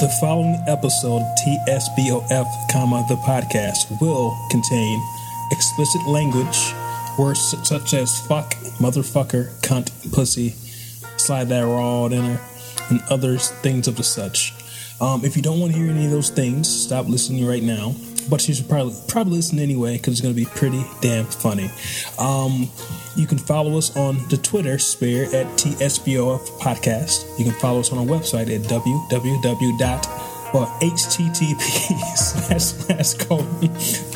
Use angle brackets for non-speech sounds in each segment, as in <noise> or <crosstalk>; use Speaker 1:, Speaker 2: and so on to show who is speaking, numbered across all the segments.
Speaker 1: The following episode, TSBOF, comma, the podcast, will contain explicit language, words such as fuck, motherfucker, cunt, pussy, slide that raw in her, and other things of the such. Um, if you don't want to hear any of those things, stop listening right now. But you should probably probably listen anyway because it's going to be pretty damn funny. Um, you can follow us on the Twitter sphere at TSBOF Podcast. You can follow us on our website at www. Well, http <laughs> slash slash colon <laughs>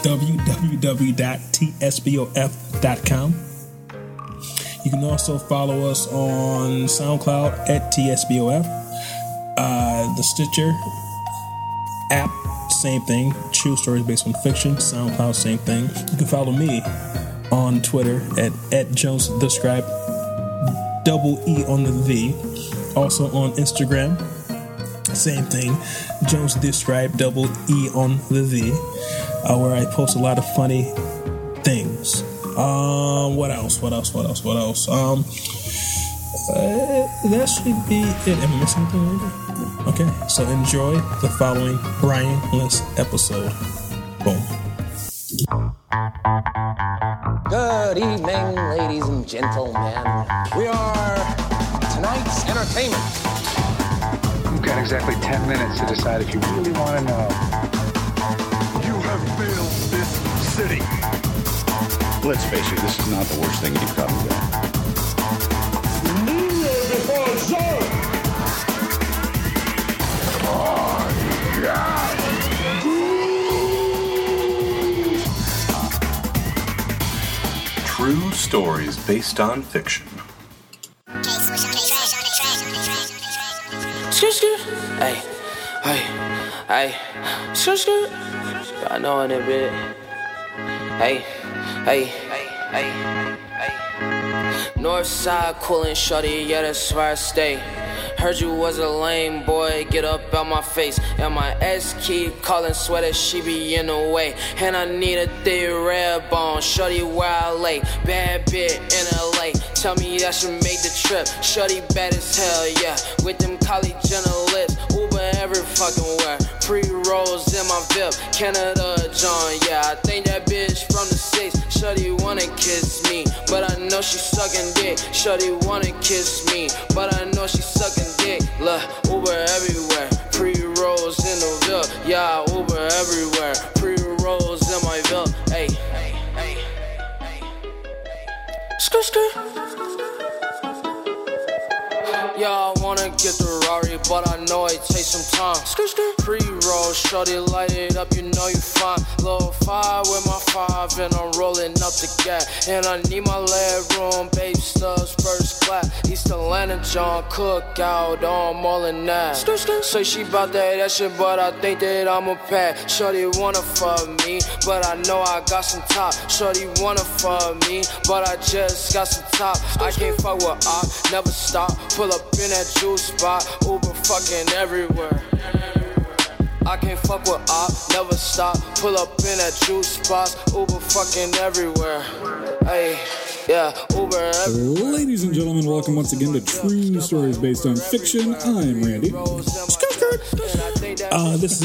Speaker 1: www.tsbof.com. You can also follow us on SoundCloud at TSBOF, uh, the Stitcher app, same thing. True stories based on fiction, SoundCloud, same thing. You can follow me on Twitter at, at Jones the Scribe, double E on the V. Also on Instagram, same thing, Jones the Scribe, double E on the V, uh, where I post a lot of funny things. Um, what else? What else? What else? What else? Um, uh, that should be it. Am I missing anything? Andy? Okay, so enjoy the following Brian List episode. Boom.
Speaker 2: Good evening, ladies and gentlemen. We are tonight's entertainment.
Speaker 3: You've got exactly 10 minutes to decide if you really want to know.
Speaker 4: You have failed this city.
Speaker 5: Let's face it, this is not the worst thing you've come with.
Speaker 6: True stories based on fiction.
Speaker 7: Skirt, skirt. Hey, hey, hey. Skirt, skirt. I know in a bit. Hey, hey, hey, hey, hey. North side coolin' shorty, yeah, that's where I stay. Heard you was a lame boy, get up out my face. And my ex keep callin', swear that she be in the way. And I need a thick red bone, shorty where I lay. Bad bit in LA, tell me that she made the trip. Shorty bad as hell, yeah, with them college Jenner lips. Uber every fucking where. Pre rolls in my VIP, Canada John, yeah. I think that bitch from the six. Shorty wanna kiss me, but I know she sucking dick. Shorty wanna kiss me, but I know she sucking dick. Look, Uber everywhere. Pre rolls in the VIP, yeah. Uber everywhere. Pre rolls in my VIP, hey. Skirt, skirt. Yeah, I wanna get the Rari, but I know it takes some time. Skirt, skirt. Pre-roll, shorty light it up, you know you fine. Low five with my five, and I'm rolling up the gas. And I need my leg room, babe stubs, first class. East Atlanta, John Cook out, I'm all in that. Skirt, skirt. Say she bout that, that shit, but I think that I'm a pad. Shorty wanna fuck me, but I know I got some top. Shorty wanna fuck me, but I just got some top. I can't fuck with I never stop. Pull up in that juice spot, Uber fucking everywhere. I can't fuck with I never stop. Pull up in that juice spot, Uber fucking everywhere. Hey, yeah, Uber everywhere.
Speaker 8: Ladies and gentlemen, welcome once again to True Stories Based on Fiction. I'm Randy.
Speaker 1: Uh, this is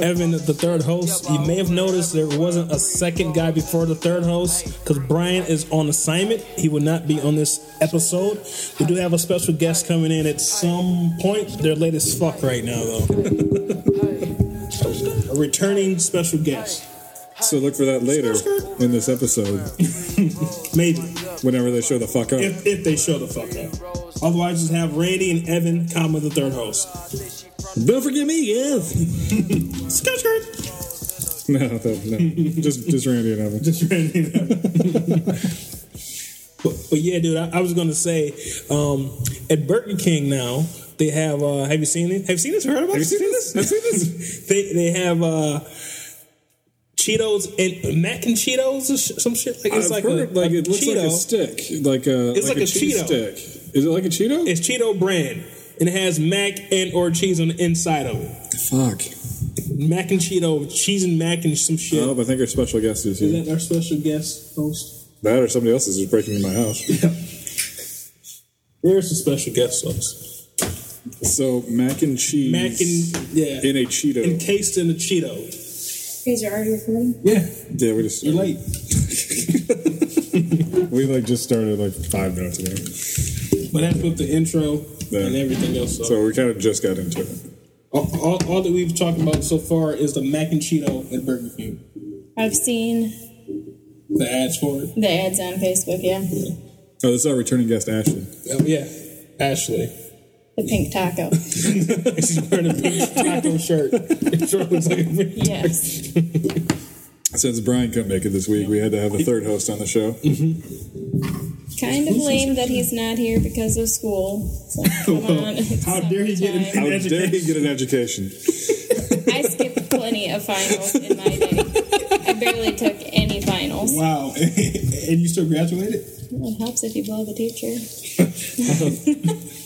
Speaker 1: Evan, <laughs> Evan, the third host. You may have noticed there wasn't a second guy before the third host because Brian is on assignment. He will not be on this episode. We do have a special guest coming in at some point. They're late as fuck right now, though. <laughs> a returning special guest,
Speaker 8: So look for that later in this episode,
Speaker 1: maybe
Speaker 8: whenever they show the fuck up.
Speaker 1: if, if they show the fuck up. Otherwise, just have Randy and Evan, comma the third host.
Speaker 8: Don't forget me, yes.
Speaker 1: <laughs> Skirt, skirt.
Speaker 8: <laughs> No, that, no. just just Randy and Evan.
Speaker 1: Just Randy. and Evan. But, but yeah, dude, I, I was gonna say um, at Burger King now they have. Uh, have you seen it? Have you seen this? Heard about? Have
Speaker 8: you seen this? Have you seen
Speaker 1: this? <laughs> they they have uh, Cheetos and mac and Cheetos or sh- some shit like it's like
Speaker 8: I've heard,
Speaker 1: a,
Speaker 8: like
Speaker 1: a
Speaker 8: it looks like a
Speaker 1: Cheeto.
Speaker 8: stick, like a
Speaker 1: It's like a
Speaker 8: cheese
Speaker 1: Cheeto.
Speaker 8: stick. Is it like a Cheeto?
Speaker 1: it's Cheeto brand and it has mac and or cheese on the inside of it.
Speaker 8: fuck.
Speaker 1: Mac and Cheeto, cheese and mac and some shit.
Speaker 8: Oh, I think our special guest is here.
Speaker 1: Is that our special guest host?
Speaker 8: That or somebody
Speaker 1: <laughs>
Speaker 8: else is just breaking into my house.
Speaker 1: There's a special guest host.
Speaker 8: So mac and cheese
Speaker 1: Mac and yeah,
Speaker 8: in a Cheeto.
Speaker 1: encased in a Cheeto.
Speaker 9: Guys are already recording?
Speaker 1: Yeah,
Speaker 8: yeah, we just
Speaker 1: you're late.
Speaker 8: we like just started like five minutes ago,
Speaker 1: <laughs> But that's with the intro
Speaker 8: Yeah.
Speaker 1: and everything else. So,
Speaker 8: so we kind of just got into it.
Speaker 1: all, all, all that we've talked about so far is the mac and Cheeto at Burger King.
Speaker 9: I've seen
Speaker 1: The ads for it.
Speaker 9: the ads on Facebook, yeah.
Speaker 8: Oh, this is our returning guest Ashley.
Speaker 1: Oh, yeah, Ashley.
Speaker 9: The pink taco.
Speaker 1: <laughs> She's wearing a <laughs> pink taco shirt. It sure looks like a pink
Speaker 9: Yes.
Speaker 8: Since Brian couldn't make it this week, we had to have a third host on the show.
Speaker 9: Kind of lame that he's not here because of school. So, <laughs> come on. it's
Speaker 1: How dare he get
Speaker 9: summertime.
Speaker 8: How
Speaker 1: An
Speaker 8: dare he get an education?
Speaker 9: I skipped plenty of finals in my day. I barely took any finals.
Speaker 1: <laughs> Wow, <laughs> and you still graduated?
Speaker 9: Well, it helps if you blow the teacher.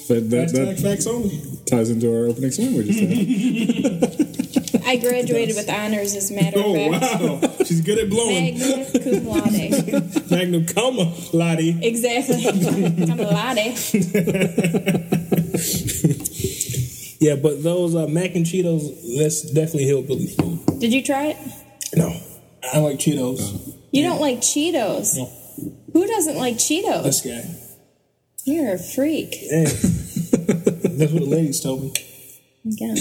Speaker 8: That, that,
Speaker 1: Hashtag
Speaker 8: that
Speaker 1: facts only.
Speaker 8: ties into our opening song we just had.
Speaker 9: I graduated with honors, as a matter of
Speaker 1: Oh
Speaker 9: fact.
Speaker 1: wow, <laughs> she's good at blowing.
Speaker 9: Magna cum laude.
Speaker 1: Magnum comma, Lottie.
Speaker 9: Exactly. I'm a laude.
Speaker 1: <laughs> Yeah, but those uh, mac and Cheetos, that's definitely hillbilly food.
Speaker 9: Did you try it?
Speaker 1: No, I like Cheetos.
Speaker 9: You don't like Cheetos.
Speaker 1: No.
Speaker 9: Who doesn't like Cheetos?
Speaker 1: This guy.
Speaker 9: You're a freak.
Speaker 1: Hey. <laughs> that's what the ladies told me.
Speaker 9: Yeah.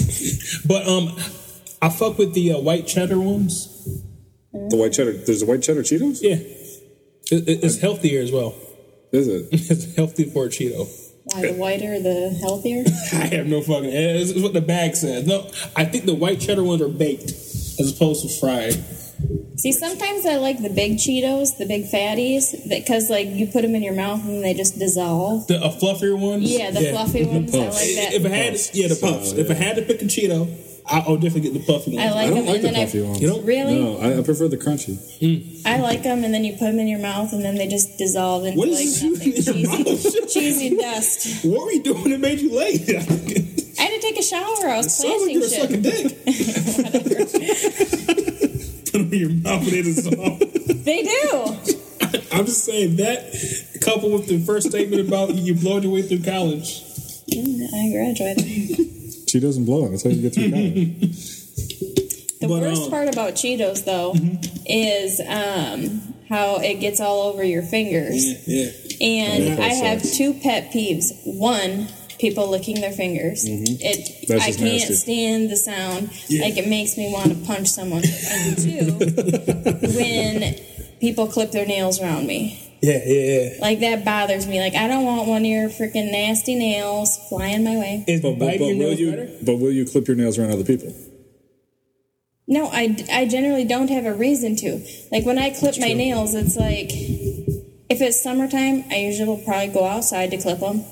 Speaker 1: But um, I fuck with the uh, white cheddar ones.
Speaker 8: The white cheddar. There's a white cheddar Cheetos.
Speaker 1: Yeah, it, it- it's healthier as well. <laughs>
Speaker 8: Is it?
Speaker 1: It's healthy for a Cheeto.
Speaker 9: Why the whiter, the healthier?
Speaker 1: I have no fucking. It's, it's what the bag says. No, I think the white cheddar ones are baked as opposed to fried.
Speaker 9: See, sometimes I like the big Cheetos, the big fatties, because like you put them in your mouth and they just dissolve.
Speaker 1: The uh, fluffier ones.
Speaker 9: Yeah, the fluffy ones. I like
Speaker 1: If I
Speaker 9: that.
Speaker 1: had, yeah, the puffs. If I had to pick a Cheeto, I, I'll definitely get the puffy ones.
Speaker 9: I like
Speaker 8: I don't
Speaker 9: them,
Speaker 8: like
Speaker 9: and
Speaker 8: the
Speaker 9: then I
Speaker 8: puffy ones.
Speaker 1: You don't-
Speaker 9: really.
Speaker 8: No, I, I prefer the crunchy.
Speaker 9: I like them, and then you put them in your mouth, and then they just dissolve into
Speaker 1: What
Speaker 9: like
Speaker 1: is
Speaker 9: nothing.
Speaker 1: this you in your
Speaker 9: Cheesy,
Speaker 1: mouth?
Speaker 9: <laughs> cheesy dust.
Speaker 1: what were you doing that made you late? <laughs>
Speaker 9: I had to take a shower. I was
Speaker 1: Sounds like you
Speaker 9: planting
Speaker 1: were sucking
Speaker 9: shit.
Speaker 1: dick.
Speaker 9: <laughs>
Speaker 1: Put them in your mouth and it is off.
Speaker 9: They do.
Speaker 1: I'm just saying that coupled with the first statement about you blowing your way through college.
Speaker 9: Mm, I graduated.
Speaker 8: Cheetos and blowing. That's how you get
Speaker 9: <laughs>
Speaker 8: through college.
Speaker 9: The
Speaker 1: But, Mm-hmm.
Speaker 9: worst
Speaker 1: um,
Speaker 9: part about Cheetos, though, is um, how it gets all over your fingers.
Speaker 1: Yeah.
Speaker 9: And
Speaker 8: Yeah.
Speaker 9: I have two pet peeves. One, people licking their fingers. It
Speaker 8: Mm-hmm. That's
Speaker 9: I
Speaker 8: just
Speaker 9: can't
Speaker 8: nasty.
Speaker 9: stand the sound. Like it makes me want to punch
Speaker 8: <laughs>
Speaker 9: someone. And two, when people clip their nails around me.
Speaker 1: Yeah, yeah, yeah.
Speaker 9: Like that bothers me. Like I don't want one of your freaking nasty nails flying my way.
Speaker 1: Is
Speaker 8: But, but, but
Speaker 1: biting your
Speaker 8: will
Speaker 1: nails
Speaker 8: you?
Speaker 1: better? <laughs>
Speaker 8: But will you clip your nails around other
Speaker 9: <laughs>
Speaker 8: people?
Speaker 9: No, I, I generally don't have a reason to. Like when I clip my nails, it's like if it's summertime, I usually will probably go outside to clip them.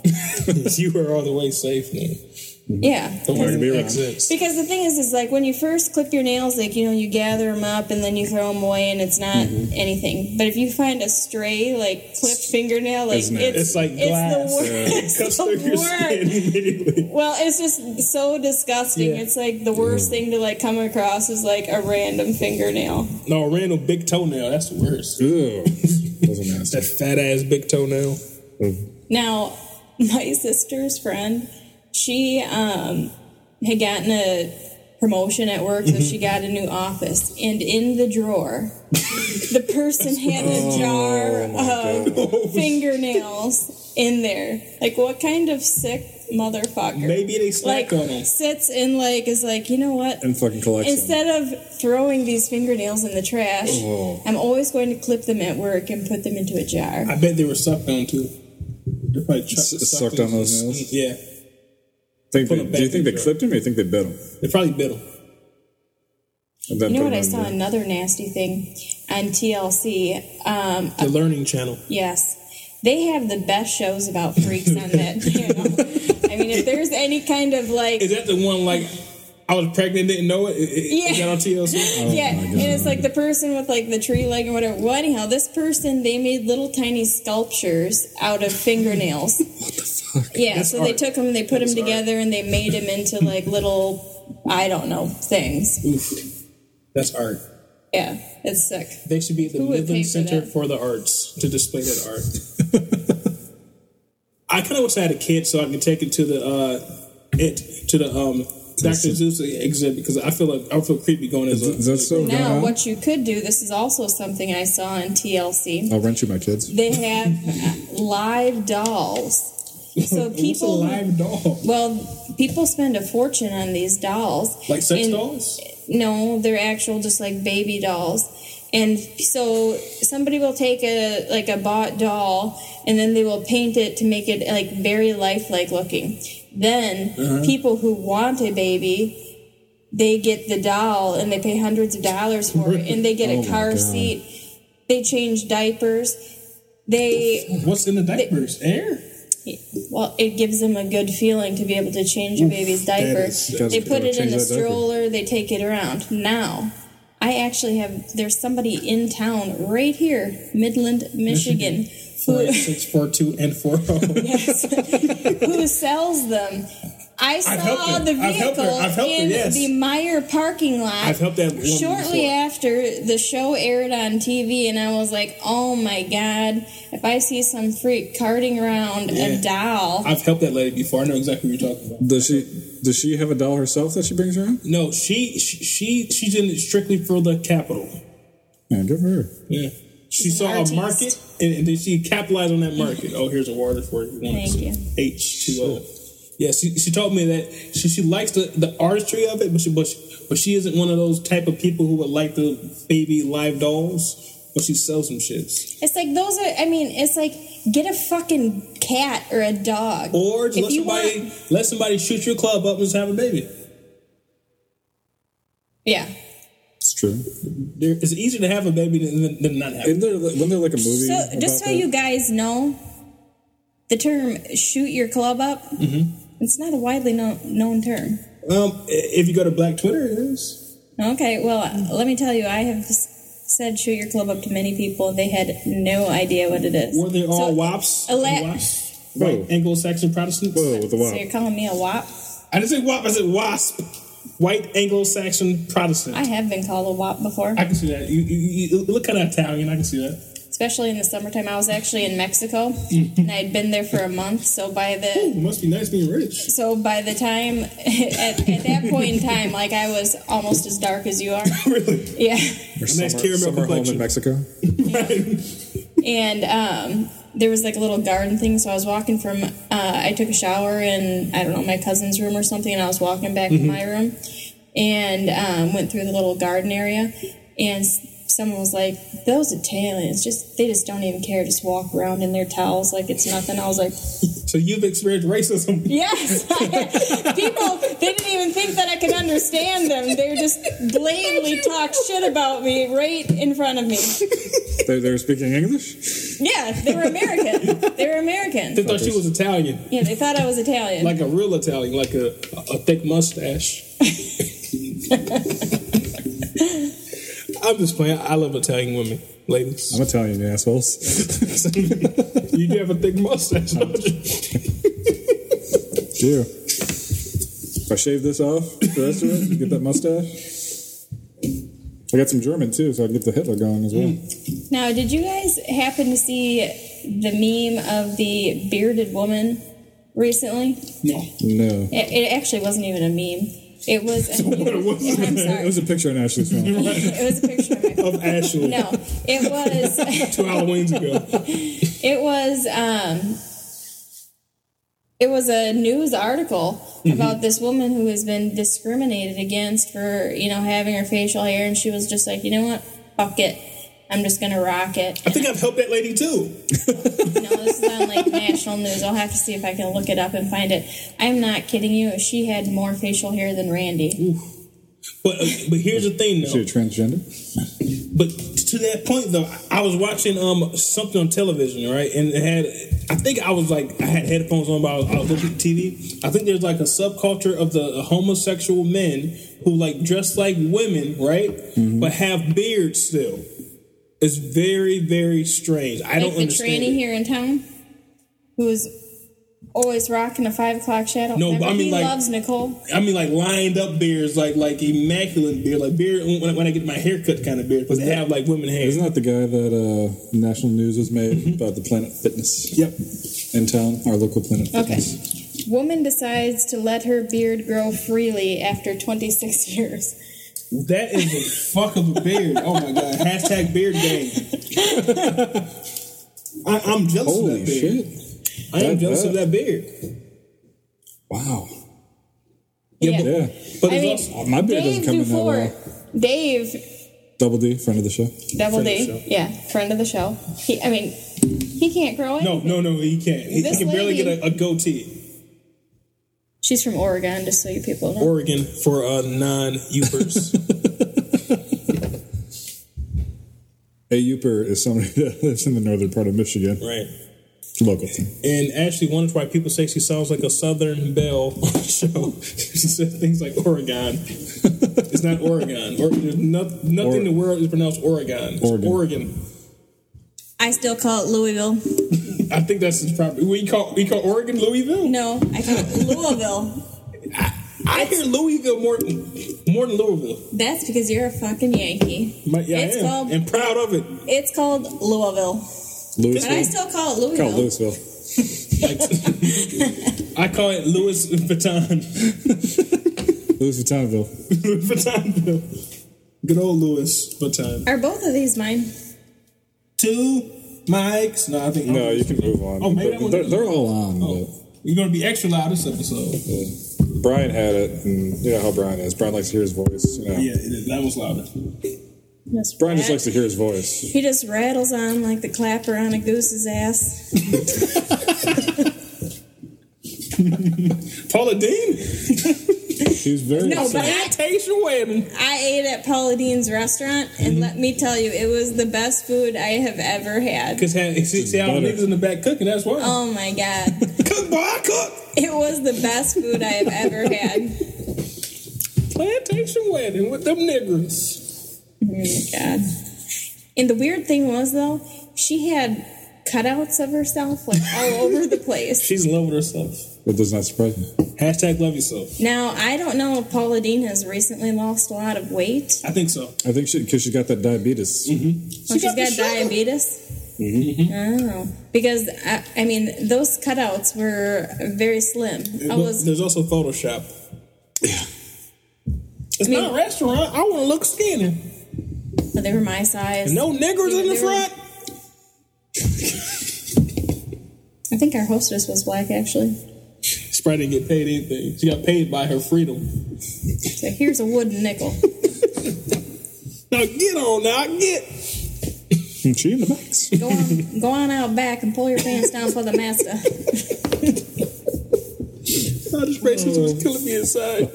Speaker 1: you are all the way safe now.
Speaker 8: Mm-hmm.
Speaker 9: Yeah.
Speaker 1: Don't worry,
Speaker 8: can be wrong.
Speaker 1: exits.
Speaker 9: Because the thing is, is like when you first clip your nails, like you know, you gather them up and then you throw them away, and it's not
Speaker 8: Mm-hmm.
Speaker 9: anything. But if you find a stray like clipped fingernail, like
Speaker 8: Isn't it?
Speaker 9: it's
Speaker 1: It's like glass.
Speaker 9: it's the worst.
Speaker 1: It <laughs> cuts
Speaker 9: <laughs> It's the
Speaker 1: through your skin
Speaker 9: worst.
Speaker 1: immediately.
Speaker 9: Well, it's just so disgusting.
Speaker 1: Yeah.
Speaker 9: It's like the
Speaker 8: Mm-hmm.
Speaker 9: worst thing to like come across is like a random fingernail.
Speaker 1: No, Randall, big toenail. That's the worst.
Speaker 8: Ew. Those are nasty.
Speaker 1: That fat ass big toenail.
Speaker 9: Now, my sister's friend, she um, had gotten a promotion at work, so she got a new office. And in the
Speaker 1: <laughs>
Speaker 9: drawer, the person had a
Speaker 1: Oh
Speaker 9: jar of fingernails in there. Like, what kind of sick motherfucker?
Speaker 1: Maybe they slack
Speaker 9: like
Speaker 1: on him.
Speaker 9: sits and like is like, you know what?
Speaker 8: And fucking collects them.
Speaker 9: Instead of throwing these fingernails in the trash,
Speaker 1: Oh.
Speaker 9: I'm always going to clip them at work and put them into a jar.
Speaker 1: I bet they were sucked on too. They probably chuck-
Speaker 8: S- sucked on those nails?
Speaker 1: Yeah,
Speaker 8: Think
Speaker 1: Put
Speaker 8: they-
Speaker 1: them
Speaker 8: do you
Speaker 1: back
Speaker 8: think
Speaker 1: in
Speaker 8: they
Speaker 1: the-
Speaker 8: clipped him or you think they bit him?
Speaker 1: they probably bit him.
Speaker 8: And then
Speaker 9: You know
Speaker 8: put
Speaker 9: what I
Speaker 8: 'em in
Speaker 9: saw?
Speaker 8: the-
Speaker 9: Another nasty thing on TLC. Um,
Speaker 1: The Learning Channel.
Speaker 9: yes, they have the best shows about freaks on <laughs> that channel. I mean, if there's any kind of like,
Speaker 1: Is that the one like I was pregnant, didn't know it? It- it-
Speaker 9: Yeah.
Speaker 1: Is that on TLC?
Speaker 9: yeah, and it's like the person with like the tree leg or whatever. Well, anyhow, this person they made little tiny sculptures out of fingernails. <laughs> what the fuck? Yeah,
Speaker 1: That's
Speaker 9: so they
Speaker 1: art.
Speaker 9: took them and they put
Speaker 1: That's
Speaker 9: them together and they made them into like little, I don't know, things.
Speaker 1: Oof. That's art.
Speaker 9: Yeah, it's sick.
Speaker 1: They should be at the
Speaker 9: Who would pay
Speaker 1: Midland
Speaker 9: for
Speaker 1: Center
Speaker 9: that?
Speaker 1: for the Arts to display that <laughs> art. I kind of wish I had a kid so I could take it to the uh, it to the um, Dr. Zeus exhibit because I feel like I feel creepy going as a.
Speaker 8: Is that
Speaker 1: <laughs>
Speaker 8: so?
Speaker 9: Now,
Speaker 8: Now,
Speaker 9: what you could do, this is also something I saw on TLC.
Speaker 8: I'll rent Oh, you my kids.
Speaker 9: They have live dolls.
Speaker 1: <laughs>
Speaker 9: So
Speaker 1: What's a
Speaker 9: people,
Speaker 1: live doll?
Speaker 9: well, people spend a fortune on these dolls.
Speaker 1: Like sex
Speaker 9: And-
Speaker 1: dolls?
Speaker 9: No, they're actual, just like baby dolls. And so somebody will take a like a bought doll, and then they will paint it to make it like very lifelike looking. Then people who want a baby, they get the doll and they pay hundreds of dollars for it, and they get
Speaker 8: Oh
Speaker 9: a
Speaker 8: my
Speaker 9: car
Speaker 8: God.
Speaker 9: seat. They change diapers. They
Speaker 1: What's in the diapers? Air?
Speaker 9: well, it gives them a good feeling to be able to change your baby's diaper.
Speaker 8: is- that's-
Speaker 9: they put
Speaker 8: gotta
Speaker 9: it in
Speaker 8: change
Speaker 9: a
Speaker 8: that diaper.
Speaker 9: stroller, they take it around. Now, I actually have there's somebody in town right here, Midland, Michigan,
Speaker 1: Four
Speaker 9: who
Speaker 1: eight six four two and four <laughs> oh.
Speaker 9: who sells them. I
Speaker 1: helped
Speaker 9: saw
Speaker 1: her.
Speaker 9: the
Speaker 1: I've helped her.
Speaker 9: vehicle
Speaker 1: I've helped her,
Speaker 9: in
Speaker 1: yes.
Speaker 9: the Meyer parking lot.
Speaker 1: I've helped that woman
Speaker 9: Shortly
Speaker 1: before.
Speaker 9: after the show aired on TV, and I was like, "Oh my god! If I see some freak carting around
Speaker 1: Yeah.
Speaker 9: a doll,
Speaker 1: I've helped that lady before. I know exactly what you're talking about.
Speaker 8: Does she does she have a doll herself that she brings around?
Speaker 1: No, she she she- she's in it strictly for the capital.
Speaker 8: Man, good for her.
Speaker 1: Yeah. She
Speaker 9: She's
Speaker 1: saw
Speaker 9: an
Speaker 1: a
Speaker 9: artist.
Speaker 1: market and, and then she capitalized on that market. Oh, here's a water for you. want
Speaker 9: Thank
Speaker 1: some
Speaker 9: you.
Speaker 1: H2O. Yeah, she, she told me that she, she likes the, the artistry of it, but she, but she but she isn't one of those type of people who would like the baby live dolls. But she sells some shits.
Speaker 9: It's like those are. I mean, it's like get a fucking cat or a dog.
Speaker 1: Or just
Speaker 9: If
Speaker 1: let
Speaker 9: you
Speaker 1: somebody
Speaker 9: want-
Speaker 1: let somebody shoot your club up and just have a baby.
Speaker 9: yeah,
Speaker 8: It's true.
Speaker 1: There, it's easier to have a baby than, than not have.
Speaker 8: Isn't there like- wasn't there like a movie?
Speaker 9: so just
Speaker 8: about
Speaker 9: so
Speaker 8: that?
Speaker 9: you guys know, the term "shoot your club up" it's not a widely known known term.
Speaker 1: Um, i- if you go to Black Twitter, it is.
Speaker 9: Okay, well, let me tell you, I have s- said "shoot your club up" to many people, and they had no idea what it is.
Speaker 1: Were they all
Speaker 9: So-
Speaker 1: wops?
Speaker 9: a la-
Speaker 1: wops?
Speaker 8: Whoa.
Speaker 1: Right, Anglo-Saxon Protestants.
Speaker 8: Whoa, with the
Speaker 9: So you're
Speaker 8: wop.
Speaker 9: calling me a wop?
Speaker 1: I didn't say WAP, I said WASP. White Anglo-Saxon Protestant.
Speaker 9: I
Speaker 1: I,
Speaker 9: have been called a wop before,
Speaker 1: can see that. You, you, you look kind of Italian. I can see that.
Speaker 9: especially in the summertime. I was actually in Mexico, and I'd been there for a month, so by the
Speaker 1: Ooh, must be nice being rich.
Speaker 9: So by the time <laughs> at, at that point in time, like I was almost as dark as you are.
Speaker 1: <laughs> really?
Speaker 9: Yeah.
Speaker 8: Her
Speaker 1: nice
Speaker 8: summer,
Speaker 1: caramel
Speaker 8: summer home
Speaker 1: complexion.
Speaker 8: in Mexico.
Speaker 9: And um, there was like a little garden thing. So I was walking from, uh, I took a shower in, I don't know, my cousin's room or something. And I was walking back to my room and um, went through the little garden area. And s- someone was like, those Italians, just, they just don't even care. Just walk around in their towels like it's nothing. I was like,
Speaker 1: So you've experienced racism.
Speaker 9: Yes, <laughs> people. They didn't even think that I could understand them. They were just blatantly talk shit about me right in front of me.
Speaker 8: They <laughs> they're speaking English.
Speaker 9: Yeah, they were American. They were American.
Speaker 1: They thought she was Italian,
Speaker 9: Yeah, they thought I was Italian.
Speaker 1: like a real Italian, like a, a thick mustache. I'm just playing. I love Italian women, ladies.
Speaker 8: I'm Italian,
Speaker 1: <laughs>
Speaker 8: you assholes.
Speaker 1: you do have a thick mustache. don't you?
Speaker 8: Do. If I shave this off, the rest of it, you get that mustache. I got some German too, so I can get the Hitler going as well.
Speaker 9: now, did you guys happen to see the meme of the bearded woman recently?
Speaker 8: No.
Speaker 9: It, it actually wasn't even a meme. It <laughs> was. A, I'm sorry.
Speaker 8: It was a picture on Ashley's <laughs> phone.
Speaker 9: It was Oh. a picture. Of <laughs>
Speaker 1: <laughs>
Speaker 9: my,
Speaker 1: Of Ashley
Speaker 9: no, it was.
Speaker 1: two Halloweens ago.
Speaker 9: It was um, it was a news article
Speaker 1: Mm-hmm.
Speaker 9: about this woman who has been discriminated against for you know having her facial hair, and she was just like, you know what, fuck it, I'm just gonna rock it.
Speaker 1: I think I've helped that lady too.
Speaker 9: You know, this is
Speaker 1: <laughs>
Speaker 9: on like national news. I'll have to see if I can look it up and find it. I'm not kidding you. She had more facial hair than Randy.
Speaker 1: But uh, but here's the thing though.
Speaker 8: She a transgender?
Speaker 1: But to that point, though, I was watching um something on television, right? And it had, I think I was like, I had headphones on, but I was, I was looking at TV. I think there's like a subculture of the homosexual men who like dress like women, right? But have beards still. It's very, very strange. I
Speaker 9: Like
Speaker 1: don't
Speaker 9: the
Speaker 1: understand.
Speaker 9: tranny
Speaker 1: it.
Speaker 9: here in town, who was always rocking a five o'clock shadow.
Speaker 1: No, but
Speaker 9: Remember,
Speaker 1: I mean,
Speaker 9: he
Speaker 1: like-
Speaker 9: loves Nicole.
Speaker 1: I mean, like lined up beards, like like immaculate beard, like beard when, when I get my haircut kind of beard, but they have like women hair.
Speaker 8: Isn't that the guy that uh, Mm-hmm. national news was made about the Planet Fitness
Speaker 1: Yep.
Speaker 8: in town, our local Planet
Speaker 9: Okay.
Speaker 8: Fitness?
Speaker 9: Woman decides to let her beard grow freely after 26 <laughs> years.
Speaker 1: That is a fuck of a beard. Oh my god. Hashtag beard game. I, I'm jealous of
Speaker 8: Holy
Speaker 1: that beard.
Speaker 8: shit.
Speaker 1: I am
Speaker 8: That-
Speaker 1: jealous of that
Speaker 8: that-
Speaker 1: beard.
Speaker 8: Wow.
Speaker 9: Yeah.
Speaker 8: Yeah.
Speaker 1: But
Speaker 9: I
Speaker 1: it's
Speaker 9: mean,
Speaker 1: also-
Speaker 8: Oh, my beard
Speaker 9: Dave
Speaker 8: doesn't come in that
Speaker 9: Dufour.
Speaker 8: well.
Speaker 9: Dave,
Speaker 8: Double D, friend of the show.
Speaker 1: Friend
Speaker 9: Double
Speaker 1: of the
Speaker 9: D,
Speaker 1: show.
Speaker 9: yeah, friend of the show. He, I mean, he can't grow it.
Speaker 1: no, no, no, he can't. He, he
Speaker 9: This
Speaker 1: can barely
Speaker 9: lady-
Speaker 1: get a, a goatee.
Speaker 9: She's from Oregon, just so you people know.
Speaker 1: Oregon for uh, non upers.
Speaker 8: A Uper is somebody <laughs> that lives in the northern part of Michigan.
Speaker 1: <laughs> right.
Speaker 8: It's a local thing.
Speaker 1: And Ashley wonders why people say she sounds like a Southern Belle on the show. <laughs> she said things like Oregon. it's not Oregon. Or, there's no, nothing in the world is pronounced Oregon. It's
Speaker 8: Oregon.
Speaker 1: Oregon.
Speaker 9: I still call it Louisville.
Speaker 1: I think that's his property. We call we call Oregon Louisville.
Speaker 9: No, I call it Louisville.
Speaker 1: I hear Louisville more more than Louisville.
Speaker 9: That's because you're a fucking Yankee.
Speaker 1: My, yeah,
Speaker 9: It's
Speaker 1: I am,
Speaker 9: called-
Speaker 1: and proud of it.
Speaker 9: It's called Louisville, but I
Speaker 8: Louisville.
Speaker 9: still call it
Speaker 8: Call it
Speaker 9: Louisville.
Speaker 8: Louisville.
Speaker 1: I call it Louis Vuitton. <laughs>
Speaker 8: Louis Vuittonville.
Speaker 1: Louis Vuittonville. Good old Louis Vuitton.
Speaker 9: Are both of these mine?
Speaker 1: Two mics. No, I think
Speaker 8: No, you can move on.
Speaker 1: Oh, maybe Oh.
Speaker 8: They're-
Speaker 1: that one-
Speaker 8: they're, they're all on.
Speaker 1: You're gonna be extra loud this episode.
Speaker 8: But, uh, Brian had it, and you know how Brian is. Brian likes to hear his voice. You know.
Speaker 1: Yeah, it is. that was louder.
Speaker 9: Yes,
Speaker 8: Brian just likes to hear his voice.
Speaker 9: He just rattles on like the clapper on a goose's ass.
Speaker 1: Paula Dean,
Speaker 8: He's very
Speaker 9: No, but I,
Speaker 1: Tasia Whalen.
Speaker 9: I ate at Paula Dean's restaurant, and let me tell you, it was the best food I have ever had.
Speaker 1: Cause had, see, see how the
Speaker 8: Butter.
Speaker 1: niggas in the back cooking. That's why.
Speaker 9: Oh my <laughs> god,
Speaker 1: cook, boy, I cook.
Speaker 9: it was the best food I have ever <laughs> had.
Speaker 1: Plantation wedding with them niggers.
Speaker 9: God. And the weird thing was though, she had cutouts of herself like <laughs> all over the place.
Speaker 1: She's in love with herself.
Speaker 8: That does not surprise me.
Speaker 1: Hashtag love yourself.
Speaker 9: Now I don't know if Paula Dean has recently lost a lot of weight.
Speaker 1: I think so.
Speaker 8: I think she because she got that diabetes.
Speaker 1: Mm-hmm.
Speaker 9: Or she's got Mm-hmm. diabetes. I don't know because I, I mean those cutouts were very slim. I
Speaker 1: Look,
Speaker 9: was
Speaker 1: There's also Photoshop. It's
Speaker 9: I mean-
Speaker 1: not a restaurant. I want to look skinny.
Speaker 9: but they were my size.
Speaker 1: No niggers in the
Speaker 9: they were-
Speaker 1: front.
Speaker 9: I think our hostess was black actually.
Speaker 1: She probably didn't get paid anything. She got paid by her freedom.
Speaker 9: So here's a wooden nickel.
Speaker 1: Now get on. Now get.
Speaker 8: She in the box.
Speaker 9: Go on, go on out back and pull your pants down for the master.
Speaker 1: Now this racism
Speaker 9: Oh.
Speaker 1: was killing me inside.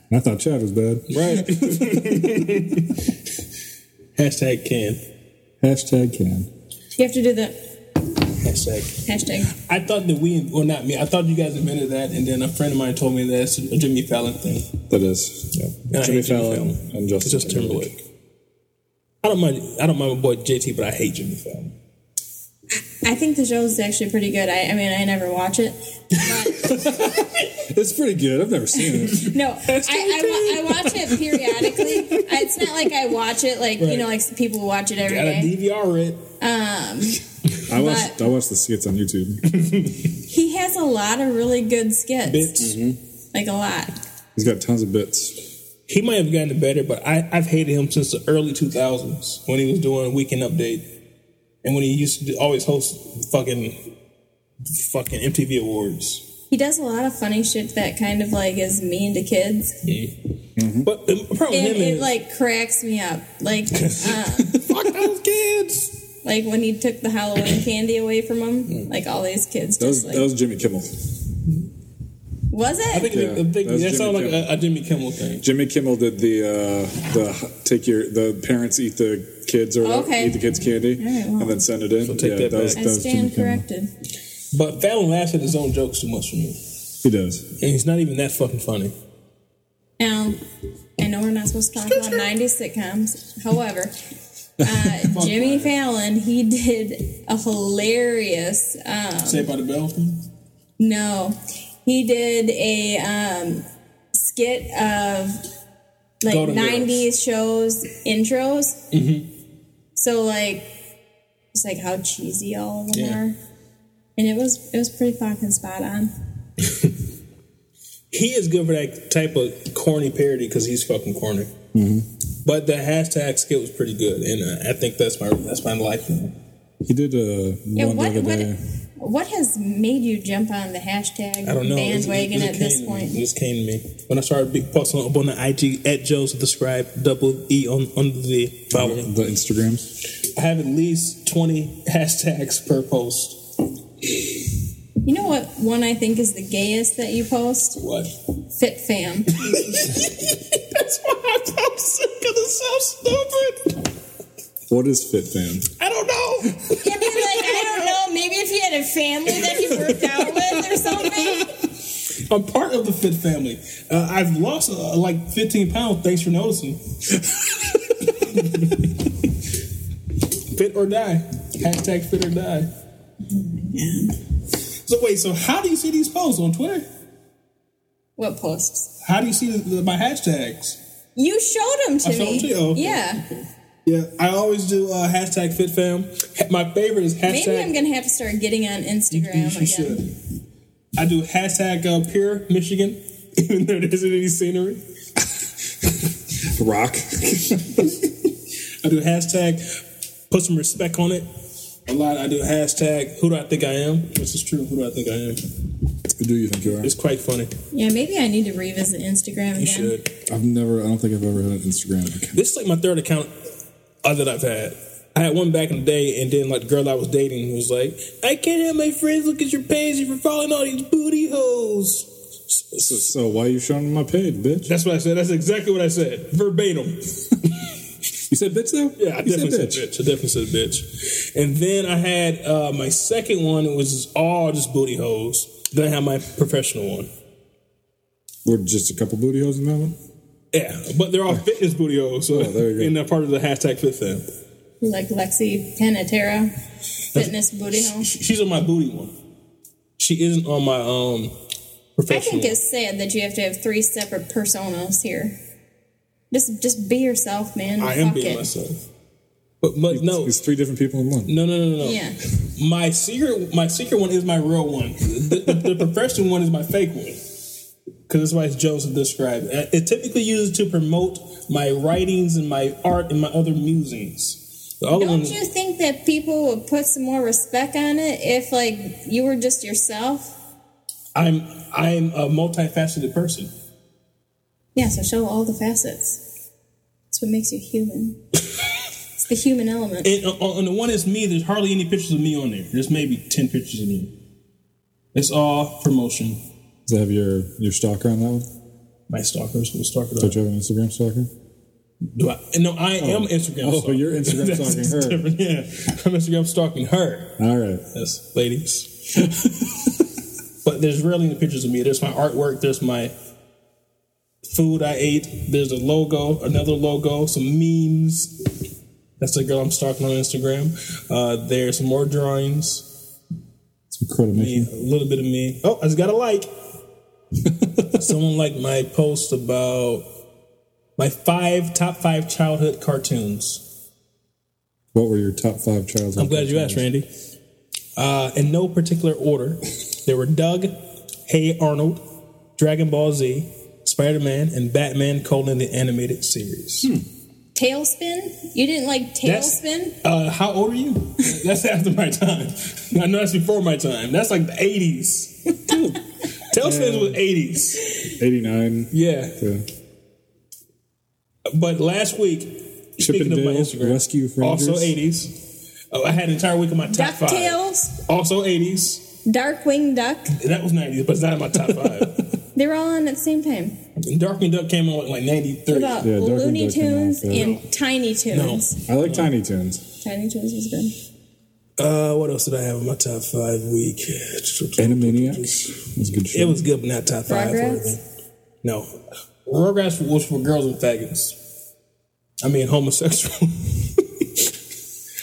Speaker 8: <laughs> I thought Chad was
Speaker 1: <laughs>
Speaker 8: bad.
Speaker 1: Right. Hashtag can.
Speaker 8: Hashtag can.
Speaker 9: You have to do the
Speaker 1: Hashtag.
Speaker 9: hashtag.
Speaker 1: I thought that we, or not me, I thought you guys invented that, and then a friend of mine told me that it's a Jimmy Fallon thing.
Speaker 8: That is. Yeah.
Speaker 1: And I
Speaker 8: Jimmy,
Speaker 1: hate Jimmy
Speaker 8: Fallon
Speaker 1: Fallon. It's
Speaker 8: and Justin
Speaker 1: just Timberlake. I don't mind. I don't mind my boy JT, but I hate Jimmy Fallon.
Speaker 9: I think the show is actually pretty good. I, I mean, I never watch it.
Speaker 8: It's pretty good. I've never seen it.
Speaker 9: <laughs> No, I, I, wa- I watch it periodically. I- it's not like I watch it like you know,
Speaker 1: Right.
Speaker 9: like some people watch it every
Speaker 1: Gotta
Speaker 9: day.
Speaker 1: DVR it.
Speaker 9: Um,
Speaker 8: I watched. I watched the skits on YouTube.
Speaker 9: he has a lot of really good skits,
Speaker 1: Bits.
Speaker 9: like a lot.
Speaker 8: He's got tons of bits.
Speaker 1: He might have gotten better, but I, I've hated him since the early 2000s when he was doing Weekend Update, and when he used to do, always host fucking fucking MTV Awards.
Speaker 9: He does a lot of funny shit that kind of like is mean to kids,
Speaker 1: But the problem with
Speaker 9: and
Speaker 1: him
Speaker 9: it
Speaker 1: is
Speaker 9: like cracks me up.
Speaker 1: <laughs>
Speaker 9: Like, uh,
Speaker 1: fuck those kids.
Speaker 9: like when he took the Halloween
Speaker 1: <coughs>
Speaker 9: candy away from
Speaker 1: Hmm.
Speaker 9: him, like all these kids
Speaker 8: That was,
Speaker 9: just like
Speaker 8: that was Jimmy Kimmel.
Speaker 9: was
Speaker 1: I
Speaker 9: it?
Speaker 1: think,
Speaker 8: Yeah,
Speaker 1: I think
Speaker 8: that's
Speaker 1: that
Speaker 8: Jimmy
Speaker 1: sounds like
Speaker 8: Kimmel.
Speaker 1: a, a Jimmy Kimmel thing.
Speaker 8: Jimmy Kimmel did the uh, the take your the parents eat the kids or whatever,
Speaker 9: Okay.
Speaker 8: eat the kids candy
Speaker 9: right, well.
Speaker 8: and then send it in.
Speaker 1: So take that
Speaker 8: was,
Speaker 1: back.
Speaker 9: I
Speaker 8: was Jimmy
Speaker 9: stand
Speaker 8: Kimmel.
Speaker 9: corrected.
Speaker 1: But Fallon laughs at his own jokes too much for me,
Speaker 8: He does.
Speaker 1: and he's not even that fucking funny.
Speaker 9: Now, I know we're not supposed to talk about 90s
Speaker 1: <laughs>
Speaker 9: sitcoms. However, uh, Jimmy Fallon, he did a hilarious. Um,
Speaker 1: Saved by the Bell thing.
Speaker 9: no, he did a um, skit of like
Speaker 1: Golden Girls.
Speaker 9: 90s shows intros.
Speaker 1: Mm-hmm.
Speaker 9: So, like, it's like how cheesy all of them
Speaker 1: Yeah.
Speaker 9: are. and it was it was pretty fucking spot on.
Speaker 1: He is good for that type of corny parody because he's fucking corny. But the hashtag skit was pretty good, and uh, I think that's my that's my life.
Speaker 8: He did uh,
Speaker 9: Yeah,
Speaker 8: one
Speaker 9: what
Speaker 8: the other
Speaker 9: what
Speaker 8: day.
Speaker 9: what has made you jump on the hashtag
Speaker 1: I don't know. It just-
Speaker 9: bandwagon
Speaker 1: it
Speaker 9: at
Speaker 1: just
Speaker 9: this
Speaker 1: came to me.
Speaker 9: point?
Speaker 1: It just came to me when I started big posting up on the IG at Joe's describe double E on under the following.
Speaker 8: The Instagrams.
Speaker 1: I have at least twenty <laughs> hashtags per post.
Speaker 9: You know what one I think is the gayest that you post?
Speaker 1: What? <laughs>
Speaker 9: Fit fam.
Speaker 1: That's why I'm sick because it's so stupid.
Speaker 8: What is FitFam?
Speaker 1: I don't know.
Speaker 9: I mean, like I don't know. Maybe if you had a family that you worked out with
Speaker 1: <laughs>
Speaker 9: or something.
Speaker 1: I'm part of the Fit family. Uh, I've lost uh, like 15 pounds. Thanks for noticing. <laughs> fit or die. Hashtag fit or die. So wait. So how do you see these posts on Twitter?
Speaker 9: What posts?
Speaker 1: How do you see the, my hashtags?
Speaker 9: You showed them to
Speaker 1: I showed
Speaker 9: me.
Speaker 1: them to you? Okay.
Speaker 9: Yeah.
Speaker 1: Yeah, I always do uh, hashtag fit fam. Ha- My favorite is hashtag.
Speaker 9: Maybe I'm gonna have to start getting on Instagram
Speaker 1: You
Speaker 9: again.
Speaker 1: should. I do hashtag uh, pure Michigan, <laughs> even though there isn't any scenery.
Speaker 8: Rock. <laughs>
Speaker 1: <laughs> I do hashtag put some respect on it. A lot. I do hashtag who do I think I am, which is true. Who do I think I am?
Speaker 8: Who do you think you are?
Speaker 1: It's quite funny.
Speaker 9: Yeah, maybe I need to revisit Instagram
Speaker 1: You
Speaker 9: again.
Speaker 1: should.
Speaker 8: I've never. I don't think I've ever had an Instagram account.
Speaker 1: This is like my third account uh, that I've had. I had one back in the day, and then like the girl I was dating was like, "I can't have my friends look at your page if you're following all these booty holes."
Speaker 8: So, so why are you showing my page, bitch?
Speaker 1: That's what I said. That's exactly what I said, verbatim.
Speaker 8: You said bitch though.
Speaker 1: Yeah, I
Speaker 8: You
Speaker 1: definitely said bitch. I definitely said bitch. And then I had uh, my second one. It was just all just booty holes. Then I had my professional one.
Speaker 8: We're just a couple booty holes in that one.
Speaker 1: Yeah, but they're
Speaker 8: <laughs>
Speaker 1: all fitness booty holes. So
Speaker 8: Oh, there you go.
Speaker 1: And they're part of the hashtag fit fam.
Speaker 9: Like Lexi Panatera, fitness booty home.
Speaker 1: She- She's on my booty one. She isn't on my um
Speaker 9: I
Speaker 1: professional.
Speaker 9: think it's sad that you have to have three separate personas here. Just, just be yourself, man.
Speaker 1: I am
Speaker 9: Fuck
Speaker 1: being
Speaker 9: it.
Speaker 1: myself. But but no
Speaker 8: It's three different people in one.
Speaker 1: no no no no.
Speaker 9: Yeah.
Speaker 1: My secret my secret one is my real one. The, the,
Speaker 9: <laughs>
Speaker 1: the professional one is my fake one. Because that's why it's Joseph described. Uh, It typically used to promote my writings and my art and my other musings. The other
Speaker 9: Don't
Speaker 1: one,
Speaker 9: you think that people would put some more respect on it if, like, you were just yourself?
Speaker 1: I'm I'm a multifaceted person.
Speaker 9: Yeah, so show all the facets. That's what makes you human. it's the human element.
Speaker 1: And on, on the one that's me, there's hardly any pictures of me on there. There's maybe ten pictures of me. It's all promotion.
Speaker 8: Does it have your your stalker on that one?
Speaker 1: My stalkers will stalk it
Speaker 8: Don't
Speaker 1: up.
Speaker 8: you have an Instagram stalker?
Speaker 1: Do I? No, I am Instagram.
Speaker 8: Oh,
Speaker 1: stalking.
Speaker 8: you're Instagram
Speaker 1: <laughs> That's
Speaker 8: stalking her.
Speaker 1: different, Yeah, I'm Instagram stalking her.
Speaker 8: All right.
Speaker 1: Yes, ladies. <laughs> but there's rarely any pictures of me. There's my artwork. There's my food I ate. There's a logo, another logo, some memes. That's the girl I'm stalking on Instagram. Uh, there's some more drawings.
Speaker 8: Some coordination.
Speaker 1: me, a little bit of me. Oh, I just got a like. <laughs> Someone liked my post about my five top five childhood cartoons.
Speaker 8: What were your top five childhood?
Speaker 1: I'm glad you asked, Randy. Uh, in no particular order, there were Doug, Hey Arnold, Dragon Ball Z, Spider Man, and Batman: colon the animated series.
Speaker 9: Tailspin? You didn't like
Speaker 1: That's-
Speaker 9: Tailspin?
Speaker 1: Uh, how old are you? <laughs> That's after my time. I know that's before my time. That's like the 80s. Tailspin was 80s.
Speaker 8: Eighty nine.
Speaker 1: Yeah.
Speaker 8: Yeah.
Speaker 1: But last week, speaking of my
Speaker 8: Dale,
Speaker 1: Instagram,
Speaker 8: Rescue Rangers.
Speaker 1: also eighties. Oh, I had an entire week of my top five.
Speaker 9: DuckTales?
Speaker 1: Also eighties.
Speaker 9: Darkwing Duck?
Speaker 1: That was nineties, but it's not in my top five.
Speaker 9: They were all on at the same time.
Speaker 1: Darkwing Duck came out like ninety
Speaker 9: What
Speaker 1: three.
Speaker 9: about
Speaker 8: Yeah, Darkwing
Speaker 9: Looney
Speaker 8: Duck came out,
Speaker 9: Tunes
Speaker 8: yeah.
Speaker 9: and Tiny Tunes?
Speaker 8: I like Tiny Toons.
Speaker 9: Tiny Tunes was good.
Speaker 1: Uh, what else did I have in my top five week?
Speaker 8: Animaniacs was a good show.
Speaker 1: It was good, but not top five. for
Speaker 9: Rugrats?
Speaker 1: everything. No, Rugrats was for girls and faggots. I mean, homosexual. <laughs>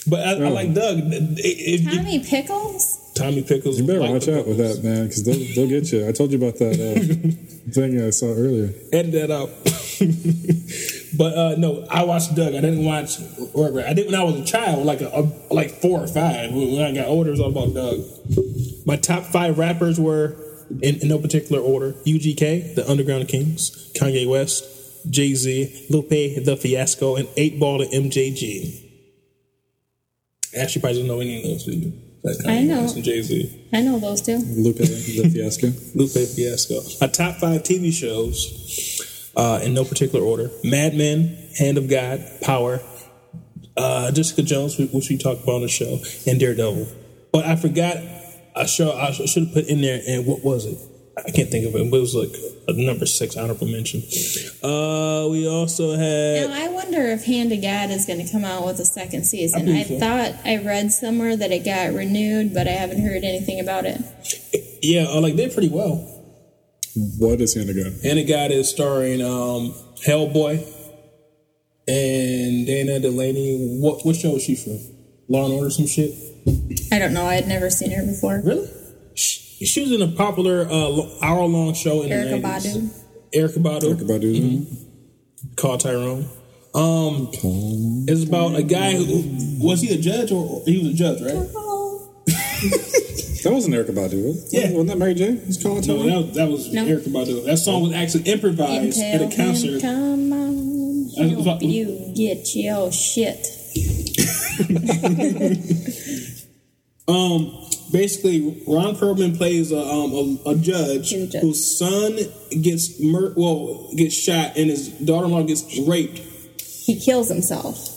Speaker 1: but I, I
Speaker 8: Oh.
Speaker 1: like Doug. It- it- it-
Speaker 9: Tommy Pickles?
Speaker 1: Tommy Pickles.
Speaker 8: You better
Speaker 1: like
Speaker 8: watch
Speaker 1: the
Speaker 8: out with that, man, because they'll, they'll get you. I told you about that
Speaker 1: <laughs>
Speaker 8: uh, thing I saw earlier.
Speaker 1: edit that out. <laughs> but uh, no, I watched Doug. I didn't watch Rugrats. I did when I was a child, like a, a- like four or five. When when I got older, it was all about Doug. My top five rappers were, in, in no particular order, UGK, the Underground Kings, Kanye West, Jay Z, Lupe, the Fiasco, and Eight Ball to MJG. Actually, probably don't know any of those, do you? Like Kanye
Speaker 9: I know.
Speaker 1: West and Jay Z.
Speaker 9: I know those two.
Speaker 8: Lupe, the fiasco.
Speaker 1: Lupe Fiasco. My top five TV shows, uh, in no particular order: Mad Men, Hand of God, Power, uh, Jessica Jones, wh- which we talked about on the show, and Daredevil. But I forgot a show I should have put in there, and what was it? I can't think of it. But it was like a number six honorable mention. Uh, we also had
Speaker 9: Now I wonder if Hand of God is going to come out with a second season. I,
Speaker 1: believe so.
Speaker 9: thought I read somewhere that it got renewed, but I haven't heard anything about it.
Speaker 1: yeah, uh, like did pretty well.
Speaker 8: What is gonna go?
Speaker 1: And it got is starring um, Hellboy and Dana Delaney. What what show was she from? Law and Order, some shit.
Speaker 9: I don't know. I had never seen her before.
Speaker 1: Really? She, she was in a popular uh, hour long show in
Speaker 9: Erica
Speaker 1: the 90s.
Speaker 9: Badu.
Speaker 1: Erica Badu.
Speaker 8: Erica Badu's in it?
Speaker 1: Call Tyrone. Um, it's about a guy who was he a judge or, or he was a judge, right?
Speaker 8: That wasn't Erica Badu. Was
Speaker 1: Yeah.
Speaker 8: wasn't that Mary J? It's called
Speaker 1: No, that was, that was
Speaker 9: No.
Speaker 1: Erica Badu. That song was actually improvised at
Speaker 9: Impel
Speaker 1: a
Speaker 9: him,
Speaker 1: concert.
Speaker 9: Come on,
Speaker 1: I was about-
Speaker 9: help you get your shit.
Speaker 1: Um, basically, Ron Perlman plays a, um, a, a judge
Speaker 9: Judge.
Speaker 1: whose son gets mur- well gets shot and his daughter-in-law gets raped.
Speaker 9: He kills himself.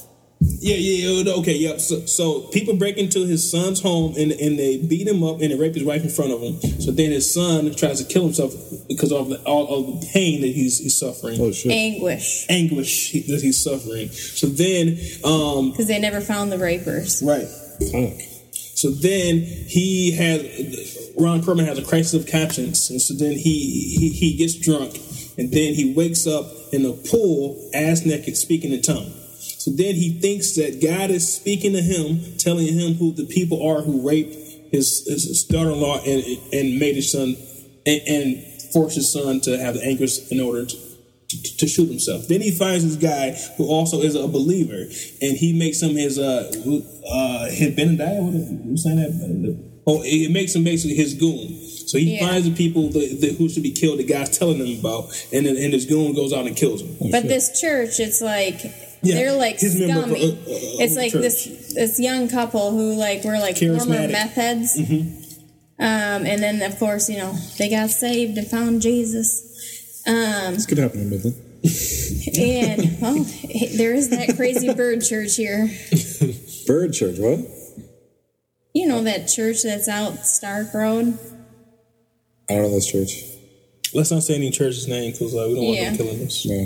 Speaker 1: Yeah, yeah, yeah, okay, yep. So, so people break into his son's home and and they beat him up and they rape his wife in front of him. So then his son tries to kill himself because of the, all of the pain that he's, he's suffering.
Speaker 8: Oh shit.
Speaker 9: Anguish.
Speaker 1: Anguish that he's suffering. So then, um,
Speaker 9: Because they never found the rapers.
Speaker 1: Right.
Speaker 8: Fuck.
Speaker 1: So then he has Ron Perlman has a crisis of conscience, and so then he he, he gets drunk, and then he wakes up in a pool, ass naked, speaking in tongue. So then he thinks that God is speaking to him, telling him who the people are who raped his, his daughter-in-law and and made his son and, and forced his son to have the anguish in order to, to, to shoot himself. Then he finds this guy who also is a believer, and he makes him his uh, uh his Benedict. What is who's saying that? Oh, it makes him basically his goon. So he
Speaker 9: Yeah.
Speaker 1: finds the people that, that who should be killed. The guy's telling them about, and then and his goon goes out and kills him.
Speaker 9: But this church, it's like
Speaker 1: Yeah,
Speaker 9: they're like
Speaker 1: his member of-
Speaker 9: scummy.
Speaker 1: of- of- of
Speaker 9: it's
Speaker 1: the
Speaker 9: like
Speaker 1: church.
Speaker 9: this this young couple who like were like former
Speaker 1: Charismatic. Mm-hmm.
Speaker 9: meth heads. Um, and then of course you know they got saved and found Jesus. Um,
Speaker 8: This could happen in Midland.
Speaker 1: <laughs>
Speaker 9: and well, there is that crazy bird church here.
Speaker 8: Bird Church. What?
Speaker 9: You know that church that's out Stark Road.
Speaker 8: I don't know this church.
Speaker 1: Let's not say any church's name because uh, we don't
Speaker 9: Yeah.
Speaker 1: want them killing us.
Speaker 8: No.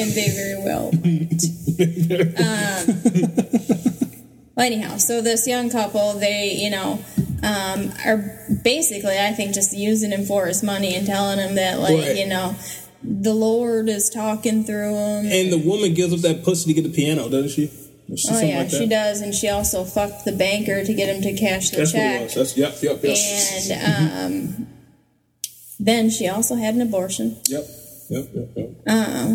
Speaker 9: and they very
Speaker 1: <laughs>
Speaker 9: well might. um, well, anyhow, so this young couple, they, you know, um, are basically, I think, just using him for his money and telling him that, like,
Speaker 1: Right.
Speaker 9: you know, the Lord is talking through him.
Speaker 1: And the woman gives up that pussy to get the piano, doesn't she? Or
Speaker 9: oh,
Speaker 1: something
Speaker 9: yeah,
Speaker 1: like that.
Speaker 9: she does. And she also fucked the banker to get him to cash the
Speaker 1: That's what it
Speaker 9: check.
Speaker 1: was. That's yep, yep, yep,
Speaker 9: And um, then she also had an abortion.
Speaker 1: yep, yep, yep, yep.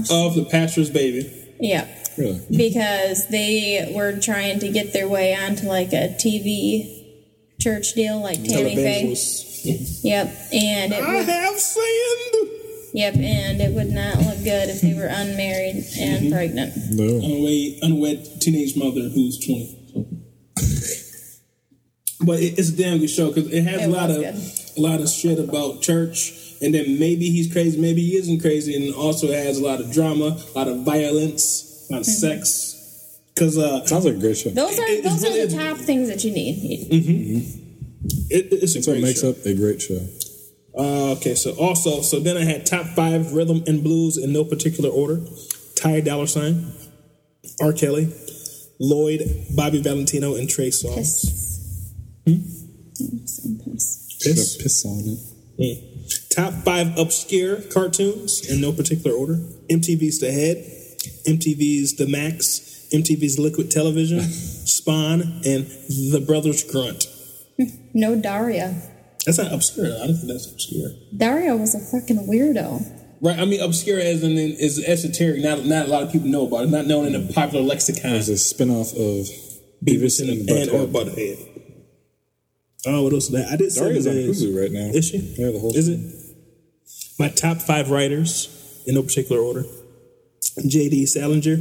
Speaker 1: Of the pastor's baby.
Speaker 9: Yeah.
Speaker 8: Really?
Speaker 9: because they were trying to get their way onto like a TV church deal, like Tammy Faye.
Speaker 1: Televangelist.
Speaker 9: Yep, and it
Speaker 1: I
Speaker 9: would,
Speaker 1: have sinned.
Speaker 9: yep, and it would not look good if they were unmarried
Speaker 1: Mm-hmm.
Speaker 9: and pregnant.
Speaker 8: No.
Speaker 1: unwed, unwed teenage mother who's 20. <laughs> But it, it's a damn good show because it has
Speaker 9: It
Speaker 1: a lot
Speaker 9: was
Speaker 1: of a lot of shit about church, and then maybe he's crazy, maybe he isn't crazy, and also it has a lot of drama, a lot of violence, a lot of
Speaker 9: Mm-hmm.
Speaker 1: sex. Because uh,
Speaker 8: Sounds like a great show.
Speaker 9: Those are
Speaker 1: It- it's
Speaker 9: those are
Speaker 1: really- Mm.
Speaker 9: the top things that you need.
Speaker 1: it, it's a
Speaker 8: That's what
Speaker 1: great
Speaker 8: makes
Speaker 1: show.
Speaker 8: up a great show.
Speaker 1: Uh, okay, so also, so then I had top five rhythm and blues in no particular order: Ty Dolla Sign, R. Kelly, Lloyd, Bobby Valentino, and Trey Songz.
Speaker 9: Piss. Some piss.
Speaker 1: Piss?
Speaker 8: Should have piss on it.
Speaker 1: Mm. Top five obscure cartoons in no particular order. MTV's The Head, MTV's The Max, MTV's Liquid <laughs> Television, Spawn, and The Brothers Grunt.
Speaker 9: No Daria.
Speaker 1: That's not obscure. I don't think that's obscure.
Speaker 9: Daria was a fucking weirdo.
Speaker 1: Right. I mean, obscure as in is esoteric. Not not a lot of people know about it. Not known in the popular lexicon.
Speaker 8: It's a spin off of
Speaker 1: Beavis
Speaker 8: Beavis and
Speaker 1: and uh, or
Speaker 8: Butthead.
Speaker 1: Butthead. Oh, what else? That I did seven
Speaker 8: Daria's on
Speaker 1: days.
Speaker 8: Hulu right now.
Speaker 1: Is she?
Speaker 8: Yeah, the whole
Speaker 1: Is
Speaker 8: thing.
Speaker 1: it? My top five writers in no particular order: J.D. Salinger,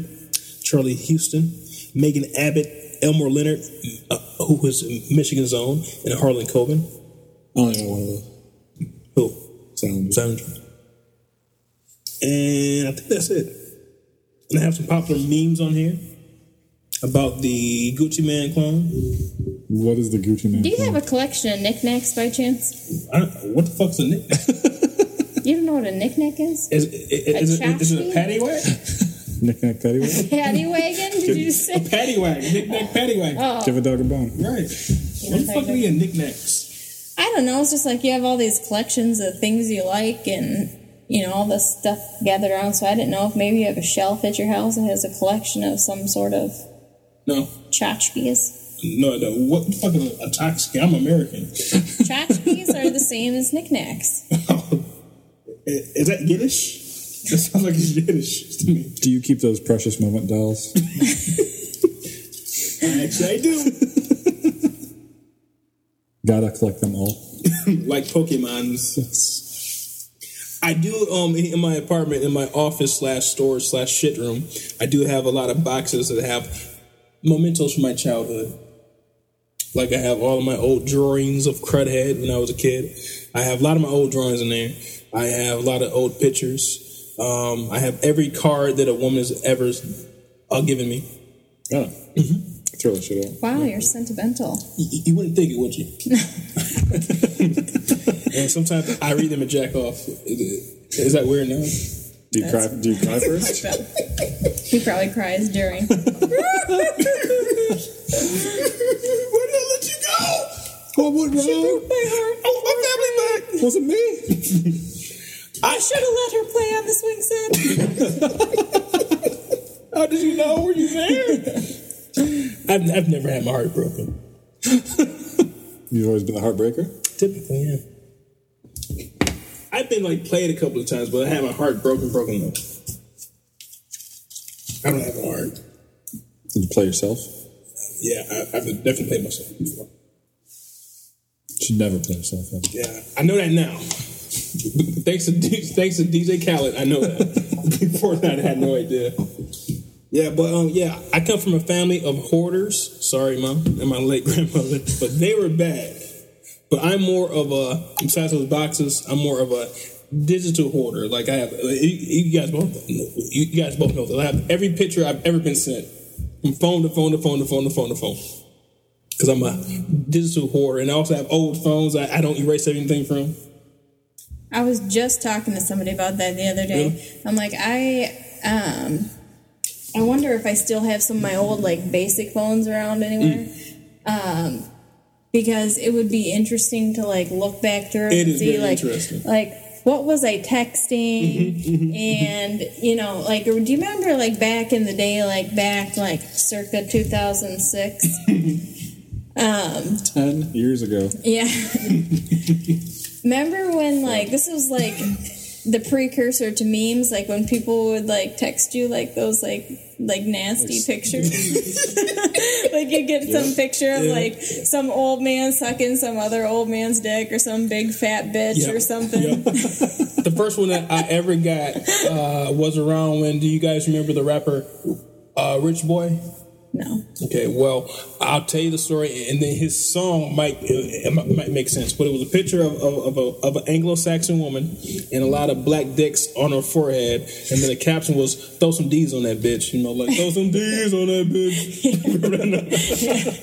Speaker 1: Charlie Houston, Megan Abbott, Elmore Leonard, uh, who was in Michigan's own, and Harlan Coben.
Speaker 8: I only know one of those.
Speaker 1: Who?
Speaker 8: Sound.
Speaker 1: Salinger. And I think that's it. And I have some popular memes on here about the Gucci Man clone.
Speaker 8: What is the Gucci man?
Speaker 9: Do you
Speaker 8: called?
Speaker 9: have a collection of knickknacks by chance?
Speaker 1: I don't what the fuck's a nick?
Speaker 9: You don't know what a knickknack is?
Speaker 1: Is, is, is, it, is it a patty wagon?
Speaker 8: knick-knack patty whack?
Speaker 9: <laughs> Paddy wagon?
Speaker 1: <laughs>
Speaker 9: Did you say?
Speaker 1: Patty wagon, knick-knack patty wagon.
Speaker 9: Oh,
Speaker 8: Give a dog a bone.
Speaker 1: Right.
Speaker 9: You know,
Speaker 1: What the fuck are we in knickknacks?
Speaker 9: I don't know. It's just like you have all these collections of things you like and, you know, all this stuff gathered around. So I didn't know if maybe you have a shelf at your house that has a collection of some sort of
Speaker 1: No,
Speaker 9: tchotchkes.
Speaker 1: no, no. What the fuck is a, a toxic? I'm <laughs> American.
Speaker 9: Tchotchkes are the same as knickknacks.
Speaker 1: is, is that Yiddish? That sounds like it's Yiddish to me.
Speaker 8: Do you keep those precious moment dolls?
Speaker 1: Actually, I do.
Speaker 8: <laughs> Gotta collect them all.
Speaker 1: like Pokemon. I do um in my apartment, in my office slash storage slash shit room, I do have a lot of boxes that have mementos from my childhood. Like I have all of my old drawings of Crudhead when I was a kid. I have a lot of my old drawings in there. I have a lot of old pictures. Um, I have every card that a woman has ever uh, given me.
Speaker 8: Yeah. Throw that shit out.
Speaker 9: Wow, you're sentimental.
Speaker 1: Y- y- You wouldn't think it, <laughs> would you? and sometimes I read them and jack off. Is that weird now?
Speaker 8: Do you cry? Do you cry first?
Speaker 9: He probably cries during.
Speaker 1: Why did I let you go? What went wrong? She broke my heart. I want my family back. Was it me? <laughs> I should have let her play on the swing set. <laughs> How did you know? Were you there? <laughs> I've, I've never had my heart broken.
Speaker 8: <laughs> You've always been the heartbreaker.
Speaker 1: Typically, yeah. I've been like played a couple of times, but I have my heart broken, broken though. I don't have a heart.
Speaker 8: Did you play yourself?
Speaker 1: Yeah, I, I've definitely played myself before.
Speaker 8: Should never play yourself. huh?
Speaker 1: Yeah, I know that now. thanks to D- thanks to DJ Khaled, I know that. <laughs> Before that, I had no idea. Yeah, but um, yeah, I come from a family of hoarders. Sorry, mom and my late <laughs> grandmother, but they were bad. But I'm more of a besides those boxes, I'm more of a digital hoarder. Like I have, you, you guys both, you you guys both know that I have every picture I've ever been sent from phone to phone to phone to phone to phone to phone because I'm a digital hoarder, and I also have old phones I, I don't erase anything from.
Speaker 9: I was just talking to somebody about that the other day. I'm like, I, um, I wonder if I still have some of my old like basic phones around anywhere,
Speaker 1: Mm.
Speaker 9: um, because it would be interesting to like look back through
Speaker 1: It
Speaker 9: and
Speaker 1: is
Speaker 9: see
Speaker 1: very
Speaker 9: like
Speaker 1: interesting. Mm-hmm,
Speaker 9: like what was I texting, and you know like do you remember like back in the day like back like
Speaker 1: <laughs>
Speaker 9: circa 2006. Um,
Speaker 8: Ten years ago.
Speaker 9: Yeah. <laughs> Remember when like this was like the precursor to memes, like when people would like text you like those like like nasty pictures.
Speaker 1: <laughs>
Speaker 9: <laughs> like you get some picture of like some old man sucking some other old man's dick or some big fat bitch
Speaker 1: Yeah.
Speaker 9: or something.
Speaker 1: Yeah. <laughs> the first one that I ever got uh, was around when. Do you guys remember the rapper uh, Rich Boy?
Speaker 9: No.
Speaker 1: Okay, well, I'll tell you the story, and then his song might it might- might make sense. But it was a picture of of, of, a, of an Anglo-Saxon woman and a lot of black dicks on her forehead, and then the caption was "Throw some D's on that bitch," you know, like "Throw some D's on that bitch."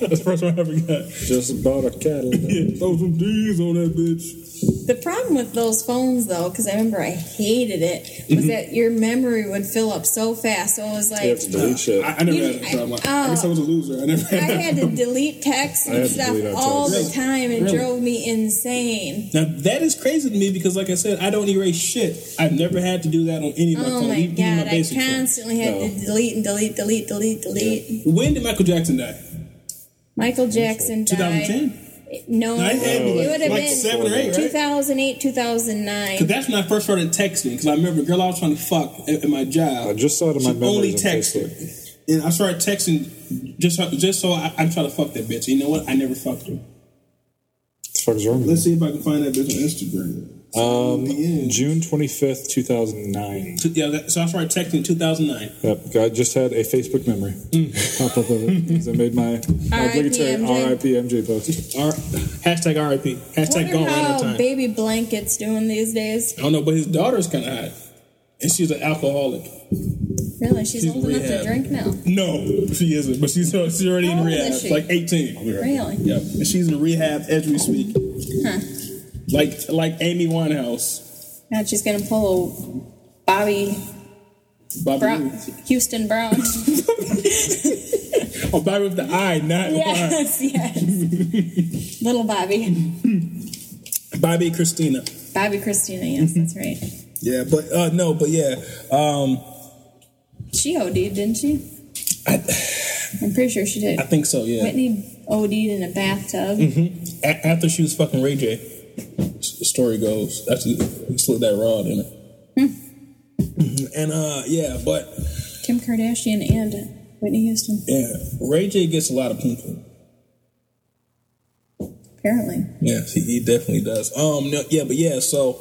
Speaker 1: <laughs> That's the first one I ever got.
Speaker 8: Just bought a cattle. <laughs>
Speaker 1: Throw some D's on that bitch.
Speaker 9: The problem with those phones, though, because I remember I hated it, was
Speaker 1: Mm-hmm.
Speaker 9: that your memory would fill up so fast. So it was
Speaker 8: You
Speaker 9: like
Speaker 8: have to delete shit.
Speaker 1: I, I never
Speaker 9: You-
Speaker 1: had a problem. I,
Speaker 9: I-
Speaker 1: guess I was a loser. I never
Speaker 9: I
Speaker 1: had. that
Speaker 9: had to delete texts
Speaker 8: I
Speaker 9: and
Speaker 8: had to
Speaker 9: stuff
Speaker 8: delete our
Speaker 9: all
Speaker 8: texts.
Speaker 9: the time. It
Speaker 1: Really?
Speaker 9: drove me insane.
Speaker 1: Now that is crazy to me because, like I said, I don't erase shit. I've never had to do that on any of my
Speaker 9: Oh
Speaker 1: phone,
Speaker 9: my
Speaker 1: even even
Speaker 9: god,
Speaker 1: my
Speaker 9: I
Speaker 1: basic phone.
Speaker 9: constantly had to delete and delete, delete, delete, delete.
Speaker 1: When did Michael Jackson die?
Speaker 9: Michael Jackson died.
Speaker 1: 2010.
Speaker 9: No,
Speaker 1: I had to be
Speaker 9: Oh, it
Speaker 1: like-
Speaker 9: would have
Speaker 1: like
Speaker 9: been
Speaker 1: seven or eight, right?
Speaker 9: 2008,
Speaker 1: Because
Speaker 9: 2009.
Speaker 1: that's when I first started texting. Because I remember a girl I was trying to fuck at, at my job.
Speaker 8: I just saw it in my
Speaker 1: she only
Speaker 8: memories on
Speaker 1: texted,
Speaker 8: Facebook.
Speaker 1: and I started texting just just so I, I try to fuck that bitch. You know what? I never fucked her.
Speaker 8: fuck Germany?
Speaker 10: Let's see if I can find that bitch on Instagram.
Speaker 8: Um,
Speaker 10: the end.
Speaker 8: June 25th, 2009.
Speaker 1: Two- Yeah, that- so I started texting in 2009.
Speaker 8: Yep, I just had a Facebook memory pop up of it <laughs> because I made my my
Speaker 9: RIP
Speaker 8: obligatory
Speaker 9: MJ.
Speaker 8: RIP MJ post.
Speaker 1: R- hashtag RIP. Hashtag
Speaker 9: Wonder
Speaker 1: gone right on
Speaker 9: how
Speaker 1: time.
Speaker 9: baby blankets doing these days.
Speaker 1: I don't know, but his daughter's kind of hot. And she's an alcoholic.
Speaker 9: Really, she's,
Speaker 1: She's
Speaker 9: old enough
Speaker 1: rehab.
Speaker 9: to drink now.
Speaker 1: No, she isn't. But she's, <laughs> she's already
Speaker 9: How
Speaker 1: in
Speaker 9: old is
Speaker 1: rehab. Like
Speaker 9: she?
Speaker 1: 18.
Speaker 9: Really?
Speaker 1: Yep. And she's in rehab as we speak.
Speaker 9: Huh.
Speaker 1: Like like Amy Winehouse.
Speaker 9: Now she's gonna pull a Bobby
Speaker 1: Bobby
Speaker 9: Brown,
Speaker 1: Ruth.
Speaker 9: Houston Brown.
Speaker 1: <laughs> Oh, Bobby with the eye, not yeah.
Speaker 9: yes, yes. Little Bobby, <laughs>
Speaker 1: Bobby Christina.
Speaker 9: Bobby Christina. Yes, that's right.
Speaker 1: Yeah, but uh no, but yeah. Um
Speaker 9: She OD'd, didn't she?
Speaker 1: I,
Speaker 9: I'm pretty sure she did.
Speaker 1: I think so, Mm-hmm. yeah.
Speaker 9: Whitney OD'd in a bathtub.
Speaker 1: A- after she was fucking Ray J, s- the story goes. Actually, he slid that rod in it. and uh, yeah, but
Speaker 9: Kim Kardashian and Whitney Houston,
Speaker 1: yeah, Ray J gets a lot of people.
Speaker 9: apparently.
Speaker 1: Yeah, he, he definitely does. Um, no, yeah, but yeah. So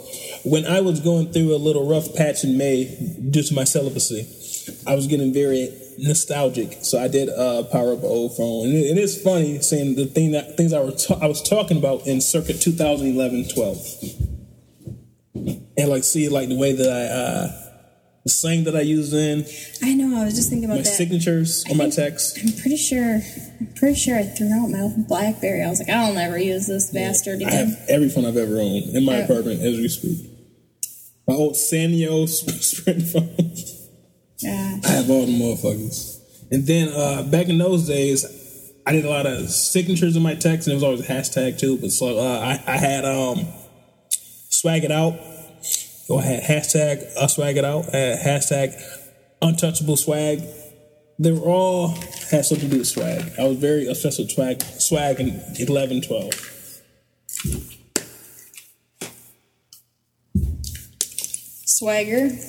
Speaker 1: when I was going through a little rough patch in May due to my celibacy, I was getting very nostalgic. So I did uh, power up an old phone, and it, it is funny seeing the thing that things I were ta- I was talking about in circuit 2011, 12, and like see like the way that I uh, the slang that I used in
Speaker 9: I know. I was just thinking about
Speaker 1: my
Speaker 9: that.
Speaker 1: signatures
Speaker 9: I
Speaker 1: on my
Speaker 9: think-
Speaker 1: text.
Speaker 9: I'm pretty sure. I'm pretty sure I threw out my old BlackBerry. I was like, I'll never use this bastard
Speaker 1: I
Speaker 9: again.
Speaker 1: have every phone I've ever owned in my
Speaker 9: Yeah.
Speaker 1: apartment as we speak. My old <laughs> Sanyo Sprint phone.
Speaker 9: Yeah.
Speaker 1: I have all the motherfuckers. And then uh, back in those days, I did a lot of signatures in my text, and it was always a hashtag too. But so uh, I, I had um, swag it out. So I had hashtag uh, swag it out. I had hashtag untouchable swag. They were all had something to do with swag. I was very obsessed with swag, swag in 11, 12.
Speaker 9: Swagger. <laughs>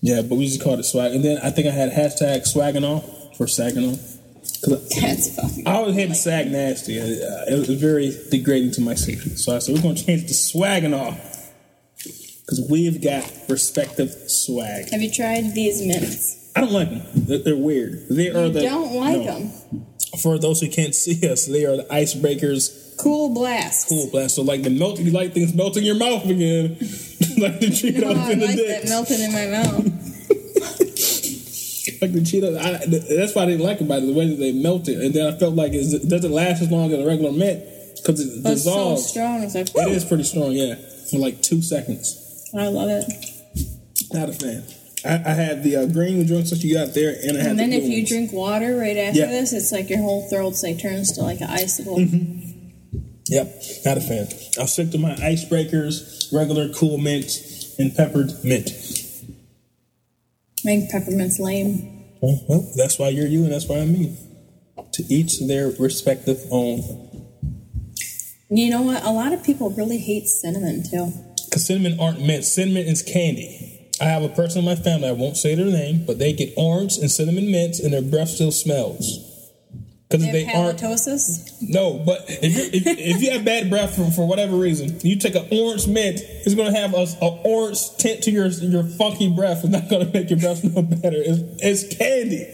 Speaker 1: Yeah, but we just called it swag. And then I think I had hashtag swagging off for sagging off. 'Cause
Speaker 9: That's fucking.
Speaker 1: I always hated Sag Nasty. Uh, It was very degrading to my safety. So I said, we're going to change it to swag and all. Because we've got respective swag.
Speaker 9: Have you tried these mints?
Speaker 1: I don't like them. They're, they're weird. They are
Speaker 9: You
Speaker 1: the.
Speaker 9: don't like
Speaker 1: no.
Speaker 9: them.
Speaker 1: For those who can't see us, they are the icebreakers.
Speaker 9: Cool blast.
Speaker 1: Cool blast. So, like the melt, you like things melting your mouth again. <laughs> like the Cheetos
Speaker 9: Oh, I
Speaker 1: in the
Speaker 9: like
Speaker 1: dick.
Speaker 9: that melting in
Speaker 1: <laughs>
Speaker 9: my mouth.
Speaker 1: Like the Cheetos. I, th- that's why I didn't like about it, the way that they melted. And then I felt like it's- it doesn't last as long as a regular mint because it
Speaker 9: But it's so
Speaker 1: dissolves.
Speaker 9: strong. It's like,
Speaker 1: It is pretty strong, yeah. For like two seconds.
Speaker 9: I love it.
Speaker 1: Not a fan. I, I had the uh, green drinks that you got there, and I had
Speaker 9: And
Speaker 1: the
Speaker 9: then
Speaker 1: blue
Speaker 9: if you
Speaker 1: ones.
Speaker 9: drink water right after
Speaker 1: Yeah. Mm-hmm.
Speaker 9: this, it's like your whole throat's like turns to like an icicle.
Speaker 1: Yep, not a fan. I'll stick to my icebreakers, regular cool mint, and peppered mint.
Speaker 9: I think peppermint's lame.
Speaker 1: Well, well, that's why you're you, and that's why I'm me. To each their respective own.
Speaker 9: And you know what? A lot of people really hate cinnamon too.
Speaker 1: Because cinnamon aren't mint, cinnamon is candy. I have a person in my family, I won't say their name, but they get orange and cinnamon mints, and their breath still smells. Because
Speaker 9: They
Speaker 1: they
Speaker 9: have
Speaker 1: aren't
Speaker 9: halitosis.
Speaker 1: No, but if you if, if you have bad breath for, for whatever reason, you take an orange mint. It's gonna have a, a orange tint to your your funky breath. It's not gonna make your breath <laughs> smell better. It's, it's candy.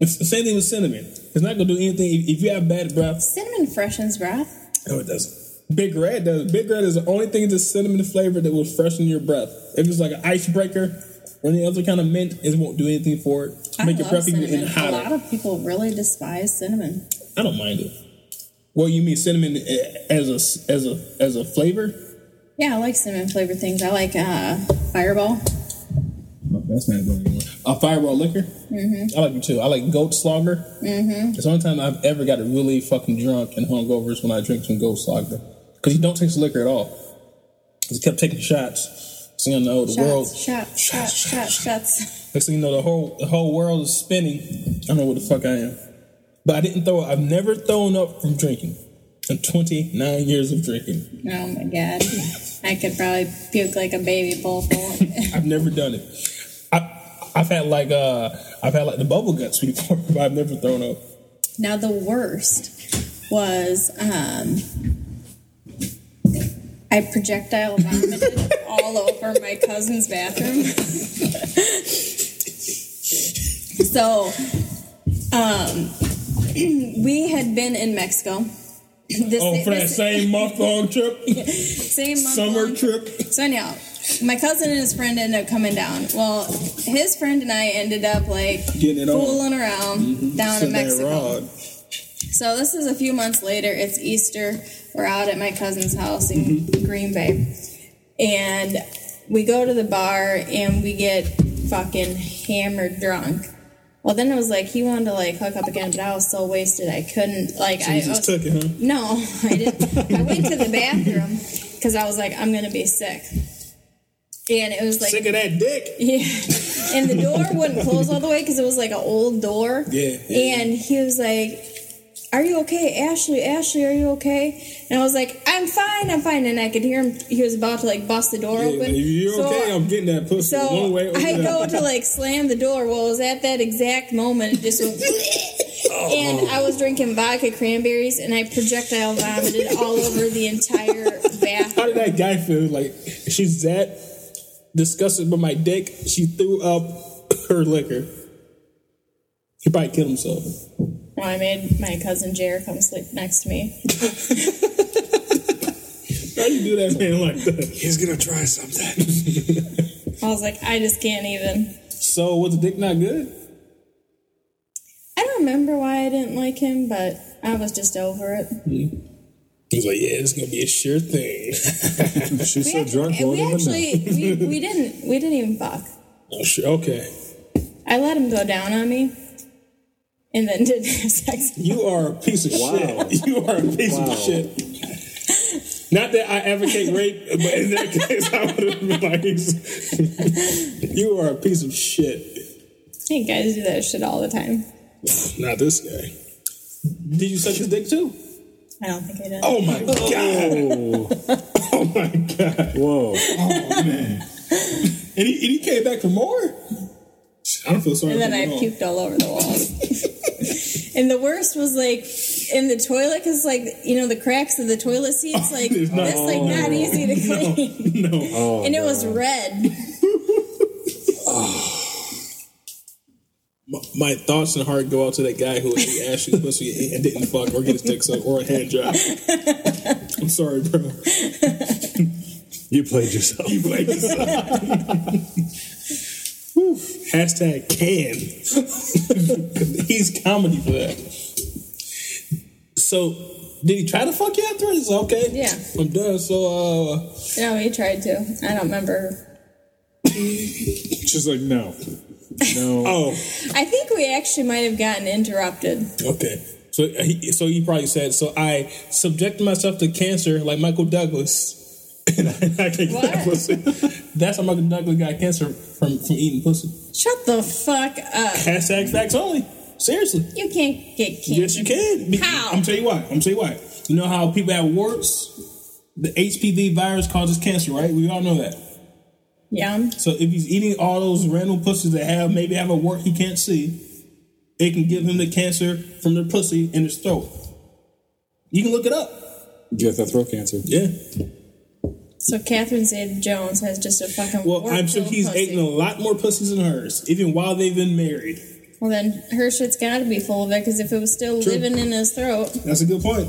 Speaker 1: It's the same thing with cinnamon. It's not gonna do anything if, if you have bad breath.
Speaker 9: Cinnamon freshens breath.
Speaker 1: No, it doesn't. Big red does. Big red is the only thing that's cinnamon flavored that will freshen your breath. If it's like an icebreaker or any other kind of mint, it won't do anything for it.
Speaker 9: I
Speaker 1: Make your
Speaker 9: love
Speaker 1: breath even
Speaker 9: cinnamon. A
Speaker 1: hotter.
Speaker 9: lot of people really despise cinnamon.
Speaker 1: I don't mind it. Well, you mean cinnamon eh, as a as a as a flavor?
Speaker 9: Yeah, I like cinnamon flavored things. I like uh, Fireball.
Speaker 1: That's not going anywhere. A fireball liquor. Mm-hmm. I like it too. I like goat slogger. Mm-hmm. It's the only time I've ever got really fucking drunk and hungover is when I drink some goat slogger because you don't taste the liquor at all. Because kept taking shots. So you know the world.
Speaker 9: Shots, shots, shots, shots, shots.
Speaker 1: Next thing you know, the whole the whole world is spinning. I don't know what the fuck I am, but I didn't throw. I've never thrown up from drinking. In 29 years of drinking.
Speaker 9: Oh my god. I could probably puke like a baby
Speaker 1: <laughs>
Speaker 9: bowl full.
Speaker 1: I've never done it. I, I've had like uh, I've had like the bubble guts before, but I've never thrown up.
Speaker 9: Now the worst was um, I projectile vomited <laughs> all over my cousin's bathroom. <laughs> so um, <clears throat> we had been in Mexico. This,
Speaker 11: Oh, for that
Speaker 9: this-
Speaker 11: same month long trip,
Speaker 9: same <laughs> month
Speaker 11: summer
Speaker 9: long-
Speaker 11: trip.
Speaker 9: So anyhow, my cousin and his friend ended up coming down. Well, his friend and I ended up like
Speaker 1: Getting it on.
Speaker 9: fooling around down
Speaker 1: Sit
Speaker 9: in
Speaker 1: there
Speaker 9: Mexico.
Speaker 1: rod.
Speaker 9: So this is a few months later. It's Easter. We're out at my cousin's house in Green Bay, and we go to the bar and we get fucking hammered drunk. Well, then it was like he wanted to like hook up again, but I was so wasted I couldn't like I
Speaker 1: Jesus
Speaker 9: was-
Speaker 1: took it, huh?
Speaker 9: no, <laughs> I didn't. I went to the bathroom because I was like, I'm gonna be sick. And it was like,
Speaker 11: Sick of that dick.
Speaker 9: yeah. And the door wouldn't close all the way because it was like an old door.
Speaker 1: Yeah, yeah.
Speaker 9: And he was like, Are you okay, Ashley? Ashley, are you okay? And I was like, I'm fine, I'm fine. And I could hear him. He was about to like bust the door
Speaker 1: Yeah,
Speaker 9: open.
Speaker 1: if you're
Speaker 9: So-
Speaker 1: okay, I'm getting that pussy
Speaker 9: so
Speaker 1: one way or
Speaker 9: I
Speaker 1: the
Speaker 9: go
Speaker 1: other.
Speaker 9: to like slam the door. Well, it was at that exact moment it just went. <laughs> And I was drinking vodka cranberries, and I projectile vomited all over the entire
Speaker 1: How
Speaker 9: bathroom.
Speaker 1: did that guy feel? Like she's that disgusted by my dick. She threw up <coughs> her liquor. He probably killed himself.
Speaker 9: Well, I made my cousin Jer come sleep next to me.
Speaker 1: How you do that man <laughs> like that?
Speaker 12: He's gonna try something.
Speaker 9: I was like, I just can't even.
Speaker 1: So was the dick not good?
Speaker 9: I don't remember why I didn't like him, but I was just over it.
Speaker 1: He was like, yeah, it's gonna be a sure thing. <laughs>
Speaker 8: She's so
Speaker 9: act-
Speaker 8: drunk,
Speaker 9: and
Speaker 8: won't
Speaker 9: we
Speaker 8: even know.
Speaker 9: actually we, we didn't we didn't even fuck.
Speaker 1: Oh, sure, okay.
Speaker 9: I let him go down on me, and then <laughs> didn't have sex.
Speaker 1: You are a piece of
Speaker 8: Wow.
Speaker 1: shit. <laughs> You are a piece
Speaker 8: Wow.
Speaker 1: of shit. Not that I advocate rape, but in that <laughs> case, I would have been like, <laughs> "You are a piece of shit."
Speaker 9: Hey, guys do that shit all the time.
Speaker 1: Not this guy. Did you suck his dick too?
Speaker 9: I don't think I did.
Speaker 1: Oh my god! Oh my god! Oh,
Speaker 8: Whoa.
Speaker 1: And he, and he came back for more. I don't feel sorry.
Speaker 9: and then
Speaker 1: for
Speaker 9: I
Speaker 1: him at all.
Speaker 9: puked all over
Speaker 1: <laughs>
Speaker 9: the walls. and the worst was like in the toilet because like you know the cracks of the toilet seats
Speaker 1: <laughs>
Speaker 9: like
Speaker 1: It's not-
Speaker 9: that's like not easy to
Speaker 1: <laughs>
Speaker 9: clean.
Speaker 1: No.
Speaker 9: <laughs> and it was red.
Speaker 1: My, my thoughts and heart go out to that guy who ate Ashley's pussy and didn't fuck or get his dick sucked or a hand
Speaker 9: <laughs>
Speaker 1: job. I'm sorry, bro.
Speaker 8: You played yourself.
Speaker 1: You like this? Whew. Hashtag can. <laughs> He's comedy for that. So, did he try to fuck you after? It's okay.
Speaker 9: Yeah.
Speaker 1: I'm done. So, uh,
Speaker 9: No, he tried to. I don't remember.
Speaker 8: She's like, no. No.
Speaker 1: oh,
Speaker 9: I think we actually might have gotten interrupted.
Speaker 1: okay. So, uh, he, so he probably said, so I subjected myself to cancer like Michael Douglas. <laughs> And I, I can't get that
Speaker 9: What?
Speaker 1: pussy. That's how Michael Douglas got cancer from, from eating pussy.
Speaker 9: Shut the fuck up.
Speaker 1: Hashtag facts only. Seriously.
Speaker 9: You can't get
Speaker 1: Yes,
Speaker 9: cancer.
Speaker 1: you can. Be-
Speaker 9: How?
Speaker 1: I'm tell you why. I'm tell you why. You know how people have warts? The HPV virus causes cancer, right? We all know that.
Speaker 9: Yum.
Speaker 1: So if he's eating all those random pussies that have maybe have a wart he can't see, it can give him the cancer from their pussy in his throat. You can look it up.
Speaker 8: You got that throat cancer.
Speaker 1: Yeah.
Speaker 9: So Catherine Zeta Jones has just a fucking.
Speaker 1: Well, I'm sure
Speaker 9: wart-filled
Speaker 1: he's
Speaker 9: pussy.
Speaker 1: eating a lot more pussies than hers, even while they've been married.
Speaker 9: Well, then her shit's gotta be full of it because if it was still living in his throat,
Speaker 1: That's a good point.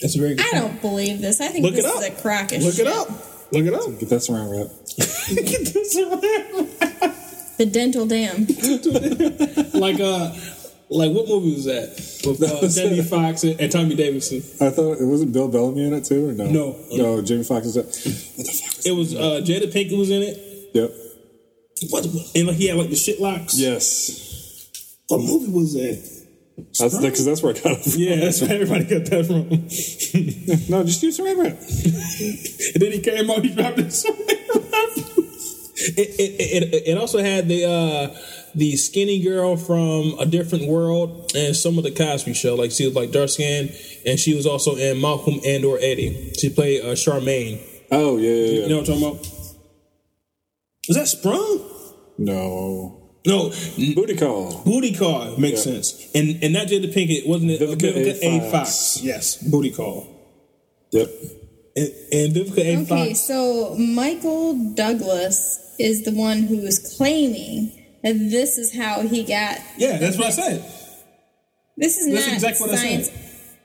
Speaker 1: That's a very good
Speaker 9: I
Speaker 1: point.
Speaker 9: don't believe this. I think
Speaker 1: Look
Speaker 9: this
Speaker 1: it up.
Speaker 9: is a crockish.
Speaker 1: Look it up. Look it up. <laughs>
Speaker 8: Get that saran wrap.
Speaker 1: Get this around.
Speaker 9: The dental dam.
Speaker 1: like uh like what movie was that with uh, <laughs> Jamie Foxx and, and Tommy Davidson?
Speaker 8: I thought it wasn't Bill Bellamy in it too, or no?
Speaker 1: No.
Speaker 8: No, Jamie Foxx is that. What the fuck is
Speaker 1: It was uh Jada Pinkett was in it.
Speaker 8: Yep.
Speaker 1: What, and like he had like the shit locks.
Speaker 8: Yes.
Speaker 1: What movie was that?
Speaker 8: That's because that's where I got it from.
Speaker 1: <laughs> Yeah, that's where everybody got that from. and
Speaker 8: No, just use saran wrap.
Speaker 1: then he came out, he dropped this. <laughs> It, it, it, it also had the uh, the skinny girl from a different world and some of the Cosby show. Like she was like dark skinned and she was also in Malcolm and or Eddie. She played uh, Charmaine.
Speaker 8: Oh yeah, yeah, yeah.
Speaker 1: You know what I'm talking about? Was that Sprung?
Speaker 8: No.
Speaker 1: No, n-
Speaker 8: Booty call.
Speaker 1: booty call makes
Speaker 8: Yeah.
Speaker 1: sense, and and not Jada Pinkett, wasn't it?
Speaker 8: Vivica A. Fox.
Speaker 1: Yes, booty call,
Speaker 8: Yep.
Speaker 1: and, and Vivica A.
Speaker 9: Okay,
Speaker 1: Fox.
Speaker 9: so Michael Douglas is the one who is claiming that this is how he got.
Speaker 1: Yeah, that's what I said.
Speaker 9: This is
Speaker 1: That's
Speaker 9: not
Speaker 1: exactly what I
Speaker 9: science.
Speaker 1: said.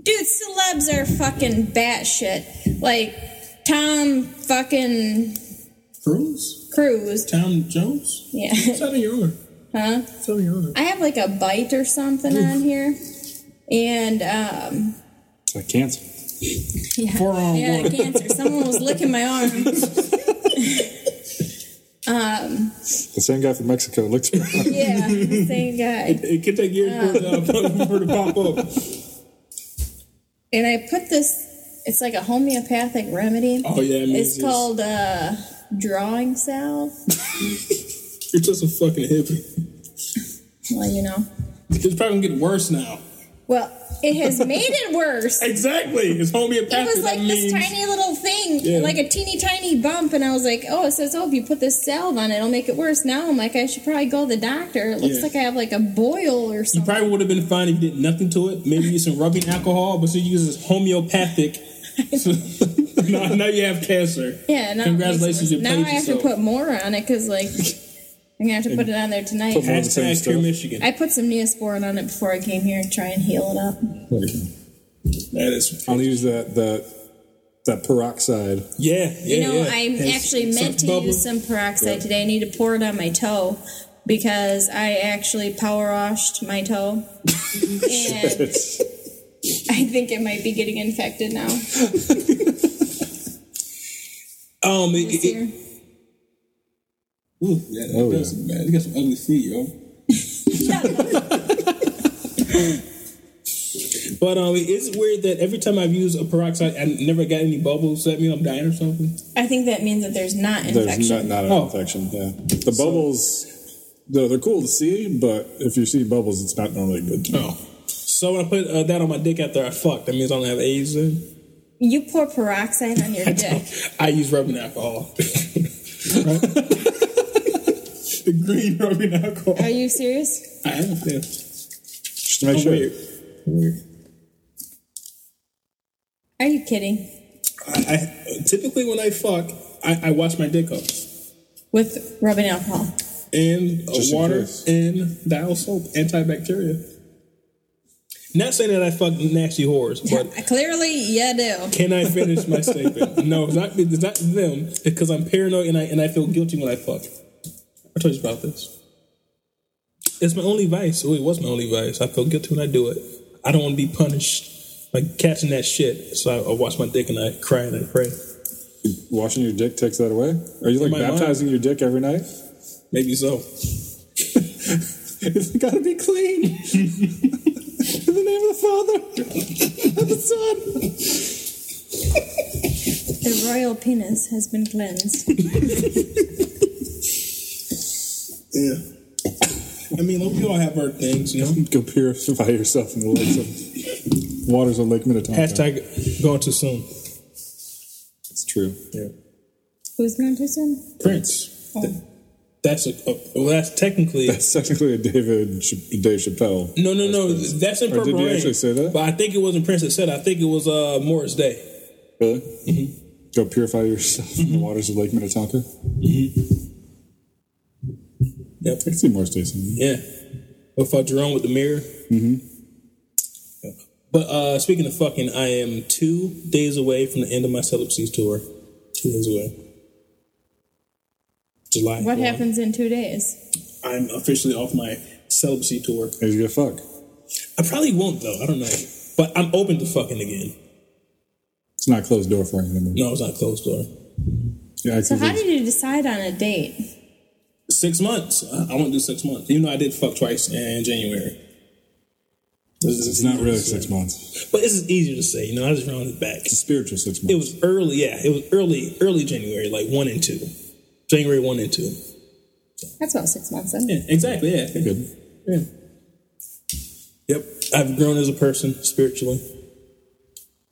Speaker 9: Dude, celebs are fucking batshit. Like Tom fucking
Speaker 1: Cruz,
Speaker 9: Cruise.
Speaker 1: Tom Jones.
Speaker 9: Yeah, <laughs>
Speaker 1: It's out of your honor.
Speaker 9: huh?
Speaker 1: It's out of your honor.
Speaker 9: I have like a bite or something on here, and um,
Speaker 8: It's like cancer.
Speaker 9: yeah,
Speaker 1: Forearm
Speaker 9: I had
Speaker 1: wound.
Speaker 9: cancer. Someone was licking my arm.
Speaker 8: The same guy from
Speaker 1: <laughs>
Speaker 8: Mexico looks.
Speaker 9: Yeah, same guy.
Speaker 1: It could take years for,
Speaker 9: Uh.
Speaker 1: the, <laughs> for it to pop up.
Speaker 9: <laughs> and I put this. It's like a homeopathic remedy.
Speaker 1: Oh yeah, I mean,
Speaker 9: It's
Speaker 1: just-
Speaker 9: called uh, drawing salve.
Speaker 1: You're just a fucking hippie.
Speaker 9: Well, you know.
Speaker 1: It's probably gonna get worse now.
Speaker 9: Well, it has made it worse. It
Speaker 1: Exactly. It's homeopathic.
Speaker 9: was like
Speaker 1: that means-
Speaker 9: this tiny little thing,
Speaker 1: Yeah.
Speaker 9: like a teeny tiny bump, and I was like, "Oh, it says oh, if you put this salve on, it'll make it worse." Now I'm like, I should probably go to the doctor. It looks
Speaker 1: Yeah.
Speaker 9: like I have like a boil or
Speaker 1: You
Speaker 9: something.
Speaker 1: probably would have been fine if you did nothing to it. Maybe use some rubbing alcohol, but so you use this homeopathic.
Speaker 9: <laughs>
Speaker 1: <laughs> now, now you have cancer.
Speaker 9: yeah. Now it makes it
Speaker 1: Congratulations,
Speaker 9: worse.
Speaker 1: you
Speaker 9: Now
Speaker 1: played
Speaker 9: I have
Speaker 1: yourself.
Speaker 9: to put more on it
Speaker 1: <laughs>
Speaker 9: because like I'm gonna have to put it on there tonight.
Speaker 8: Put more- the same
Speaker 1: Hashtag
Speaker 8: stuff.
Speaker 1: Cure Michigan.
Speaker 9: I put some Neosporin on it before I came here and try and heal it up.
Speaker 8: There you go.
Speaker 1: that is.
Speaker 8: I'll use that that that peroxide.
Speaker 1: Yeah, yeah,
Speaker 9: You know,
Speaker 1: yeah.
Speaker 9: I
Speaker 1: It's-
Speaker 9: actually
Speaker 1: it's
Speaker 9: meant
Speaker 1: a
Speaker 9: to
Speaker 1: bubble.
Speaker 9: use some peroxide today. I need to pour it on my toe because I actually power washed my toe. and I think it might be getting infected now.
Speaker 1: Um, it, it,
Speaker 9: This year.
Speaker 1: it, ooh, yeah,
Speaker 8: Oh,
Speaker 1: oh, that's bad. You got some ugly feet, yo. But um, it is weird that every time I've used a peroxide, I never got any bubbles. Does that mean I'm dying or something?
Speaker 9: I think that means that there's not infection.
Speaker 8: There's not, not an
Speaker 1: Oh.
Speaker 8: infection. Yeah. The bubbles, they're, they're cool to see, but if you see bubbles, it's not normally good.
Speaker 1: No. So when I put uh, that on my dick after I fuck, that means I don't have AIDS then?
Speaker 9: you pour peroxide on your dick.
Speaker 1: <laughs> I use rubbing alcohol. <laughs> the green rubbing alcohol.
Speaker 9: Are you serious?
Speaker 1: I have to.
Speaker 8: Just to
Speaker 1: Oh,
Speaker 8: make sure.
Speaker 1: Weird. Weird.
Speaker 9: Are you kidding?
Speaker 1: I, I typically when I fuck, I, I wash my dick up
Speaker 9: With rubbing alcohol.
Speaker 1: and uh,
Speaker 8: Just in
Speaker 1: water
Speaker 8: case.
Speaker 1: and dial soap, antibacterial. Not saying that I fuck nasty whores, but
Speaker 9: Clearly, you do.
Speaker 1: Can I finish my statement? No, it's not, it's not them. It's because I'm paranoid and I and I feel guilty when I fuck. I told you about this. It's my only vice. Oh, it was my only vice. I feel guilty when I do it. I don't want to be punished like catching that shit. So I, I wash my dick and I cry and I pray.
Speaker 8: Washing your dick takes that away? Are you like
Speaker 1: my mind.
Speaker 8: baptizing your dick every night?
Speaker 1: Maybe so. <laughs>
Speaker 8: it's got to be clean. In the name of the Father, of the Son.
Speaker 9: The royal penis has been cleansed.
Speaker 1: Yeah. I mean, we all have our things, you know.
Speaker 8: Go purify yourself in the lakes of waters of Lake Minnetonka.
Speaker 1: Hashtag going too soon.
Speaker 8: It's true. Yeah.
Speaker 9: Who's going to soon?
Speaker 1: Prince. Th- That's a, a well. That's technically
Speaker 8: It's technically a David Ch- Dave Chappelle.
Speaker 1: No, no, no.
Speaker 8: Prince.
Speaker 1: That's in
Speaker 8: Or did
Speaker 1: Purple
Speaker 8: he
Speaker 1: Rain.
Speaker 8: actually say that?
Speaker 1: But I think it wasn't Prince that said. it. I think it was uh, Morris Day.
Speaker 8: Really?
Speaker 1: Mm-hmm.
Speaker 8: Go purify yourself in the waters of Lake Minnetonka.
Speaker 1: Yep.
Speaker 8: I can see more Stacy.
Speaker 1: Yeah. With uh, Jerome with the mirror. Mm-hmm. But uh, speaking of fucking, I am two days away from the end of my Celebsies tour. Two days away. July. one.
Speaker 9: What happens in two days?
Speaker 1: I'm officially off my celibacy tour.
Speaker 8: He's gonna fuck.
Speaker 1: I probably won't though. I don't know. But I'm open to fucking again.
Speaker 8: It's not closed door for anything.
Speaker 1: No, it's not closed door.
Speaker 8: Yeah,
Speaker 9: So, how
Speaker 8: it's-
Speaker 9: did you decide on a date?
Speaker 1: Six months. I, I won't do six months. Even though I did fuck twice in January.
Speaker 8: it's not really six months.
Speaker 1: But this is easier to say, you know. I just rounded back.
Speaker 8: It's a spiritual six months.
Speaker 1: It was early, yeah. It was early, early January, like one and two, January one and two.
Speaker 9: That's about six months in.
Speaker 1: Yeah, exactly. Yeah.
Speaker 8: good.
Speaker 1: yeah. Yep. I've grown as a person spiritually,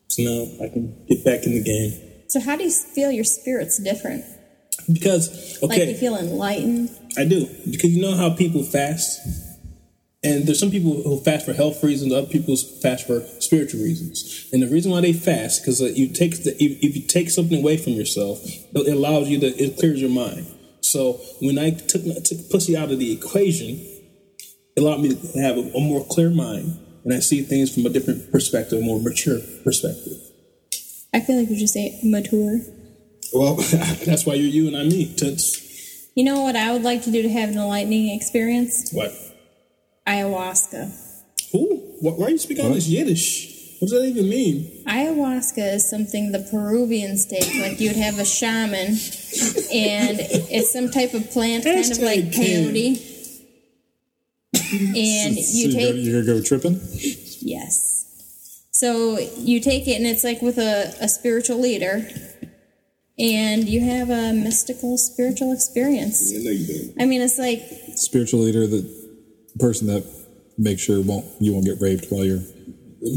Speaker 1: so now I can get back in the game.
Speaker 9: So how do you feel your spirit's different?
Speaker 1: Because okay,
Speaker 9: Like you feel enlightened.
Speaker 1: I do because you know how people fast, and there's some people who fast for health reasons, other people fast for spiritual reasons. And the reason why they fast because uh, you take the, if, if you take something away from yourself, it allows you to it clears your mind. So when I took took pussy out of the equation, it allowed me to have a, a more clear mind, and I see things from a different perspective, a more mature perspective.
Speaker 9: I feel like you just say mature.
Speaker 1: Well, <laughs> that's why you're you and I'm me. That's
Speaker 9: You know what I would like to do to have an enlightening experience?
Speaker 1: what.
Speaker 9: Ayahuasca.
Speaker 1: Who? Why, why are you speaking all this Yiddish? What does that even mean?
Speaker 9: Ayahuasca is something the Peruvians take. Like you'd have a shaman, and it's some type of plant, kind of
Speaker 1: Hashtag
Speaker 9: like
Speaker 1: Kim. <laughs>
Speaker 9: peyote. And you
Speaker 8: so you're,
Speaker 9: take
Speaker 8: gonna, you're gonna go tripping?
Speaker 9: yes. So you take it, and it's like with a, a spiritual leader, and you have a mystical spiritual experience. I mean, it's like
Speaker 8: Spiritual leader, the person that makes sure won't you won't get raped while you're.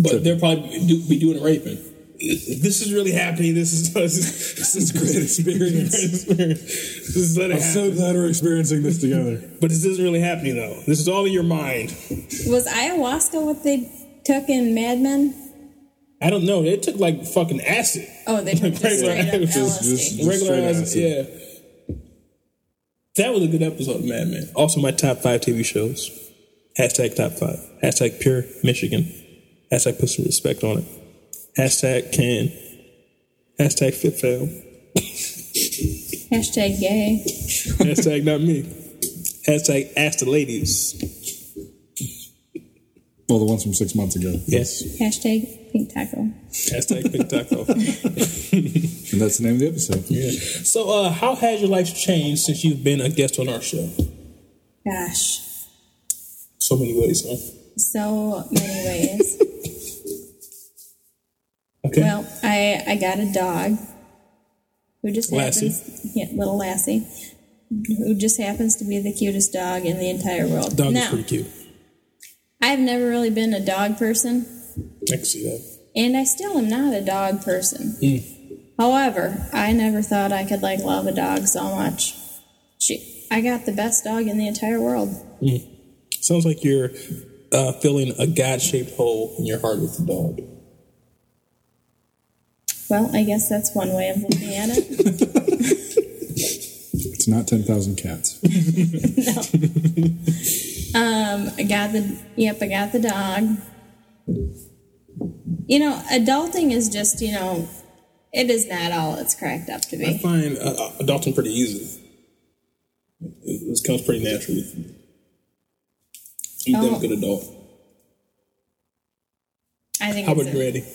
Speaker 1: But they'll probably do, be doing raping. This is really happening. This is <laughs> this is, this is great
Speaker 8: <laughs>
Speaker 1: experience. <laughs> this is letting
Speaker 8: I'm so glad we're experiencing this together.
Speaker 1: but this isn't really happening though. This is all in your mind.
Speaker 9: was ayahuasca what they took in Mad Men?
Speaker 1: I don't know. They took like fucking acid,
Speaker 9: Oh, they took just
Speaker 1: Regular
Speaker 9: straight up
Speaker 1: ayahuasca,
Speaker 9: LSD.
Speaker 8: just-
Speaker 1: regular
Speaker 8: straight
Speaker 1: acid.
Speaker 8: acid.
Speaker 1: Yeah. That was a good episode of Mad Men. Also, my top five TV shows. Hashtag top five. Hashtag pure Michigan. Hashtag put some respect on it. Hashtag can. Hashtag fit fail.
Speaker 9: Hashtag gay.
Speaker 1: Hashtag not me. Hashtag ask the ladies.
Speaker 8: Well, the ones from six months ago.
Speaker 1: Yes.
Speaker 9: Hashtag pink taco.
Speaker 1: Hashtag big taco.
Speaker 8: And that's the name of the episode.
Speaker 1: so, uh, how has your life changed since you've been a guest on our show?
Speaker 9: Gosh.
Speaker 1: So many ways, huh?
Speaker 9: so many ways.
Speaker 1: Okay.
Speaker 9: Well, I I got a dog who just
Speaker 1: Lassie.
Speaker 9: happens, yeah, little Lassie, who just happens to be the cutest dog in the entire world.
Speaker 1: Dog is
Speaker 9: now,
Speaker 1: pretty cute.
Speaker 9: I've never really been a dog person,
Speaker 1: I can see that.
Speaker 9: and I still am not a dog person.
Speaker 1: Hmm.
Speaker 9: However, I never thought I could like love a dog so much. She, I got the best dog in the entire world.
Speaker 1: Sounds like you're uh, filling a God shaped hole in your heart with the dog.
Speaker 9: Well, I guess that's one way of looking at it.
Speaker 8: It's not ten thousand cats.
Speaker 9: I got the yep, I got the dog. You know, adulting is just you know, it is not all it's cracked up to
Speaker 1: I
Speaker 9: be.
Speaker 1: find uh, uh, adulting pretty easy. It, it comes pretty naturally. You've done
Speaker 9: Oh.
Speaker 1: a good adult.
Speaker 9: I think
Speaker 1: How
Speaker 9: it's
Speaker 1: about you,
Speaker 9: a-
Speaker 1: Randy?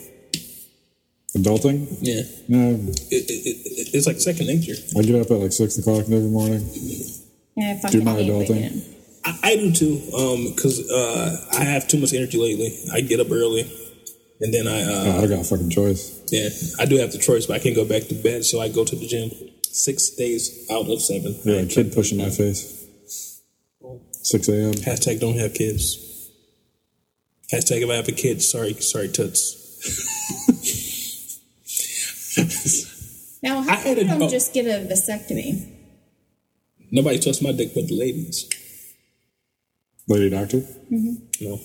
Speaker 8: Adulting?
Speaker 1: Yeah.
Speaker 8: No,
Speaker 1: It, it, it, it's like second nature.
Speaker 8: I get up at like six o'clock every morning.
Speaker 9: Yeah, I fucking
Speaker 8: my
Speaker 9: hate waking
Speaker 8: adulting.
Speaker 9: up.
Speaker 1: I, I do too, um, because uh, I have too much energy lately. I get up early, and then I uh,
Speaker 8: Oh, I got a fucking choice.
Speaker 1: yeah, I do have the choice, but I can't go back to bed, so I go to the gym six days out of seven.
Speaker 8: Yeah, a kid pushing my face. Six a.m.
Speaker 1: Hashtag don't have kids. Hashtag if I have a kid, sorry, sorry toots.
Speaker 9: Now,
Speaker 1: I
Speaker 9: how
Speaker 1: had
Speaker 9: come you
Speaker 1: a
Speaker 9: don't
Speaker 1: dog.
Speaker 9: just get a vasectomy?
Speaker 1: Nobody touched my dick but the ladies.
Speaker 8: Lady doctor.
Speaker 1: No,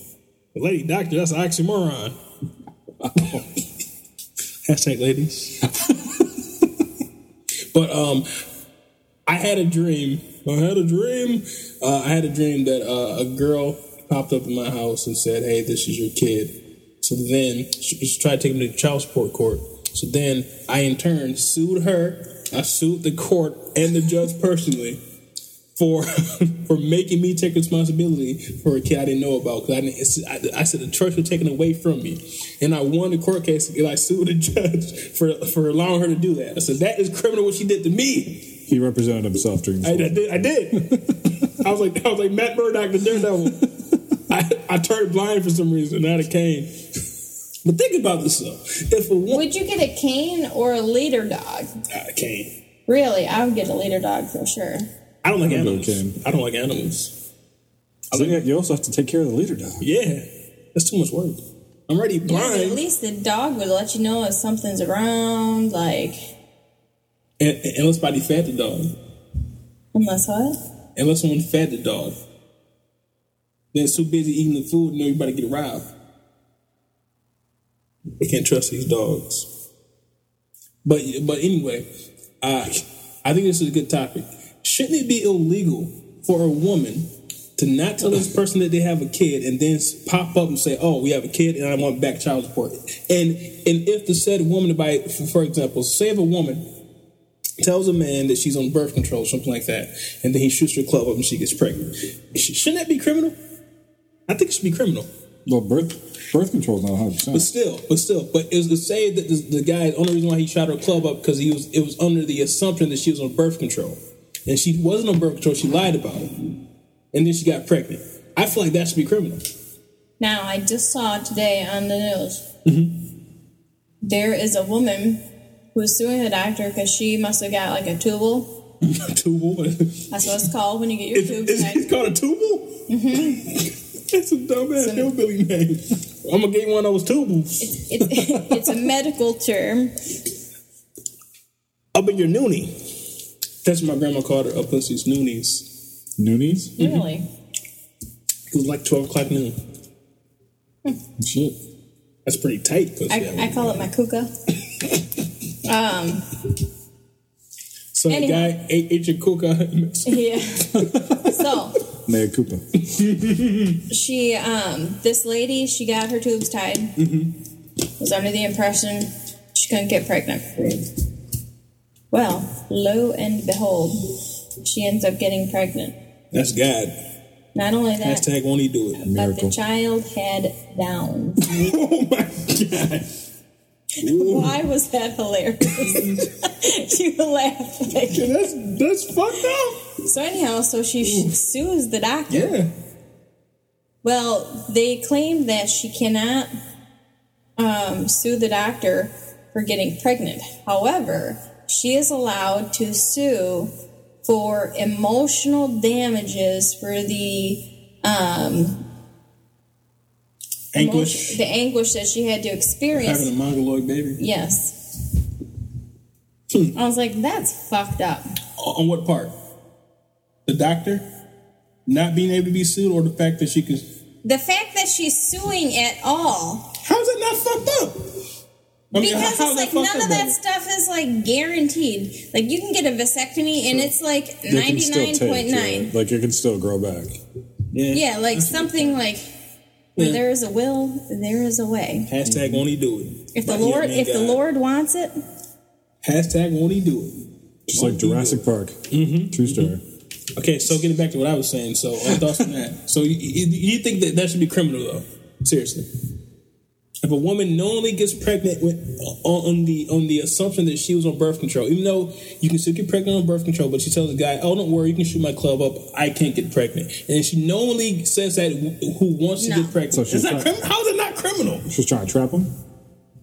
Speaker 1: the lady doctor, that's an oxymoron. <laughs> Hashtag ladies. <laughs> but um, I had a dream. I had a dream. Uh, I had a dream that uh, a girl popped up in my house and said, "Hey, this is your kid." So then she, she tried to take him to the child support court. So then I in turn sued her. I sued the court and the judge personally for <laughs> for making me take responsibility for a kid I didn't know about because I didn't. it's- I, I said the church was taken away from me, and I won the court case and I sued the <laughs> judge for for allowing her to do that. I said that is criminal what she did to me.
Speaker 8: He represented himself during.
Speaker 1: I, I
Speaker 8: This
Speaker 1: did. I did. <laughs> I was like I was like Matt Murdock the Daredevil. I, I turned blind for some reason. I had a cane. But think about this though. If a woman,
Speaker 9: Would you get a cane or a leader dog?
Speaker 1: I cane.
Speaker 9: Really, I would get a leader dog for sure.
Speaker 1: I don't like
Speaker 8: I'll go
Speaker 1: animals.
Speaker 8: cane.
Speaker 1: I don't like animals.
Speaker 8: so yeah, you also have to take care of the leader dog.
Speaker 1: Yeah, that's too much work. I'm already
Speaker 9: Yeah, but
Speaker 1: blind.
Speaker 9: at least the dog would let you know if something's around. Like,
Speaker 1: And, and unless somebody fed the dog.
Speaker 9: Unless what?
Speaker 1: Unless someone fed the dog. They're too busy eating the food and everybody get robbed. They can't trust these dogs. But but anyway, I I think this is a good topic. Shouldn't it be illegal for a woman to not tell this person that they have a kid and then s- pop up and say, "Oh, we have a kid and I want back child support"? And and if the said woman, by for for example, say if a woman tells a man that she's on birth control, something like that, and then he shoots her club up and she gets pregnant, sh- shouldn't that be criminal? I think it should be criminal.
Speaker 8: Well, birth birth control's not 100.
Speaker 1: But
Speaker 8: percent
Speaker 1: still, but still, but it was to say that the, the guy the only reason why he shot her club up because he was it was under the assumption that she was on birth control, and she wasn't on birth control. She lied about it, and then she got pregnant. I feel like that should be criminal. <laughs>
Speaker 9: Now, I just saw today on the news
Speaker 1: Mm-hmm.
Speaker 9: there is a woman who's suing the doctor because she must have got like a tubal.
Speaker 1: tubal. Is,
Speaker 9: That's what it's called when you get your tubes.
Speaker 1: is
Speaker 9: tied.
Speaker 1: it called a tubal? <laughs> That's a dumbass hillbilly name. I'm gonna get one of those tubals
Speaker 9: It's, <laughs> it's a medical term.
Speaker 1: Mm-hmm. up in your noonie. That's what my grandma called her up pussy's noonies.
Speaker 8: Noonies?
Speaker 9: Really?
Speaker 1: It was like twelve o'clock noon.
Speaker 8: Shit.
Speaker 1: That's pretty tight. Pussy,
Speaker 9: I, I call it
Speaker 1: <laughs>
Speaker 9: my kuka.
Speaker 1: So the
Speaker 9: Anyhow.
Speaker 1: guy ate, ate your kuka.
Speaker 9: Yeah. so
Speaker 8: Mayor Cooper.
Speaker 9: she, um, this lady, she got her tubes tied.
Speaker 1: Mm-hmm.
Speaker 9: Was under the impression she couldn't get pregnant. Well, lo and behold, she ends up getting pregnant.
Speaker 1: <laughs> That's God.
Speaker 9: Not only that,
Speaker 1: Hashtag won't he do it?
Speaker 9: but
Speaker 8: Miracle.
Speaker 9: Uh, the child had down.
Speaker 1: oh my god!
Speaker 9: <laughs> Why was that
Speaker 1: <laughs>
Speaker 9: hilarious? you laugh like
Speaker 1: That's that's fucked up.
Speaker 9: so. Anyhow, so she sues the doctor.
Speaker 1: Yeah.
Speaker 9: Well, they claim that she cannot um, sue the doctor for getting pregnant. However, she is allowed to sue for emotional damages for the um,
Speaker 1: Anguish.
Speaker 9: emo- the anguish that she had to experience.
Speaker 1: Having a mongoloid baby.
Speaker 9: yes,
Speaker 1: Hmm.
Speaker 9: I was like, that's fucked up.
Speaker 1: On what part? The doctor not being able to be sued, or the fact that she could.
Speaker 9: The fact that she's suing at all
Speaker 1: How is that not fucked up? I mean,
Speaker 9: because
Speaker 1: how- how
Speaker 9: it's
Speaker 1: is
Speaker 9: like
Speaker 1: that fucked
Speaker 9: none
Speaker 1: up,
Speaker 9: of that
Speaker 1: though?
Speaker 9: stuff is like guaranteed. Like you can get a vasectomy and it's like
Speaker 8: They can
Speaker 9: ninety
Speaker 8: still
Speaker 9: nine
Speaker 8: take.
Speaker 9: point
Speaker 8: yeah.
Speaker 9: nine.
Speaker 8: Like, it can still grow back.
Speaker 9: Yeah, like something like where
Speaker 1: Yeah.
Speaker 9: there is a will, there is a way.
Speaker 1: Hashtag won't he do it?
Speaker 9: If the
Speaker 1: Right, yeah,
Speaker 9: Lord,
Speaker 1: man,
Speaker 9: if the
Speaker 1: God.
Speaker 9: Lord wants it,
Speaker 1: Hashtag won't he do it?
Speaker 8: Just like
Speaker 1: do
Speaker 8: Jurassic Park. Mm-hmm. True story.
Speaker 1: Okay, so getting back to what I was saying, so uh, thoughts on that. So you, you, you think that that should be criminal though? Seriously, if a woman knowingly gets pregnant with, uh, on, on the on the assumption that she was on birth control, even though you can still get pregnant on birth control, but she tells the guy, "Oh, don't worry, you can shoot my club up. I can't get pregnant," and she knowingly says that wh- who wants
Speaker 9: No.
Speaker 1: to get pregnant.
Speaker 8: So
Speaker 1: It's
Speaker 8: she's
Speaker 1: not
Speaker 8: not-
Speaker 1: crim- how is it not criminal?
Speaker 8: She's trying to trap him.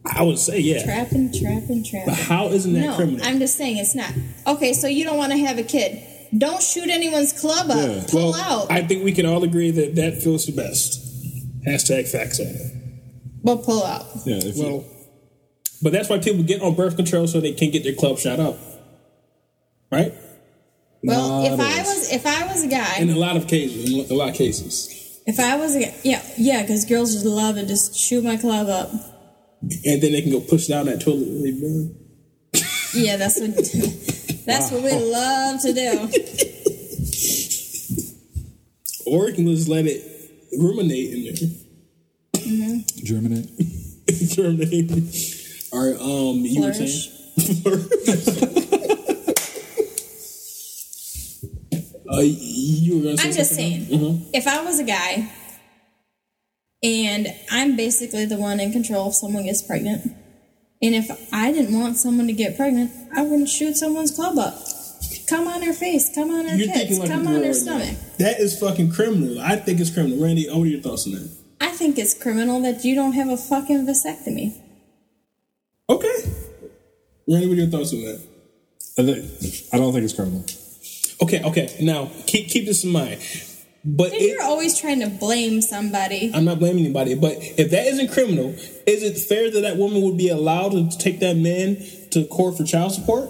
Speaker 1: I would say yeah,
Speaker 9: trapping, trapping, trapping.
Speaker 1: but how isn't that
Speaker 9: No,
Speaker 1: criminal?
Speaker 9: I'm just saying it's not. Okay, so you don't want to have a kid. Don't shoot anyone's club up.
Speaker 8: Yeah.
Speaker 9: Pull out.
Speaker 1: I think we can all agree that that feels the best. Hashtag facts on it.
Speaker 9: well, pull out.
Speaker 8: Yeah. If you-
Speaker 1: Well, but that's why people get on birth control so they can get their club shot up, right?
Speaker 9: Well,
Speaker 8: Nah, it
Speaker 9: if I
Speaker 8: is.
Speaker 9: was, if I was a guy,
Speaker 1: In a lot of cases, in a lot of cases,
Speaker 9: If I was a yeah yeah, because girls just love to just shoot my club up.
Speaker 1: and then they can go push down that toilet. when they burn.
Speaker 9: Yeah, that's what <laughs> that's what we love to do.
Speaker 1: Or you can just let it ruminate in there.
Speaker 8: Germinate.
Speaker 1: <laughs> Germinate. All right, um, you were saying. <laughs> Uh, you were gonna say <laughs>
Speaker 9: I'm just
Speaker 1: something?
Speaker 9: saying,
Speaker 1: Mm-hmm.
Speaker 9: if I was a guy, and I'm basically the one in control if someone gets pregnant, and if I didn't want someone to get pregnant, I wouldn't shoot someone's club up. Come on her face, come on her
Speaker 1: You're
Speaker 9: tits,
Speaker 1: thinking like
Speaker 9: come
Speaker 1: a girl
Speaker 9: on her
Speaker 1: right
Speaker 9: stomach.
Speaker 1: now. That is fucking criminal. I think it's criminal. Randy, what are your thoughts on that?
Speaker 9: I think it's criminal that you don't have a fucking vasectomy.
Speaker 1: Okay. Randy, what are your thoughts on that?
Speaker 8: I, think, I don't think it's criminal.
Speaker 1: Okay, okay. Now keep keep this in mind. But
Speaker 9: And
Speaker 1: it-
Speaker 9: you're always trying to blame somebody.
Speaker 1: I'm not blaming anybody. But if that isn't criminal, is it fair that that woman would be allowed to take that man to court for child support?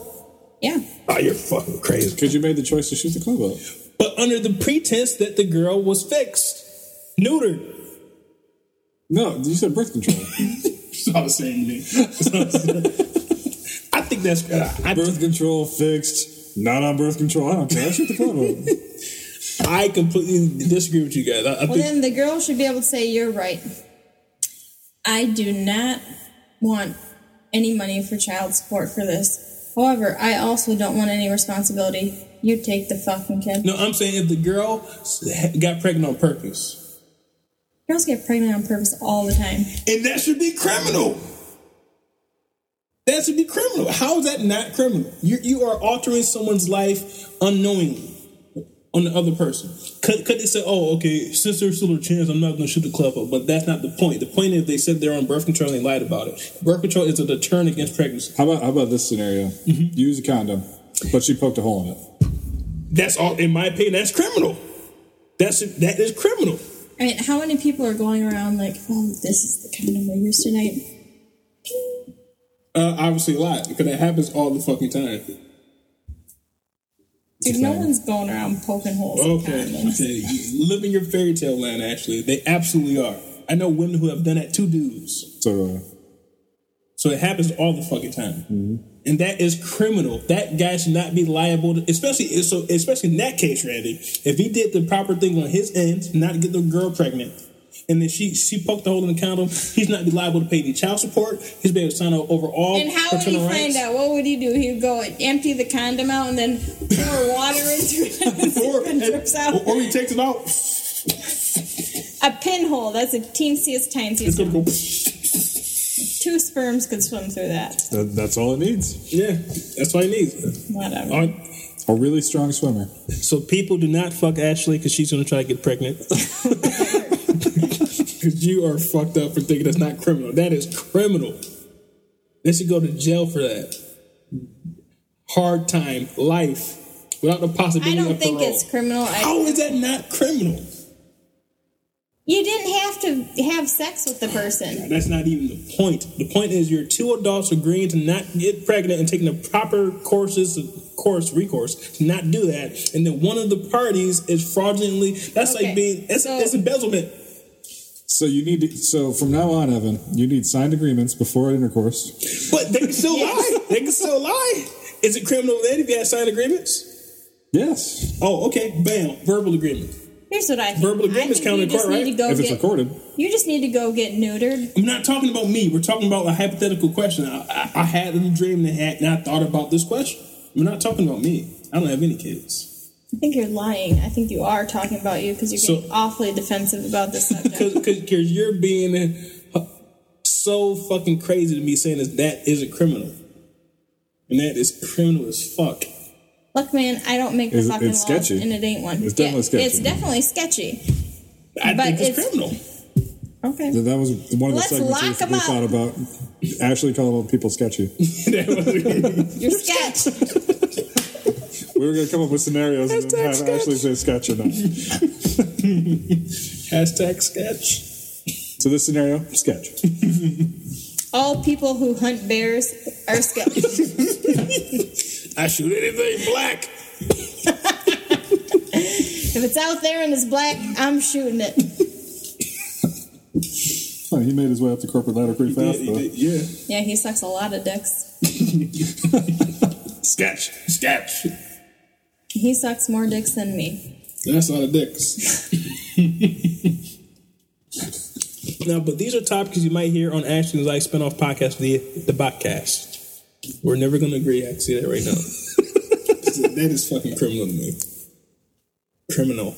Speaker 9: Yeah.
Speaker 1: Oh, you're fucking crazy.
Speaker 8: Because you made the choice to shoot the club up.
Speaker 1: But under the pretense that the girl was fixed, neutered.
Speaker 8: No, you said birth control.
Speaker 1: It's not the same I think that's. <laughs> I,
Speaker 8: birth control fixed. Not on birth control. I don't care. Shoot the club
Speaker 1: <laughs>
Speaker 8: up.
Speaker 1: I completely disagree with you guys. I, I
Speaker 9: Well,
Speaker 1: think
Speaker 9: then the girl should be able to say, You're right. I do not want any money for child support for this. However, I also don't want any responsibility. You take the fucking kid.
Speaker 1: No, I'm saying if the girl s- got pregnant on purpose,
Speaker 9: Girls get pregnant on purpose all the time.
Speaker 1: and that should be criminal. That should be criminal. How is that not criminal? You you are altering someone's life unknowingly on the other person. Could could they say, "Oh, okay, since there's still a chance, I'm not going to shoot the club up"? But that's not the point. The point is they said they're on birth control and they lied about it. Birth control is a deterrent against pregnancy.
Speaker 8: How about how about this scenario?
Speaker 1: Mm-hmm.
Speaker 8: Use a condom, but she poked a hole in it.
Speaker 1: That's all, in my opinion, that's criminal. That's that is criminal.
Speaker 9: I mean, how many people are going around like, Oh, this is the kind of we use tonight?
Speaker 1: Uh, obviously, a lot because that happens all the fucking time.
Speaker 9: Dude, no one's going around poking holes. in
Speaker 1: Okay,
Speaker 9: condoms.
Speaker 1: okay. You live in your fairy tale land, Ashley. They absolutely are. I know women who have done that to dudes.
Speaker 8: So uh,
Speaker 1: So it happens all the fucking time. And that is criminal. That guy should not be liable, to, especially so. Especially in that case, Randy, if he did the proper thing on his end, not to get the girl pregnant, and then she she poked a hole in the condom, he's not be liable to pay any child support. He's be able to sign over overall.
Speaker 9: And how would he
Speaker 1: paternal
Speaker 9: find
Speaker 1: rights.
Speaker 9: out? What would he do? He'd go and empty the condom out and then pour water
Speaker 1: <laughs>
Speaker 9: into it and see
Speaker 1: Or,
Speaker 9: if <laughs> it drips out.
Speaker 1: or, or he takes it out.
Speaker 9: A pinhole. That's a teensiest,
Speaker 1: It's
Speaker 9: tiniest.
Speaker 1: gonna go.
Speaker 9: Two sperms could swim through that.
Speaker 8: that, that's all it needs.
Speaker 1: Yeah, that's what he needs.
Speaker 9: Whatever.
Speaker 1: All right.
Speaker 8: A really strong swimmer.
Speaker 1: So people do not fuck Ashley because she's gonna try to get pregnant. <laughs> Because you are fucked up for thinking that's not criminal. That is criminal. They should go to jail for that. Hard time, life, without the
Speaker 9: I
Speaker 1: possibility
Speaker 9: don't
Speaker 1: of
Speaker 9: think
Speaker 1: parole.
Speaker 9: it's criminal. I,
Speaker 1: How is that not criminal?
Speaker 9: you didn't have to have sex with the person.
Speaker 1: That's not even the point. The point is you're two adults agreeing to not get pregnant and taking the proper courses, course recourse to not do that, and then one of the parties is fraudulently. That's
Speaker 9: Okay,
Speaker 1: like being it's,
Speaker 9: so-
Speaker 1: it's embezzlement.
Speaker 8: So you need to. So from now on, Evan, you need signed agreements before intercourse.
Speaker 1: But they can still lie. They can still lie. Is it criminal then if you had signed agreements?
Speaker 8: Yes,
Speaker 1: Oh, okay. Bam. Verbal agreement.
Speaker 9: Here's what I think.
Speaker 1: Verbal
Speaker 9: I
Speaker 1: agreements
Speaker 9: think
Speaker 1: count
Speaker 9: you
Speaker 1: in
Speaker 9: just
Speaker 1: court,
Speaker 9: need
Speaker 1: right?
Speaker 9: to go
Speaker 8: if it's
Speaker 9: get-
Speaker 8: recorded.
Speaker 9: You just need to go get neutered.
Speaker 1: I'm not talking about me. We're talking about a hypothetical question. I, I, I had a dream and I, had, and I thought about this question. We're not talking about me. I don't have any kids.
Speaker 9: I think you're lying. I think you are talking about you because you're
Speaker 1: So-
Speaker 9: getting awfully defensive about
Speaker 8: <laughs>
Speaker 9: this subject.
Speaker 1: Because you're being uh, so fucking crazy to me saying that that is a criminal. And that is criminal as fuck.
Speaker 9: Look, man, I don't make the
Speaker 8: It's-
Speaker 9: fucking
Speaker 8: it's
Speaker 9: laws,
Speaker 8: sketchy.
Speaker 9: and it ain't one.
Speaker 8: It's definitely sketchy.
Speaker 9: It's definitely sketchy.
Speaker 1: I
Speaker 9: But
Speaker 1: think it's,
Speaker 9: it's-
Speaker 1: criminal.
Speaker 9: Okay.
Speaker 8: That was one of the
Speaker 9: Let's
Speaker 8: segments
Speaker 9: lock
Speaker 8: we,
Speaker 9: 'em
Speaker 8: we
Speaker 9: up.
Speaker 8: thought about. Ashley called people sketchy.
Speaker 9: You're sketch.
Speaker 8: We were going to come up with scenarios and then have Ashley say sketch or not.
Speaker 1: Hashtag sketch.
Speaker 8: So this scenario, sketch.
Speaker 9: All people who hunt bears
Speaker 8: <laughs>
Speaker 9: are sketch.
Speaker 1: I shoot anything black.
Speaker 9: if it's out there and it's black, I'm shooting it.
Speaker 8: Funny, he made his way up the corporate ladder pretty
Speaker 1: Yeah,
Speaker 8: fast.
Speaker 1: he
Speaker 8: though.
Speaker 1: did, yeah.
Speaker 9: Yeah, he sucks a lot of dicks.
Speaker 1: Sketch, sketch.
Speaker 9: He sucks more dicks than me.
Speaker 1: That's not a dicks. <laughs> now, but these are topics you might hear on Ashton's Like spinoff podcast, the the podcast. We're never going to agree. I can see that right now. <laughs> that is fucking criminal to me. Criminal.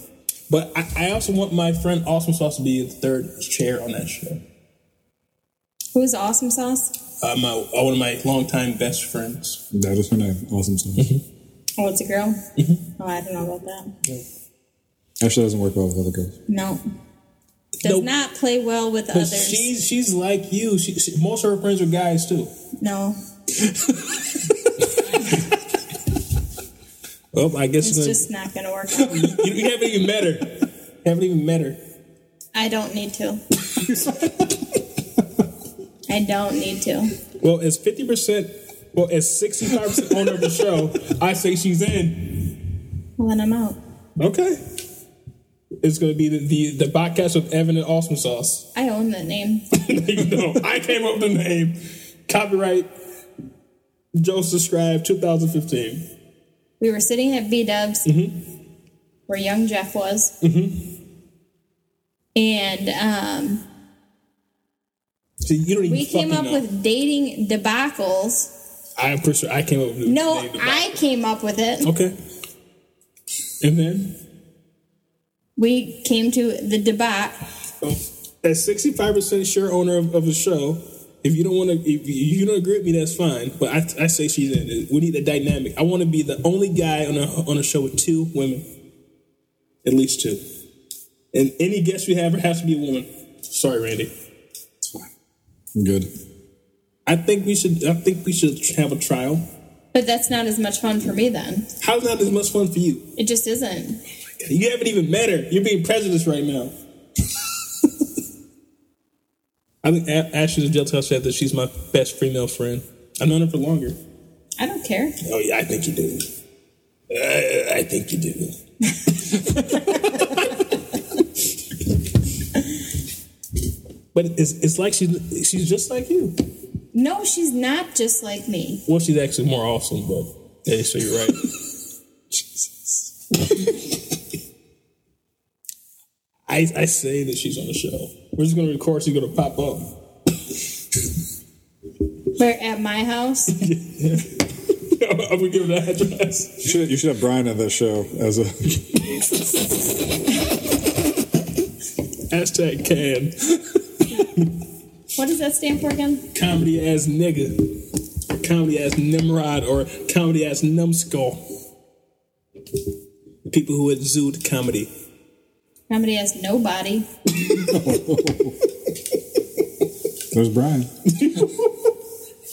Speaker 1: But I, I also want my friend Awesome Sauce to be the third chair on that show.
Speaker 9: Who's awesome sauce?
Speaker 1: Uh, my one of my longtime best friends.
Speaker 8: That is her name. Awesome song.
Speaker 1: Mm-hmm.
Speaker 9: Oh, it's a girl. Oh, I don't know about that.
Speaker 8: Ashley doesn't work well with other girls.
Speaker 9: No, does
Speaker 1: Nope.
Speaker 9: not play well with
Speaker 1: But
Speaker 9: others.
Speaker 1: she's she's like you. She, she, most of her friends are guys too.
Speaker 9: no,
Speaker 1: Well, I guess
Speaker 9: it's just not gonna work. out.
Speaker 1: you, you haven't even met her. haven't even met her.
Speaker 9: I don't need
Speaker 1: <laughs>
Speaker 9: to. I don't need to.
Speaker 1: Well, it's fifty percent Well, as 65% owner of the show, I say she's in.
Speaker 9: Well, then I'm out.
Speaker 1: Okay. It's going to be the, the, the podcast with Evan and Awesome Sauce. <laughs>
Speaker 9: I own that name.
Speaker 1: you know, I came up with the name. Copyright Joe Subscribe 2015.
Speaker 9: We were sitting at B Dubs,
Speaker 1: Mm-hmm.
Speaker 9: where young Jeff was, and um,
Speaker 1: See, you don't even
Speaker 9: we came
Speaker 1: fucking
Speaker 9: up
Speaker 1: know.
Speaker 9: with dating debacles.
Speaker 1: I'm pretty sure I came up with the
Speaker 9: No,
Speaker 1: name of the
Speaker 9: I came up with it.
Speaker 1: podcast. Okay. And then
Speaker 9: We came to the debate.
Speaker 1: as 65% share owner of, of the show, if you don't want to, if you- you don't agree with me, that's fine. But I, I say she's in. it. We need a dynamic. I want to be the only guy on a on a show with two women, at least two. And any guest we have has to be a woman. Sorry, Randy.
Speaker 8: I'm good.
Speaker 1: I think we should. I think we should have a trial.
Speaker 9: But that's not as much fun for me then.
Speaker 1: How's not as much fun for you?
Speaker 9: It just isn't.
Speaker 1: You haven't even met her. You're being prejudiced right now. <laughs> I think A- Ashley the Jeltel said that she's my best female friend. I've known her for longer.
Speaker 9: I don't care.
Speaker 1: Oh yeah, I think you do. Uh, I think you do. <laughs> but it's, it's like she's she's just like you.
Speaker 9: No, she's not just like me.
Speaker 1: Well, she's actually more awesome, but yeah, so <laughs> you're right. I I say that she's on the show. We're just gonna record. She's gonna pop up. <laughs>
Speaker 9: We're at my house.
Speaker 1: I'm gonna give her the address.
Speaker 8: You should, you should have Brian at that show as a. <laughs>
Speaker 1: Hashtag can
Speaker 9: What does that stand for again?
Speaker 1: comedy ass nigga, comedy ass Nimrod, or comedy ass numbskull. People who exude comedy.
Speaker 9: Comedy has nobody.
Speaker 8: There's Brian.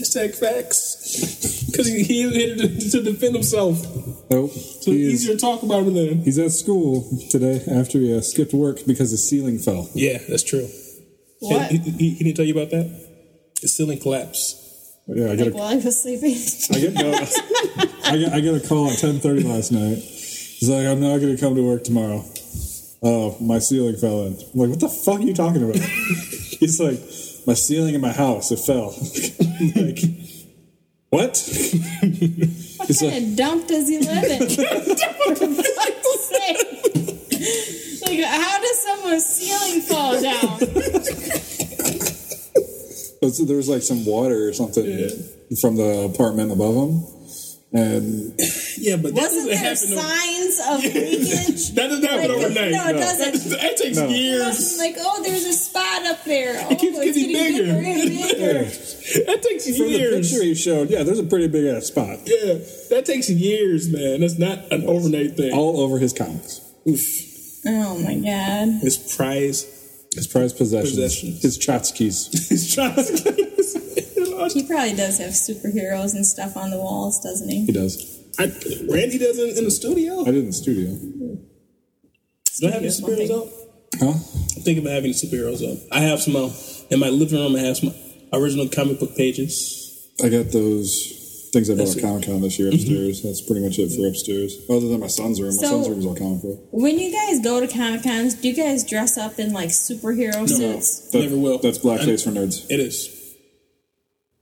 Speaker 1: Hashtag facts. Because he, he here to, to defend himself. So
Speaker 8: Nope. Oh, He
Speaker 1: it's
Speaker 8: is,
Speaker 1: easier to talk about him than.
Speaker 8: he's at school today after he uh, skipped work because his ceiling fell.
Speaker 1: Yeah, that's true.
Speaker 9: What?
Speaker 1: He, he- he didn't tell you about that? The ceiling collapse.
Speaker 8: Yeah, I got
Speaker 9: Like
Speaker 8: a,
Speaker 9: while I was sleeping.
Speaker 8: I get, no, <laughs> I got, I got a call at ten thirty last night. He's like, I'm not going to come to work tomorrow. Oh, my ceiling fell in. I'm like, what the fuck are you talking about? <laughs> He's like, my ceiling in my house, it fell. <laughs> I'm like, what? <laughs> He's
Speaker 9: What
Speaker 8: like,
Speaker 9: kind of dump does he
Speaker 1: <laughs>
Speaker 9: live in? <laughs> For fuck's sake. Like, how does someone's ceiling fall down?
Speaker 8: But "Oh, so there was like some water or something from the apartment above him, and
Speaker 1: Yeah, but that
Speaker 9: Wasn't
Speaker 1: doesn't
Speaker 9: there
Speaker 1: happen over-
Speaker 9: signs
Speaker 1: <laughs>
Speaker 9: of leakage?
Speaker 1: That doesn't happen
Speaker 9: Like,
Speaker 1: overnight.
Speaker 9: no, it doesn't.
Speaker 1: That, that takes
Speaker 8: No.
Speaker 9: It
Speaker 1: years.
Speaker 9: wasn't like, oh, there's a spot up there. Oh,
Speaker 1: keeps
Speaker 9: it's
Speaker 1: getting bigger. <laughs>
Speaker 9: and bigger.
Speaker 1: That takes
Speaker 8: from the
Speaker 1: years.
Speaker 8: picture he showed, yeah, there's a pretty big ass spot
Speaker 1: Yeah, that takes years, man. That's not an overnight thing.
Speaker 8: all over his comics,
Speaker 1: Oof.
Speaker 9: oh my god.
Speaker 1: His prize.
Speaker 8: his prized possessions,
Speaker 1: Possessions.
Speaker 8: his
Speaker 1: <laughs>
Speaker 8: tchotchkes.
Speaker 1: He's trying to.
Speaker 9: He probably does have superheroes and stuff on the walls, doesn't he?
Speaker 8: He does.
Speaker 1: <laughs> I, Randy doesn't in the studio.
Speaker 8: I did in the studio.
Speaker 1: Do I have any superheroes up?
Speaker 8: Huh?
Speaker 1: I'm thinking about having superheroes up. I have some uh, in my living room. I have some original comic book pages.
Speaker 8: I got those things I bought
Speaker 1: That's
Speaker 8: at
Speaker 1: it. Mm-hmm.
Speaker 8: Comic Con this year upstairs. That's pretty much it for upstairs. Other than my son's room, my
Speaker 9: So-
Speaker 8: son's room's all comic book.
Speaker 9: When you guys go to Comic Cons, do you guys dress up in like superhero suits?
Speaker 8: That-
Speaker 1: Never will.
Speaker 8: That's blackface for nerds.
Speaker 1: It is,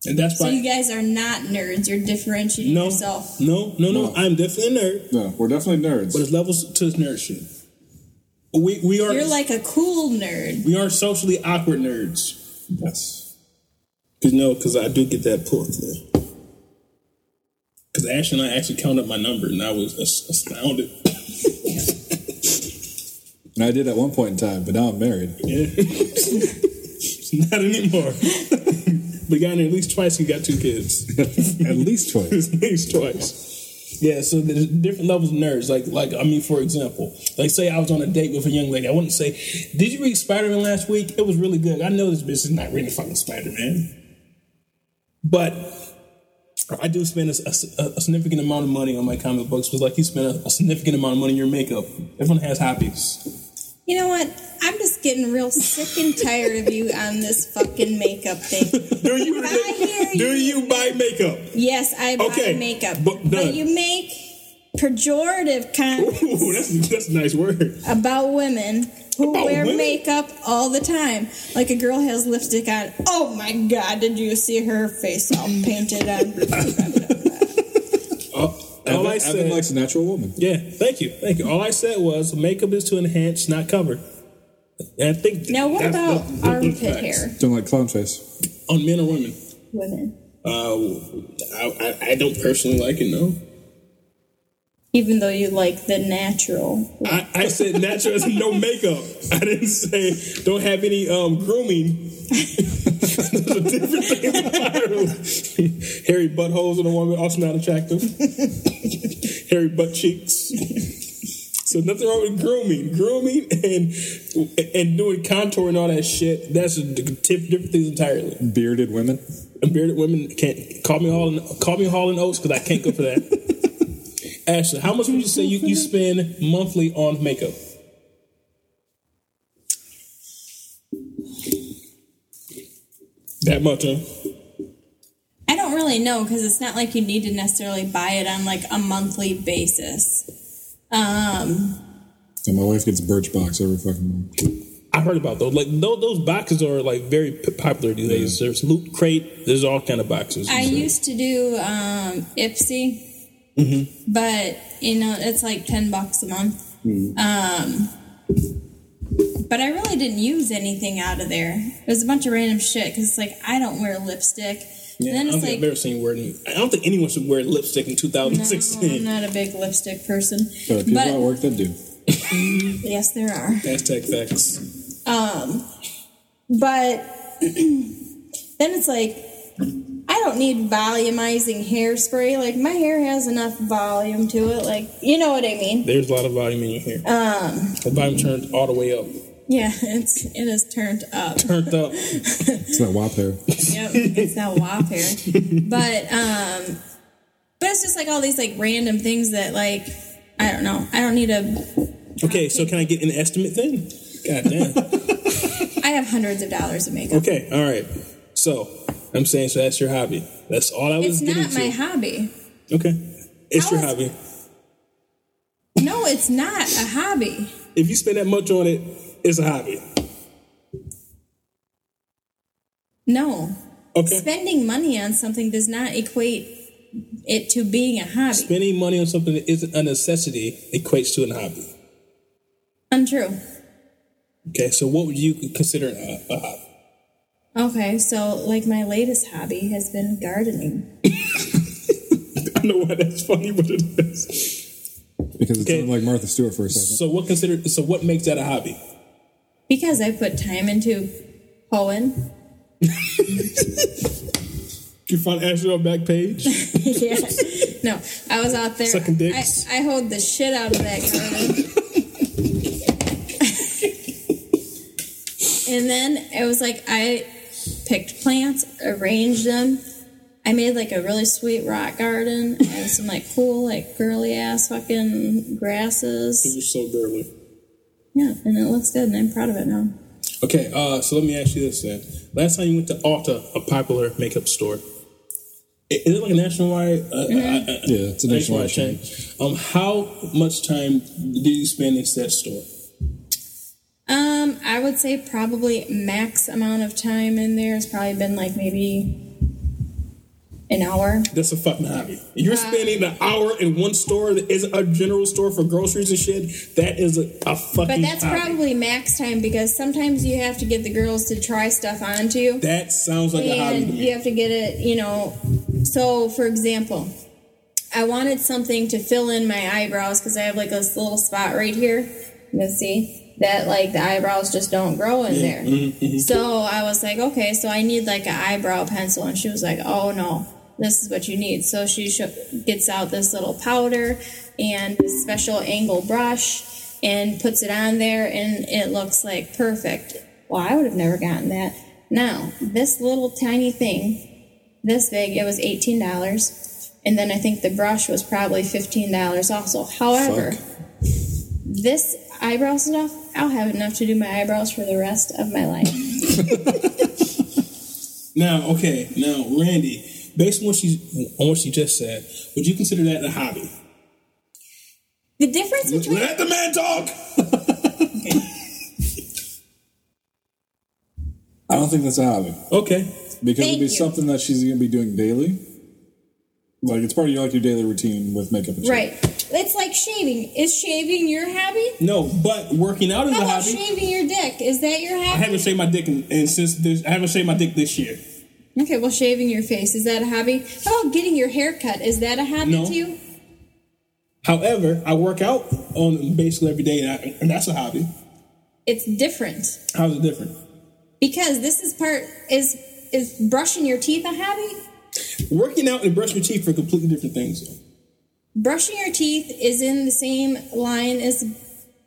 Speaker 1: and that's
Speaker 9: So
Speaker 1: why.
Speaker 9: you guys are not nerds. You're differentiating
Speaker 1: no,
Speaker 9: yourself.
Speaker 1: no, no, no,
Speaker 8: No.
Speaker 1: I'm definitely a nerd,
Speaker 8: No, we're definitely nerds.
Speaker 1: but it's levels to this nerd shit. We we are
Speaker 9: You're like a cool nerd.
Speaker 1: we are socially awkward nerds.
Speaker 8: yes.
Speaker 1: Cause no, because I do get that pull thing. Because Ash and I actually counted up my number, and I was as- astounded.
Speaker 8: And I did at one point in time, but now I'm married.
Speaker 1: <laughs> Not anymore. but got in there at least twice. You got two kids.
Speaker 8: <laughs> at least twice.
Speaker 1: <laughs> His name's twice. Yeah, so there's different levels of nerds. Like, like I mean, for example, like say I was on a date with a young lady. I wouldn't say, "Did you read Spider Man last week? It was really good." I know this bitch is not reading fucking Spider Man, but I do spend a, a- a significant amount of money on my comic books. But like, you spend a, a significant amount of money on your makeup. Everyone has hobbies.
Speaker 9: You know what? I'm just getting real sick and tired of you on this fucking
Speaker 1: <laughs>
Speaker 9: makeup thing.
Speaker 1: Do you
Speaker 9: I hear you.
Speaker 1: do you buy makeup?
Speaker 9: Yes, I buy
Speaker 1: Okay,
Speaker 9: makeup,
Speaker 1: but
Speaker 9: but,
Speaker 1: done.
Speaker 9: you make pejorative comments
Speaker 1: Ooh, that's that's a nice word.
Speaker 9: about women who
Speaker 1: About
Speaker 9: wear
Speaker 1: women?
Speaker 9: makeup all the time. Like a girl has lipstick on. Oh my god, did you see her face
Speaker 1: <laughs>
Speaker 9: all painted on?
Speaker 1: All
Speaker 8: Evan,
Speaker 1: I
Speaker 8: Evan
Speaker 1: said,
Speaker 8: likes a natural woman.
Speaker 1: yeah, thank you, thank you. All I said was makeup is to enhance, not cover. And I think
Speaker 9: now what
Speaker 1: that's
Speaker 9: about
Speaker 1: the- the- the
Speaker 9: armpit
Speaker 1: facts.
Speaker 9: hair?
Speaker 8: Don't like clown face.
Speaker 1: on men or women?
Speaker 9: Women.
Speaker 1: Uh, I, I, I don't personally like it. No,
Speaker 9: Even though you like the natural.
Speaker 1: I, I said natural as in no makeup. I didn't say don't have any um, grooming. There's a different thing entirely. Hairy buttholes in a woman also not attractive. Hairy butt cheeks. So nothing wrong with grooming, grooming, and and doing contour and all that shit. That's a d- tip, different things entirely.
Speaker 8: Bearded women.
Speaker 1: And bearded women can't call me Hall and, call me Hall and Oates because I can't go for that. <laughs> Ashley, how much would you say you, you spend monthly on makeup? That much, huh?
Speaker 9: I don't really know because it's not like you need to necessarily buy it on like a monthly basis. Um,
Speaker 8: So my wife gets birch box every fucking month.
Speaker 1: I heard about those. Like those, those boxes are like very p- popular these days. There's Loot Crate. There's all kind of boxes.
Speaker 9: I used to do um, Ipsy, but you know it's like ten bucks a month. Um, but I really didn't use anything out of there. It was a bunch of random shit because it's like I don't wear lipstick.
Speaker 1: Yeah,
Speaker 9: and
Speaker 1: I don't
Speaker 9: then
Speaker 1: think
Speaker 9: it's like
Speaker 1: I've ever seen wearing. I don't think anyone should wear lipstick in
Speaker 9: no,
Speaker 1: 2016.
Speaker 9: I'm not a big lipstick person.
Speaker 8: There are people at
Speaker 9: But
Speaker 8: work that do.
Speaker 9: yes, there are.
Speaker 1: Hashtag facts.
Speaker 9: Um, but <clears throat> then it's like, I don't need volumizing hairspray. Like, my hair has enough volume to it. Like, you know what I mean?
Speaker 1: There's a lot of volume in your hair.
Speaker 9: Um,
Speaker 1: The volume turned all the way up.
Speaker 9: yeah, <laughs> it's, it is turned up.
Speaker 1: Turned up.
Speaker 8: It's that wop hair.
Speaker 9: yep, it's that wop hair. But, um, but it's just like all these like random things that like, I don't know. I don't need a,
Speaker 1: Okay, so can I get an estimate then? God damn.
Speaker 9: I have hundreds of dollars of makeup.
Speaker 1: okay, all right. So I'm saying, so that's your hobby. That's all I was
Speaker 9: It's
Speaker 1: getting
Speaker 9: not
Speaker 1: to.
Speaker 9: my hobby.
Speaker 1: okay, it's
Speaker 9: How
Speaker 1: your
Speaker 9: is-
Speaker 1: hobby.
Speaker 9: No, it's not a hobby.
Speaker 1: If you spend that much on it, it's a hobby.
Speaker 9: No,
Speaker 1: Okay,
Speaker 9: spending money on something does not equate it to being a hobby.
Speaker 1: spending money on something that isn't a necessity equates to a hobby.
Speaker 9: Untrue.
Speaker 1: Okay, so what would you consider a, a hobby? <laughs>
Speaker 9: Okay, so like my latest hobby has been gardening.
Speaker 1: I don't know why that's funny, but it is.
Speaker 8: Because it
Speaker 1: Okay.
Speaker 8: sounded like Martha Stewart for a second.
Speaker 1: So what considered? So what makes that a hobby?
Speaker 9: Because I put time into hoeing.
Speaker 1: You find Ashley on back page.
Speaker 9: Yeah. no, I was out there.
Speaker 1: Sucking dicks.
Speaker 9: I, I hoed the shit out of that garden.
Speaker 1: <laughs>
Speaker 9: and then it was like I picked plants, arranged them. I made like a really sweet rock garden and some like cool, like girly ass fucking grasses.
Speaker 1: <laughs> You're so girly.
Speaker 9: Yeah, and it looks good and I'm proud of it now.
Speaker 1: Okay, uh, so let me ask you this then. Last time you went to Ulta, a popular makeup store, i- is it like a nationwide? Uh,
Speaker 9: Mm-hmm.
Speaker 1: uh, uh,
Speaker 8: Yeah, it's a nationwide
Speaker 1: chain. Um, how much time do you spend in that store?
Speaker 9: Um, I would say probably max amount of time in there has probably been like maybe an hour.
Speaker 1: That's a fucking hobby. You're
Speaker 9: Uh,
Speaker 1: spending an hour in one store that isn't a general store for groceries and shit. That is a, a fucking.
Speaker 9: But that's
Speaker 1: hobby.
Speaker 9: probably max time because sometimes you have to get the girls to try stuff on to you.
Speaker 1: That sounds like a hobby to
Speaker 9: and
Speaker 1: me.
Speaker 9: you have to get it, you know. So, for example, I wanted something to fill in my eyebrows because I have like this little spot right here. You can see that like the eyebrows just don't grow in there. <laughs> So I was like, okay, so I need like an eyebrow pencil, and she was like, oh no, this is what you need. So she sho gets out this little powder and this special angle brush and puts it on there, and it looks like perfect. Well, I would have never gotten that. Now this little tiny thing, this big, it was eighteen dollars. And then I think the brush was probably $15 also. However, this eyebrow stuff, I'll have enough to do my eyebrows for the rest of my life.
Speaker 1: Now, okay, now Randy, based on what she on what she just said, would you consider that a hobby?
Speaker 9: The difference between
Speaker 1: Let the man talk.
Speaker 8: I don't think that's a hobby
Speaker 1: Okay,
Speaker 8: because
Speaker 9: Thank
Speaker 8: it'd be
Speaker 9: you.
Speaker 8: something that she's gonna be doing daily. Like it's part of your like your daily routine with makeup and shit.
Speaker 9: right, it's like shaving. Is shaving your hobby?
Speaker 1: no, but working out is
Speaker 9: How
Speaker 1: a
Speaker 9: about
Speaker 1: hobby.
Speaker 9: shaving your dick? Is that your
Speaker 1: I
Speaker 9: hobby?
Speaker 1: haven't shaved my dick, in, and since this, I haven't shaved my dick this year.
Speaker 9: Okay, well, shaving your face is that a hobby? How about getting your hair cut? Is that a hobby
Speaker 1: No.
Speaker 9: to you?
Speaker 1: However, I work out on basically every day, and, I, and that's a hobby.
Speaker 9: It's different
Speaker 1: How's it different?
Speaker 9: because this is part is is brushing your teeth a hobby?
Speaker 1: Working out and brushing your teeth are completely different things. Though.
Speaker 9: Brushing your teeth is in the same line as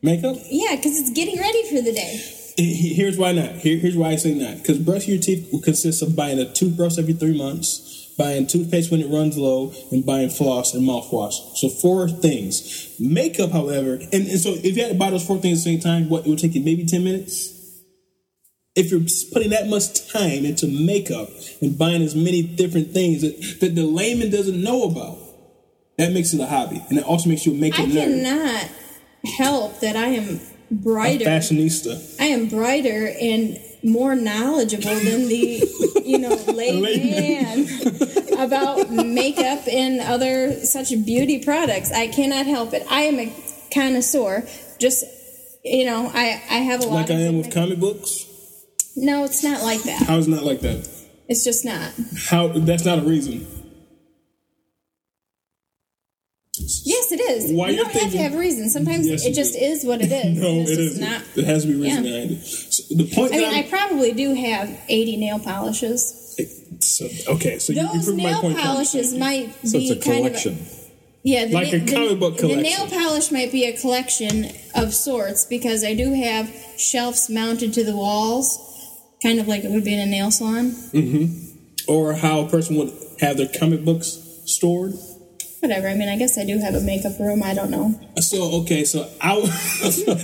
Speaker 1: Makeup.
Speaker 9: yeah, because it's getting ready for the day.
Speaker 1: He- he- Here's why not. Here, here's why I say not. Because brushing your teeth consists of buying a toothbrush every three months, buying toothpaste when it runs low, and buying floss and mouthwash. So four things. Makeup, however, and, and so if you had to buy those four things at the same time, what it would take you maybe ten minutes. If you're putting that much time into makeup and buying as many different things that, that the layman doesn't know about, that makes it a hobby, and it also makes you a
Speaker 9: I
Speaker 1: makeup nerd,
Speaker 9: cannot help that I am
Speaker 1: a
Speaker 9: brighter.
Speaker 1: fashionista.
Speaker 9: I am brighter and more knowledgeable than the you
Speaker 1: <laughs>
Speaker 9: know layman <laughs> about makeup and other such beauty products. I cannot help it. I am a connoisseur. Just you know, I I have a lot.
Speaker 1: Like I
Speaker 9: of
Speaker 1: am with
Speaker 9: different-
Speaker 1: comic books.
Speaker 9: no, it's not like that.
Speaker 1: How is it not like that?
Speaker 9: It's just not.
Speaker 1: How that's not a reason.
Speaker 9: Yes, it is.
Speaker 1: Why
Speaker 9: you
Speaker 1: you're
Speaker 9: don't have to
Speaker 1: thinking-
Speaker 9: have reasons. Sometimes
Speaker 1: Yes, you
Speaker 9: it just
Speaker 1: do.
Speaker 9: is
Speaker 1: <laughs>
Speaker 9: what it is.
Speaker 1: No,
Speaker 9: and
Speaker 1: it
Speaker 9: it's just
Speaker 1: is
Speaker 9: not.
Speaker 1: not. It has to be reason
Speaker 9: Yeah.
Speaker 1: behind it. So the point
Speaker 9: I mean,
Speaker 1: that
Speaker 9: I probably do have 80 nail polishes.
Speaker 1: I'm, so, okay, so you, you
Speaker 9: Those
Speaker 1: prove my
Speaker 9: nail
Speaker 1: point. Tom.
Speaker 9: polishes might
Speaker 8: So
Speaker 9: be
Speaker 8: it's a
Speaker 9: kind
Speaker 8: collection.
Speaker 9: of yeah, the
Speaker 1: Like a comic book
Speaker 9: The
Speaker 1: collection.
Speaker 9: nail polish might be a collection of sorts because I do have shelves mounted to the walls, kind of like it would be in a nail salon.
Speaker 1: Mm-hmm. or how a person would have their comic books stored.
Speaker 9: Whatever. I mean, I guess I do have a makeup room. I don't know.
Speaker 1: So okay, so I would,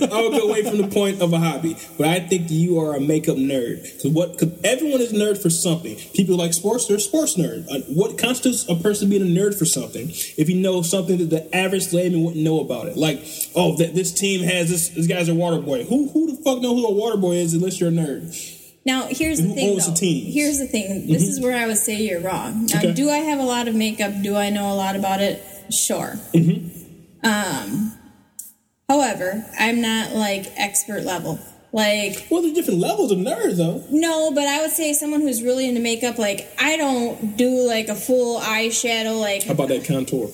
Speaker 1: <laughs> I would go away from the point of a hobby, but I think you are a makeup nerd. Because what? Cause everyone is nerd for something. People like sports; they're a sports nerd. Uh, what constitutes a person being a nerd for something? If you know something that the average layman wouldn't know about it, like oh, that this team has this. This guy's a water boy. Who who the fuck know who a water boy is unless you're a nerd?
Speaker 9: Now here's the
Speaker 1: Who
Speaker 9: thing.
Speaker 1: owns the
Speaker 9: though.
Speaker 1: teams? Mm-hmm.
Speaker 9: Here's the thing. This is where I would say you're wrong. Now,
Speaker 1: Okay.
Speaker 9: do I have a lot of makeup? Do I know a lot about it? Sure.
Speaker 1: Mm-hmm.
Speaker 9: Um. However, I'm not like expert level. Like
Speaker 1: Well, there's different levels of nerd though.
Speaker 9: No, but I would say someone who's really into makeup, like I don't do like a full eyeshadow. Like
Speaker 1: How about that contour?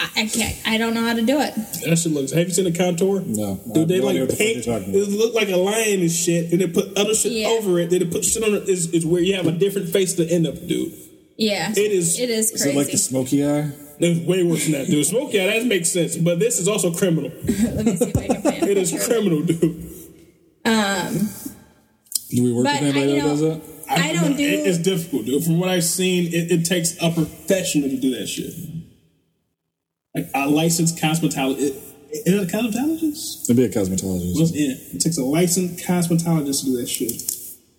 Speaker 9: I, I can't. I don't know how to do it.
Speaker 1: That shit looks. Have you seen a contour?
Speaker 8: No. I
Speaker 1: Dude,
Speaker 8: have
Speaker 1: they
Speaker 8: no idea
Speaker 1: like
Speaker 8: what the fuck
Speaker 1: paint.
Speaker 8: you're talking about.
Speaker 1: It look like a lion and shit, and they put other shit
Speaker 9: Yeah.
Speaker 1: over it. Then they put shit on it. Is is where you have a different face to end up, dude.
Speaker 9: Yeah,
Speaker 1: It is-
Speaker 9: It is
Speaker 8: Is
Speaker 9: crazy.
Speaker 8: it like the smoky eye?
Speaker 1: It's way worse than that, dude. Smoke, yeah, that makes sense. But this is also criminal.
Speaker 9: Let me see if I can
Speaker 1: <laughs>
Speaker 9: find a
Speaker 1: It is
Speaker 9: picture.
Speaker 1: criminal, dude.
Speaker 9: Um,
Speaker 8: Do we work
Speaker 9: but
Speaker 8: with
Speaker 9: I,
Speaker 8: anybody
Speaker 9: you
Speaker 8: that does
Speaker 9: know,
Speaker 8: that?
Speaker 9: I, don't do.
Speaker 1: It, it's difficult, dude. From what I've seen, it, it takes a professional to do that shit. Like a licensed cosmetologist. Is it a cosmetologist?
Speaker 8: It'd be a cosmetologist.
Speaker 1: What's in? It takes a licensed cosmetologist to do that shit.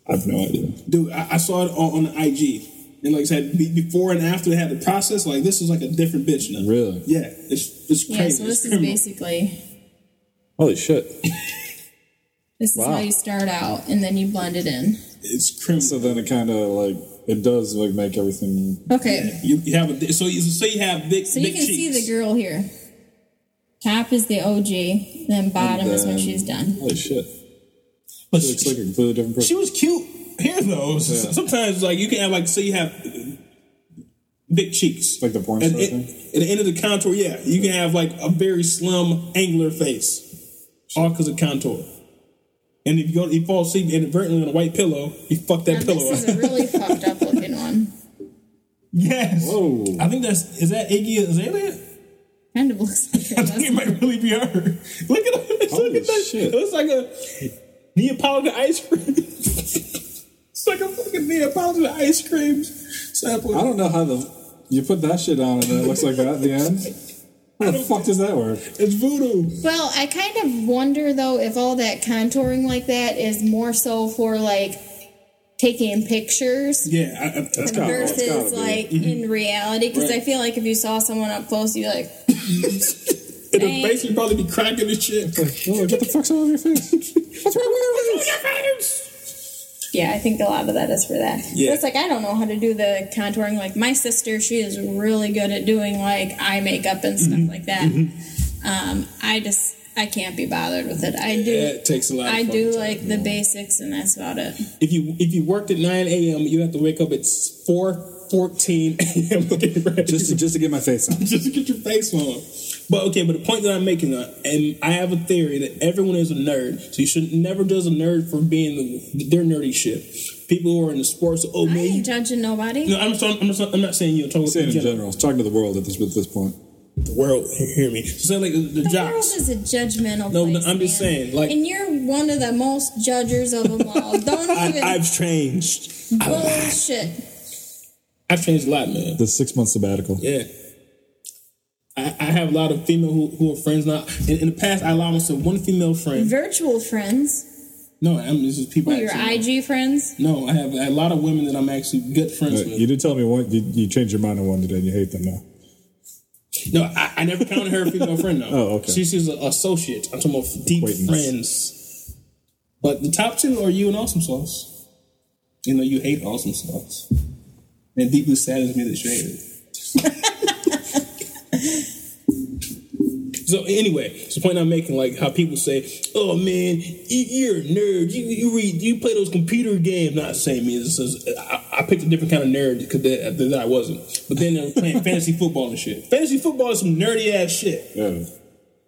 Speaker 8: I have no idea.
Speaker 1: dude, I, I saw it on, on the IG. And like I said, be, before and after they had the process, like this is like a different bitch now.
Speaker 8: Really?
Speaker 1: Yeah, it's it's crazy.
Speaker 9: yeah, so
Speaker 1: It's
Speaker 9: this is
Speaker 1: criminal.
Speaker 9: basically
Speaker 8: Holy shit.
Speaker 9: this is
Speaker 8: Wow.
Speaker 9: how you start out, and then you blend it in.
Speaker 1: It's criminal.
Speaker 8: <laughs> So then it kind of like it does like make everything.
Speaker 9: Okay,
Speaker 1: you, you have a so you so you have big
Speaker 9: so you
Speaker 1: big
Speaker 9: can
Speaker 1: cheeks.
Speaker 9: see the girl here. Top is the OG, then bottom is when
Speaker 8: then-
Speaker 9: she's done.
Speaker 8: Holy shit!
Speaker 1: But
Speaker 8: It looks like
Speaker 1: she,
Speaker 8: a completely different
Speaker 1: she
Speaker 8: person.
Speaker 1: was cute here though. S-
Speaker 8: Yeah.
Speaker 1: Sometimes like you can have like say you have big cheeks,
Speaker 8: Like the porn
Speaker 1: At,
Speaker 8: star
Speaker 1: at,
Speaker 8: thing?
Speaker 1: at the end of the contour, yeah, you can have like a very slim angular face, all because of contour. And if you go, you fall asleep inadvertently on a white pillow, you fuck that
Speaker 9: Now,
Speaker 1: pillow. up.
Speaker 9: this is a really fucked up looking one.
Speaker 1: Yes.
Speaker 8: Whoa.
Speaker 1: I think that's is that Iggy Azalea.
Speaker 9: Kind of looks
Speaker 1: <laughs>
Speaker 9: like
Speaker 1: I
Speaker 9: her.
Speaker 1: think it might really be her. <laughs> Look at
Speaker 8: Holy
Speaker 1: look at that.
Speaker 8: shit.
Speaker 1: It looks like a Neapolitan ice cream. <laughs> it's like a fucking Neapolitan ice cream sample.
Speaker 8: I don't know how the you put that shit on and then it looks like that at the end. How the fuck does that work?
Speaker 1: It's voodoo.
Speaker 9: Well, I kind of wonder though if all that contouring like that is more so for like taking pictures
Speaker 11: Yeah, I, I, that's kind of
Speaker 9: versus like
Speaker 1: Mm-hmm.
Speaker 9: in reality. Because I feel like if you saw someone up close, you'd be like,
Speaker 1: It'll
Speaker 9: Right.
Speaker 1: basically probably be cracking the shit.
Speaker 8: Oh, get the fuck's out of
Speaker 1: <laughs>
Speaker 8: your face. What's wrong with your face?
Speaker 9: yeah, I think a lot of that is for that.
Speaker 1: Yeah.
Speaker 9: But It's like I don't know how to do the contouring. Like my sister, she is really good at doing like eye makeup and stuff
Speaker 1: Mm-hmm.
Speaker 9: like that. Um, I just I can't be bothered with it. I do.
Speaker 1: Yeah, it takes a lot. Of
Speaker 9: I
Speaker 1: fucking
Speaker 9: do
Speaker 1: time.
Speaker 9: like the basics, and that's about it.
Speaker 1: If you if you worked at nine a.m., you have to wake up at four fourteen a.m. to get ready.
Speaker 8: Just to, just to get my face on.
Speaker 1: <laughs> just to get your face on. But okay, but the point that I'm making, uh, and I have a theory that everyone is a nerd, so you should never judge a nerd for being the, their nerdy shit. People who are in the sports, oh
Speaker 9: I
Speaker 1: man,
Speaker 9: ain't
Speaker 1: you,
Speaker 9: judging nobody.
Speaker 1: no, I'm, sorry, I'm, just, I'm not saying you. I'm talking
Speaker 8: I'm saying
Speaker 1: about
Speaker 8: in
Speaker 1: the, gen-
Speaker 8: general, talking to the world at this at this point.
Speaker 1: the world. Hear me. So say like the, the
Speaker 9: The
Speaker 1: jocks.
Speaker 9: world is a judgmental.
Speaker 1: No, no,
Speaker 9: place,
Speaker 1: I'm just
Speaker 9: man.
Speaker 1: saying, like-
Speaker 9: and you're one of the most judgers of them
Speaker 1: <laughs>
Speaker 9: all. Don't
Speaker 1: I,
Speaker 9: even
Speaker 1: I've changed.
Speaker 9: bullshit.
Speaker 1: I've changed a lot, man.
Speaker 8: The six month sabbatical.
Speaker 1: Yeah. I, I have a lot of female who, who are friends now. In, in the past, I allowed myself one female friend.
Speaker 9: Virtual friends,
Speaker 1: No, I'm this is people.
Speaker 9: who
Speaker 1: I
Speaker 9: your
Speaker 1: actually know.
Speaker 9: IG friends.
Speaker 1: No, I have a lot of women that I'm actually good friends
Speaker 8: But
Speaker 1: with.
Speaker 8: you did tell me one. You, you changed your mind on one today, and you hate them now.
Speaker 1: No, I, I never counted her a female friend though.
Speaker 8: <laughs> Oh, okay.
Speaker 1: She, she's an associate. I'm talking about deep
Speaker 8: Acquaintance.
Speaker 1: friends. But the top two are you and Awesome Sauce. You know you hate Awesome Sauce. And it deeply saddens me that you hate it. So anyway, it's the point I'm making, like how people say, "Oh man, you- you're a nerd. You you read, you play those computer games." Not saying me. This is I, I picked a different kind of nerd because that, that I wasn't. But then they're playing fantasy football and shit. Fantasy football is some nerdy ass shit.
Speaker 8: Yeah.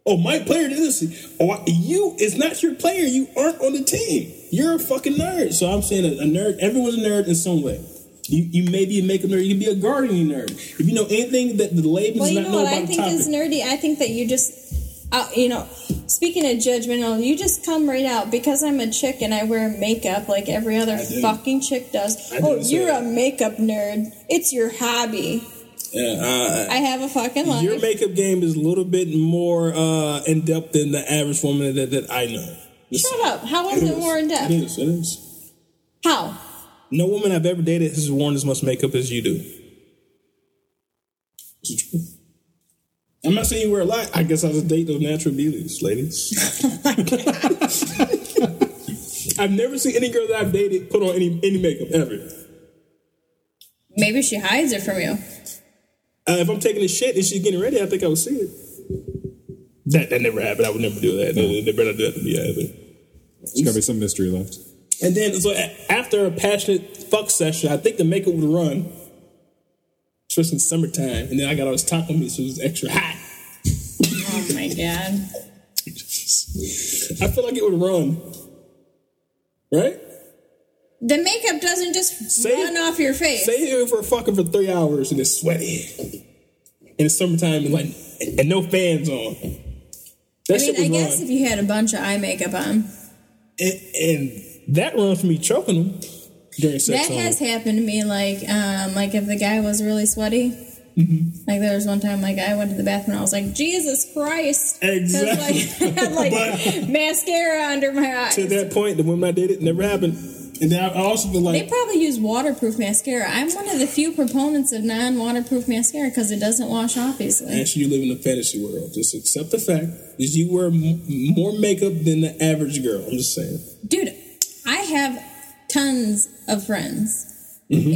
Speaker 1: Oh, my player did this. Oh, I- you is not your player. You aren't on the team. You're a fucking nerd. So I'm saying a, a nerd. Everyone's a nerd in some way. You, you may be a makeup nerd. You can be a gardening nerd. If you know anything that the labels
Speaker 9: Well, you
Speaker 1: not
Speaker 9: know
Speaker 1: know
Speaker 9: what
Speaker 1: about
Speaker 9: I
Speaker 1: the
Speaker 9: think
Speaker 1: topic.
Speaker 9: is nerdy. I think that you just, uh, you know, speaking of judgmental, you just come right out because I'm a chick and I wear makeup like every other
Speaker 1: I do.
Speaker 9: fucking chick does.
Speaker 1: I do
Speaker 9: oh,
Speaker 1: the
Speaker 9: you're a
Speaker 1: same.
Speaker 9: makeup nerd. It's your hobby.
Speaker 1: yeah,
Speaker 9: I have a fucking
Speaker 1: uh,
Speaker 9: life.
Speaker 1: your makeup game is a little bit more uh, in depth than the average woman that, that I know.
Speaker 9: Shut up. How is
Speaker 1: It
Speaker 9: it more in
Speaker 1: It
Speaker 9: depth?
Speaker 1: is. It is.
Speaker 9: How?
Speaker 1: No woman I've ever dated has worn as much makeup as you do. Is it true? I'm not saying you wear a lot. I guess I just date those natural beauties,
Speaker 9: <laughs>
Speaker 1: ladies. <laughs> I've never seen any girl that I've dated put on any any makeup ever.
Speaker 9: Maybe she hides it from you.
Speaker 1: Uh, if I'm taking a shit and she's getting ready, I think I would see it. That that never happened. I would never do that. They, they better not do that to me either.
Speaker 8: There's gotta be some mystery left.
Speaker 1: And then, so a- after a passionate fuck session, I think the makeup would run, especially in summertime. And then I got all this top on me, so it was extra hot. <laughs>
Speaker 9: Oh my god.
Speaker 1: I feel like it would run, right?
Speaker 9: The makeup doesn't just
Speaker 1: Say-
Speaker 9: run off your face.
Speaker 1: Say you were fucking for three hours and it's sweaty, and it's summertime and like and no fans on. That
Speaker 9: I mean,
Speaker 1: shit
Speaker 9: I
Speaker 1: would
Speaker 9: guess
Speaker 1: run,
Speaker 9: if you had a bunch of eye makeup on,
Speaker 1: and, and that runs for me choking them during sex.
Speaker 9: that
Speaker 1: on.
Speaker 9: has happened to me. Like, um, like if the guy was really sweaty.
Speaker 1: Mm-hmm.
Speaker 9: Like there was one time, like I went to the bathroom. I was like, Jesus Christ! 'Cause,
Speaker 1: Exactly.
Speaker 9: Like, <laughs> I had, like
Speaker 1: But-
Speaker 9: mascara under my eyes.
Speaker 1: to that point, the women I did it never happened. And then I also feel
Speaker 9: They
Speaker 1: like
Speaker 9: probably use waterproof mascara. I'm one of the few proponents of non-waterproof mascara because it doesn't wash off easily.
Speaker 1: actually you live in a fantasy world. Just accept the fact that you wear m- more makeup than the average girl. I'm just saying.
Speaker 9: dude, I have tons of friends,
Speaker 1: Mm-hmm.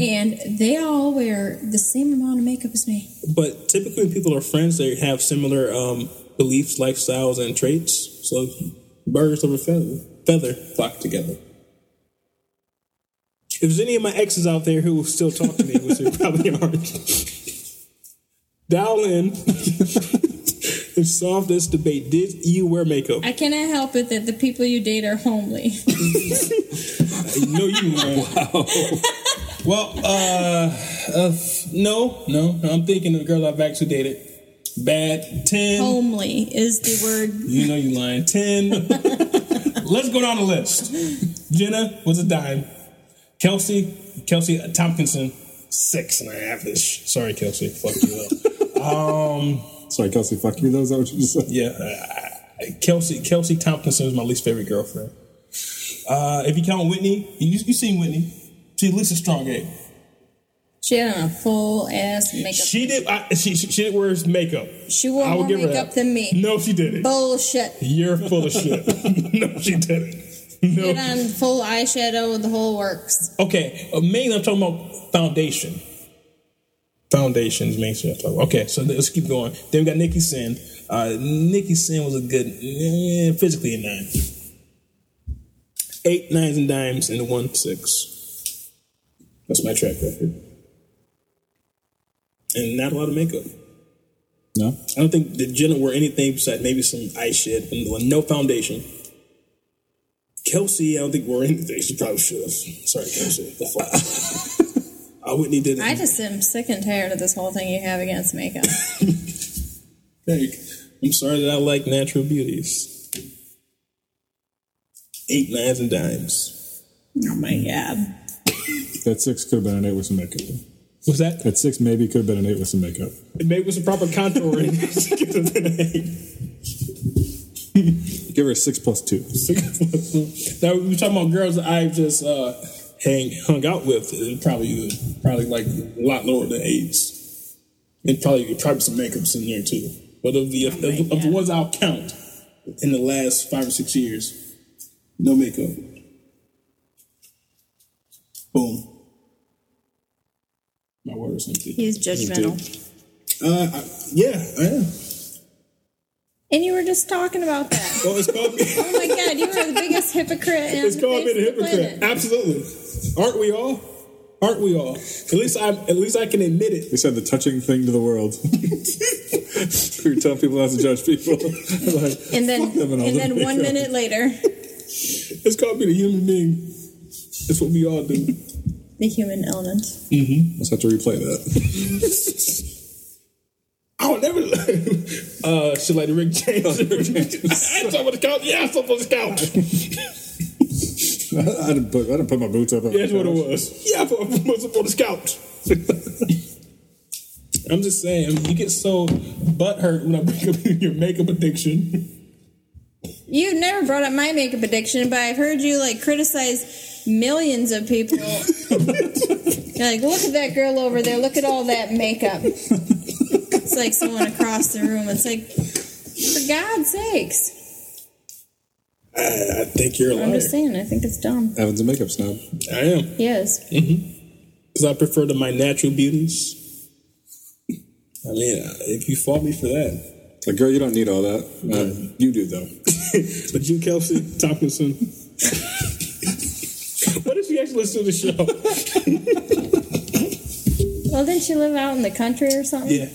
Speaker 9: and they all wear the same amount of makeup as me.
Speaker 1: But typically, when people are friends, they have similar um, beliefs, lifestyles, and traits. So birds of a feather, feather flock together. If there's any of my exes out there who will still talk to me, which they probably aren't, dial in <laughs> and solve this debate. Did you wear makeup?
Speaker 9: I cannot help it that the people you date
Speaker 1: <laughs>
Speaker 9: are homely.
Speaker 1: No, you weren't. Well, uh, uh, f- no, no, no. I'm thinking of the girl I've actually dated. Bad ten.
Speaker 9: homely is the word.
Speaker 1: You know you lying. Ten. Let's go down the list. Jenna was a dime. Kelsey, Kelsey Tompkinson, six and a half ish. Sorry, Kelsey, fuck you up. um,
Speaker 8: Sorry, Kelsey, fuck you. That was that what you just <laughs> said?
Speaker 1: Yeah, Uh, I- I- Kelsey Kelsey Tompkinson is my least favorite girlfriend. Uh, if you count Whitney, you you seen Whitney? She's at least a strong eight.
Speaker 9: She had on a full ass makeup. She,
Speaker 1: She did. I, she she she did wear makeup.
Speaker 9: wore
Speaker 1: I will
Speaker 9: more
Speaker 1: give her
Speaker 9: makeup
Speaker 1: that.
Speaker 9: than me.
Speaker 1: No, she didn't.
Speaker 9: Bullshit.
Speaker 1: You're full of shit. <laughs> no, she didn't. No.
Speaker 9: Get on full eyeshadow, the whole works.
Speaker 1: Okay, uh, mainly I'm talking about foundation. Foundations, main stuff. Okay, so let's keep going. Then we got Nikki Sin. Uh, Nikki Sin was a good, eh, physically a nine. Eight nines and dimes and a one six. That's my track record. And not a lot of makeup.
Speaker 8: No.
Speaker 1: I don't think that Jenna wore anything besides maybe some eye shit, but no foundation. Kelsey, I don't think wore anything. She probably should have. Sorry, Kelsey. The fuck? I Whitney did it.
Speaker 9: I just am sick and tired of this whole thing you have
Speaker 1: <laughs>
Speaker 9: against makeup.
Speaker 1: Like, I'm sorry that I like natural beauties. Eight nines and dimes.
Speaker 9: oh my god.
Speaker 8: That six could have been an eight with some makeup.
Speaker 1: Was that
Speaker 8: That six maybe could have been an eight with some makeup.
Speaker 1: maybe it was a proper <laughs> contouring?
Speaker 8: Give her a six plus two.
Speaker 1: now we're talking about girls that I've just uh, hang hung out with. uh, Probably probably like a lot lower than eights, and probably probably some makeups in there too. But of the of, of, the ones I'll count in the last five or six years, no makeup. Boom. My words empty.
Speaker 9: He's judgmental.
Speaker 1: Uh, I, yeah, I am.
Speaker 9: And you were just talking about that.
Speaker 1: Well, it's called <laughs>
Speaker 9: oh my god, you are the biggest hypocrite in
Speaker 1: It's
Speaker 9: the
Speaker 1: called
Speaker 9: face
Speaker 1: being a
Speaker 9: of the
Speaker 1: hypocrite.
Speaker 9: planet.
Speaker 1: Absolutely. Aren't we all? Aren't we all? At least I at least I can admit it.
Speaker 8: They said the touching thing to the <laughs> world. we tell people not to judge <laughs> people. like,
Speaker 9: And then,
Speaker 8: fuck them all
Speaker 9: and
Speaker 8: their
Speaker 9: then one
Speaker 8: makeup. <laughs>
Speaker 9: minute later,
Speaker 1: It's called being a human being. It's what we all do.
Speaker 9: the human element.
Speaker 8: Let's have to replay that. <laughs>
Speaker 1: I don't never <laughs> uh shit like the Rick <laughs> James. I ain't talking about the couch. Yeah, I'm talking about the couch.
Speaker 8: I, I, didn't put, I didn't put my boots up. on
Speaker 1: That's
Speaker 8: the
Speaker 1: what it
Speaker 8: couch.
Speaker 1: was. Yeah, I put my up on the couch. <laughs> I'm just saying, you get so butthurt when I bring up <laughs> your makeup addiction.
Speaker 9: You've never brought up my makeup addiction, but I've heard you like criticize millions
Speaker 8: <laughs>
Speaker 9: of people. You're like, look at that girl over there. Look at all that makeup. It's like someone across the room. It's like, for God's sakes.
Speaker 1: I, I think you're a
Speaker 9: I'm
Speaker 1: liar.
Speaker 9: just saying, I think it's dumb.
Speaker 8: Evan's a makeup snob.
Speaker 1: I am.
Speaker 9: Yes.
Speaker 1: because I prefer to my natural beauties. I mean, uh, if you fault me for that, <laughs>
Speaker 8: It's like, girl, you don't need all that. Uh, you do, though.
Speaker 1: but you, Kelsey Tompkinson, <laughs> what if you actually listen to the show?
Speaker 9: Well, didn't you live out in the country or something?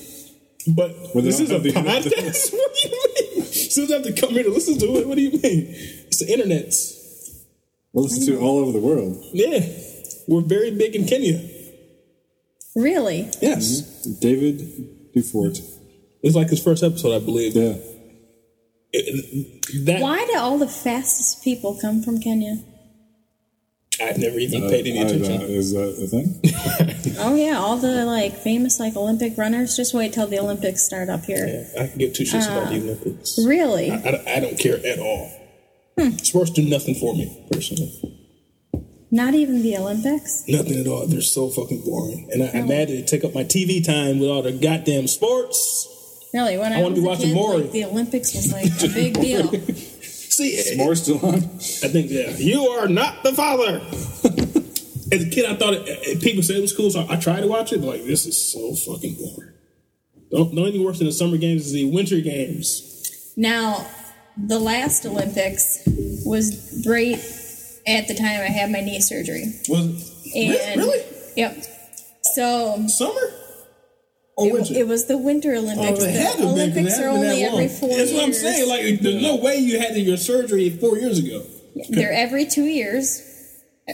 Speaker 1: but
Speaker 8: Well, they
Speaker 1: this
Speaker 8: don't
Speaker 1: is a
Speaker 8: have the-
Speaker 1: podcast. <laughs> what do you mean? Still have to come here to listen to it. What do you mean? It's the internet.
Speaker 8: Well, listen to all over the world.
Speaker 1: Yeah, we're very big in Kenya.
Speaker 9: Really?
Speaker 1: Yes,
Speaker 8: David Dufort.
Speaker 1: it's like his first episode, I believe.
Speaker 8: Yeah.
Speaker 1: It- it- that
Speaker 9: Why do all the fastest people come from Kenya?
Speaker 1: I've never even
Speaker 8: Uh,
Speaker 1: paid any
Speaker 8: I- uh,
Speaker 1: attention.
Speaker 8: is that a thing?
Speaker 9: Oh yeah, all the like famous like Olympic runners. Just wait till the Olympics start up here.
Speaker 1: Yeah, I can give two shits about the Olympics.
Speaker 9: Really?
Speaker 1: I, I- I don't care at all.
Speaker 9: Hmm.
Speaker 1: Sports do nothing for me personally.
Speaker 9: Not even the Olympics?
Speaker 1: Nothing at all. They're so fucking boring. And I, I'm mad that they take up my TV time with all the goddamn sports.
Speaker 9: Really? When I,
Speaker 1: wanna
Speaker 9: was
Speaker 1: be
Speaker 9: a
Speaker 1: watching
Speaker 9: kid,
Speaker 1: Maury.
Speaker 9: Like, the Olympics was like
Speaker 1: <laughs>
Speaker 9: a big deal.
Speaker 1: See, I-
Speaker 8: More still on?
Speaker 1: I think yeah, you are not the father. <laughs> As a kid, I thought it, it- people said it was cool, so I tried to watch it. But like, this is so fucking boring. Don't know any worse than the summer games is the winter games.
Speaker 9: Now, the last Olympics was great. At the time, I had my knee surgery.
Speaker 1: Was it
Speaker 9: And,
Speaker 1: really
Speaker 9: Yep. So
Speaker 1: summer or
Speaker 9: it,
Speaker 1: winter?
Speaker 9: it was the Winter
Speaker 1: Oh,
Speaker 9: Olympics.
Speaker 1: it had to be, 'cause
Speaker 9: the
Speaker 1: it
Speaker 9: Olympics
Speaker 1: hadn't
Speaker 9: are
Speaker 1: been that
Speaker 9: only every
Speaker 1: long.
Speaker 9: four
Speaker 1: That's
Speaker 9: years.
Speaker 1: what I'm saying. Like, there's no way you had your surgery four years ago.
Speaker 9: They're every two years.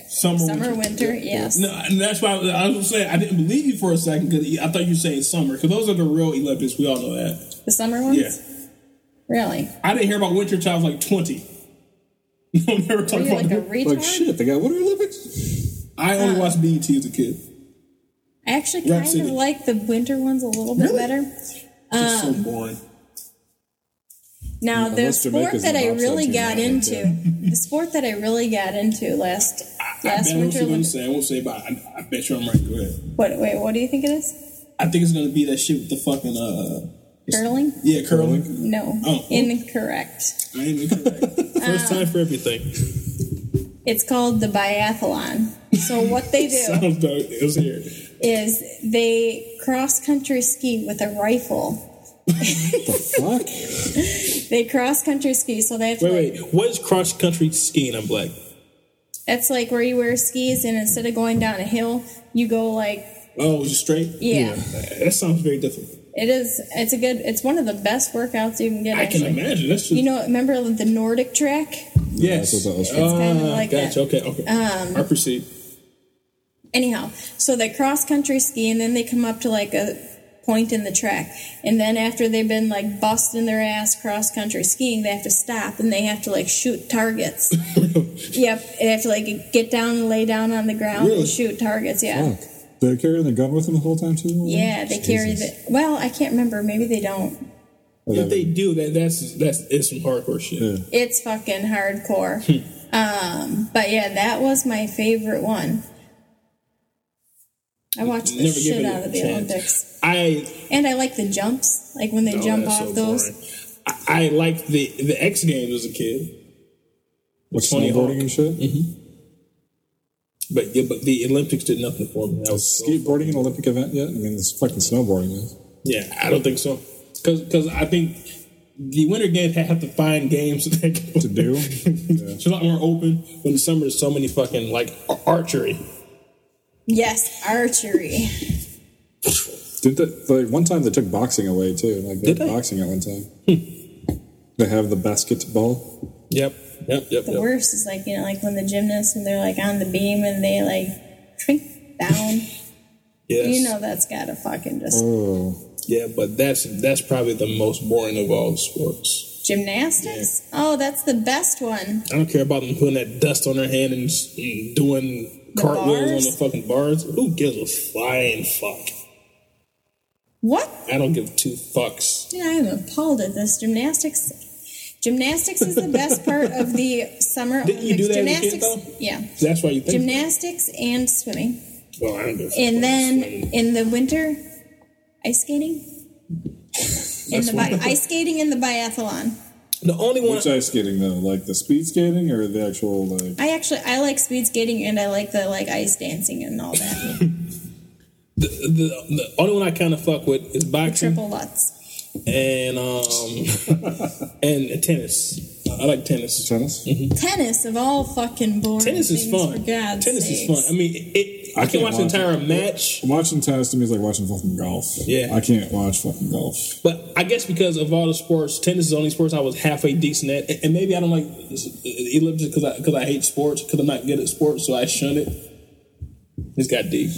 Speaker 1: Summer,
Speaker 9: Summer, winter, yes.
Speaker 1: No, and that's why I was, I was gonna say I didn't believe you for a second because I thought you were saying summer because those are the real Olympics. We all know that.
Speaker 9: The summer ones?
Speaker 1: Yeah,
Speaker 9: Really?
Speaker 1: I didn't hear about winter until I was like twenty. <laughs> No, never
Speaker 9: Are
Speaker 1: talking
Speaker 9: you
Speaker 1: about.
Speaker 9: like a uh,
Speaker 1: it.
Speaker 9: retard?
Speaker 8: Like, shit, they got Winter Olympics?
Speaker 1: I only watched BET as a kid.
Speaker 9: I actually
Speaker 1: Yeah, I've
Speaker 9: kind
Speaker 1: seen
Speaker 9: of
Speaker 1: it.
Speaker 9: like the winter ones a little bit better. Um,
Speaker 1: Just so boring.
Speaker 9: Now, the
Speaker 8: unless
Speaker 9: sport
Speaker 8: Jamaica's
Speaker 9: that
Speaker 8: in
Speaker 9: I
Speaker 8: bobsled
Speaker 9: really
Speaker 8: team,
Speaker 9: got
Speaker 8: I don't
Speaker 9: into,
Speaker 8: care.
Speaker 9: <laughs> the sport that I really got into last
Speaker 1: I
Speaker 9: last
Speaker 1: bet
Speaker 9: winter.
Speaker 1: what you're gonna
Speaker 9: Olympics-
Speaker 1: say. I won't say, but I, I bet you I'm right. Go ahead.
Speaker 9: What? Wait, what do you think it is?
Speaker 1: I think it's gonna be that shit with the fucking uh,
Speaker 9: Curling?
Speaker 1: yeah, curling.
Speaker 9: No,
Speaker 1: Oh.
Speaker 9: incorrect.
Speaker 1: I ain't incorrect. First time for everything.
Speaker 9: It's called the biathlon. So what
Speaker 1: <laughs>
Speaker 9: they do.
Speaker 1: Sounds dope. It was here.
Speaker 9: is they cross country ski with a rifle.
Speaker 8: Fuck.
Speaker 9: They cross country ski, so they have to.
Speaker 1: Wait,
Speaker 9: like,
Speaker 1: wait. What is cross country skiing? I'm black.
Speaker 9: That's like where you wear skis, and instead of going down a hill, you go like
Speaker 1: Oh, just straight.
Speaker 9: Yeah.
Speaker 1: That sounds very difficult.
Speaker 9: it is. It's a good. It's one of the best workouts you can get.
Speaker 1: I can
Speaker 9: actually.
Speaker 1: imagine. That's just
Speaker 9: You know, remember the Nordic track?
Speaker 1: yes.
Speaker 8: That's what that was for.
Speaker 9: It's kind of
Speaker 1: Ah,
Speaker 9: like um,
Speaker 1: gotcha.
Speaker 9: that.
Speaker 1: Okay. Okay. I proceed.
Speaker 9: Anyhow, so they cross country ski, and then they come up to like a point in the track, and then after they've been like busting their ass cross country skiing, they have to stop and they have to like
Speaker 1: <laughs>
Speaker 9: shoot targets. Yep, they have to like get down and lay down on the ground
Speaker 1: Really?
Speaker 9: and shoot targets. Yeah,
Speaker 8: Fuck. They're carrying the gun with them the whole time too.
Speaker 9: yeah, they carry the. Well, I can't remember. Maybe they don't.
Speaker 1: If they do that, that's that's it's some hardcore shit.
Speaker 8: Yeah.
Speaker 9: It's fucking hardcore.
Speaker 1: Hmm.
Speaker 9: um, but yeah, that was my favorite one. I watched the
Speaker 1: Never give
Speaker 9: shit
Speaker 1: it
Speaker 9: out
Speaker 1: a
Speaker 9: of the
Speaker 1: chance.
Speaker 9: Olympics,
Speaker 1: I
Speaker 9: and I like the jumps, like when they
Speaker 1: Oh,
Speaker 9: jump
Speaker 1: that's
Speaker 9: off
Speaker 1: so
Speaker 9: those.
Speaker 1: boring. I, I liked the the X Games as a kid,
Speaker 8: With
Speaker 1: Tony Hawk.
Speaker 8: snowboarding and shit.
Speaker 1: but yeah, but the Olympics did nothing for me. That was so-
Speaker 8: Skateboarding an Olympic event yet? I mean, it's fucking snowboarding. Is.
Speaker 1: yeah, I don't think so. Because I think the Winter Games have to find games <laughs> that
Speaker 8: To do?
Speaker 1: It's a lot more open when the summer is so many fucking like ar- archery.
Speaker 9: Yes, archery.
Speaker 8: Did that like one time they took boxing away too? Like they
Speaker 1: Did
Speaker 8: had
Speaker 1: they?
Speaker 8: boxing at one time. they have the basketball.
Speaker 1: Yep, yep, yep.
Speaker 9: The
Speaker 1: yep.
Speaker 9: worst is like you know, like when the gymnasts and they're like on the beam and they like shrink down.
Speaker 1: Yes.
Speaker 9: You know that's gotta fucking just
Speaker 8: Oh,
Speaker 1: Yeah, but that's that's probably the most boring of all the sports.
Speaker 9: gymnastics. Oh, that's the best one.
Speaker 1: I don't care about them putting that dust on their hand and, s- and doing
Speaker 9: The
Speaker 1: cartwheels
Speaker 9: bars?
Speaker 1: on the fucking bars. Who gives a flying fuck?
Speaker 9: What?
Speaker 1: I don't give two fucks.
Speaker 9: Dude, I am appalled at this gymnastics. Gymnastics is the best part of the
Speaker 1: <laughs>
Speaker 9: summer
Speaker 1: Didn't you
Speaker 9: Olympics.
Speaker 1: do that as a kid,
Speaker 9: gymnastics,
Speaker 1: though?
Speaker 9: yeah.
Speaker 1: That's why you think.
Speaker 9: Gymnastics and swimming,
Speaker 1: Well, I don't give a fuck
Speaker 9: and
Speaker 1: about
Speaker 9: then
Speaker 1: swimming.
Speaker 9: in the winter, ice
Speaker 1: <laughs>
Speaker 9: skating. In the bi- ice skating in the biathlon.
Speaker 1: the only one.
Speaker 8: which ice skating though? Like the speed skating or the actual like?
Speaker 9: I actually I like speed skating and I like the like ice dancing and
Speaker 1: <laughs>
Speaker 9: all that.
Speaker 1: The, the, the only one I kind of fuck with is boxing
Speaker 9: Triple Lutz.
Speaker 1: and um <laughs> and tennis. I like tennis.
Speaker 8: <laughs> Tennis?
Speaker 9: Tennis of all fucking boring.
Speaker 1: Tennis is
Speaker 9: things,
Speaker 1: fun.
Speaker 9: For God's
Speaker 1: Tennis
Speaker 9: sakes.
Speaker 1: is fun. I mean, it, it, I,
Speaker 8: I
Speaker 1: can
Speaker 8: can't
Speaker 1: watch the
Speaker 8: watch
Speaker 1: entire match,
Speaker 8: Watching tennis to me is like watching fucking golf.
Speaker 1: Yeah.
Speaker 8: I can't watch fucking golf.
Speaker 1: but I guess because of all the sports, tennis is the only sports I was halfway decent at, and, and maybe I don't like the Olympics because I because I hate sports because I'm not good at sports, so I shun it. It's got deep.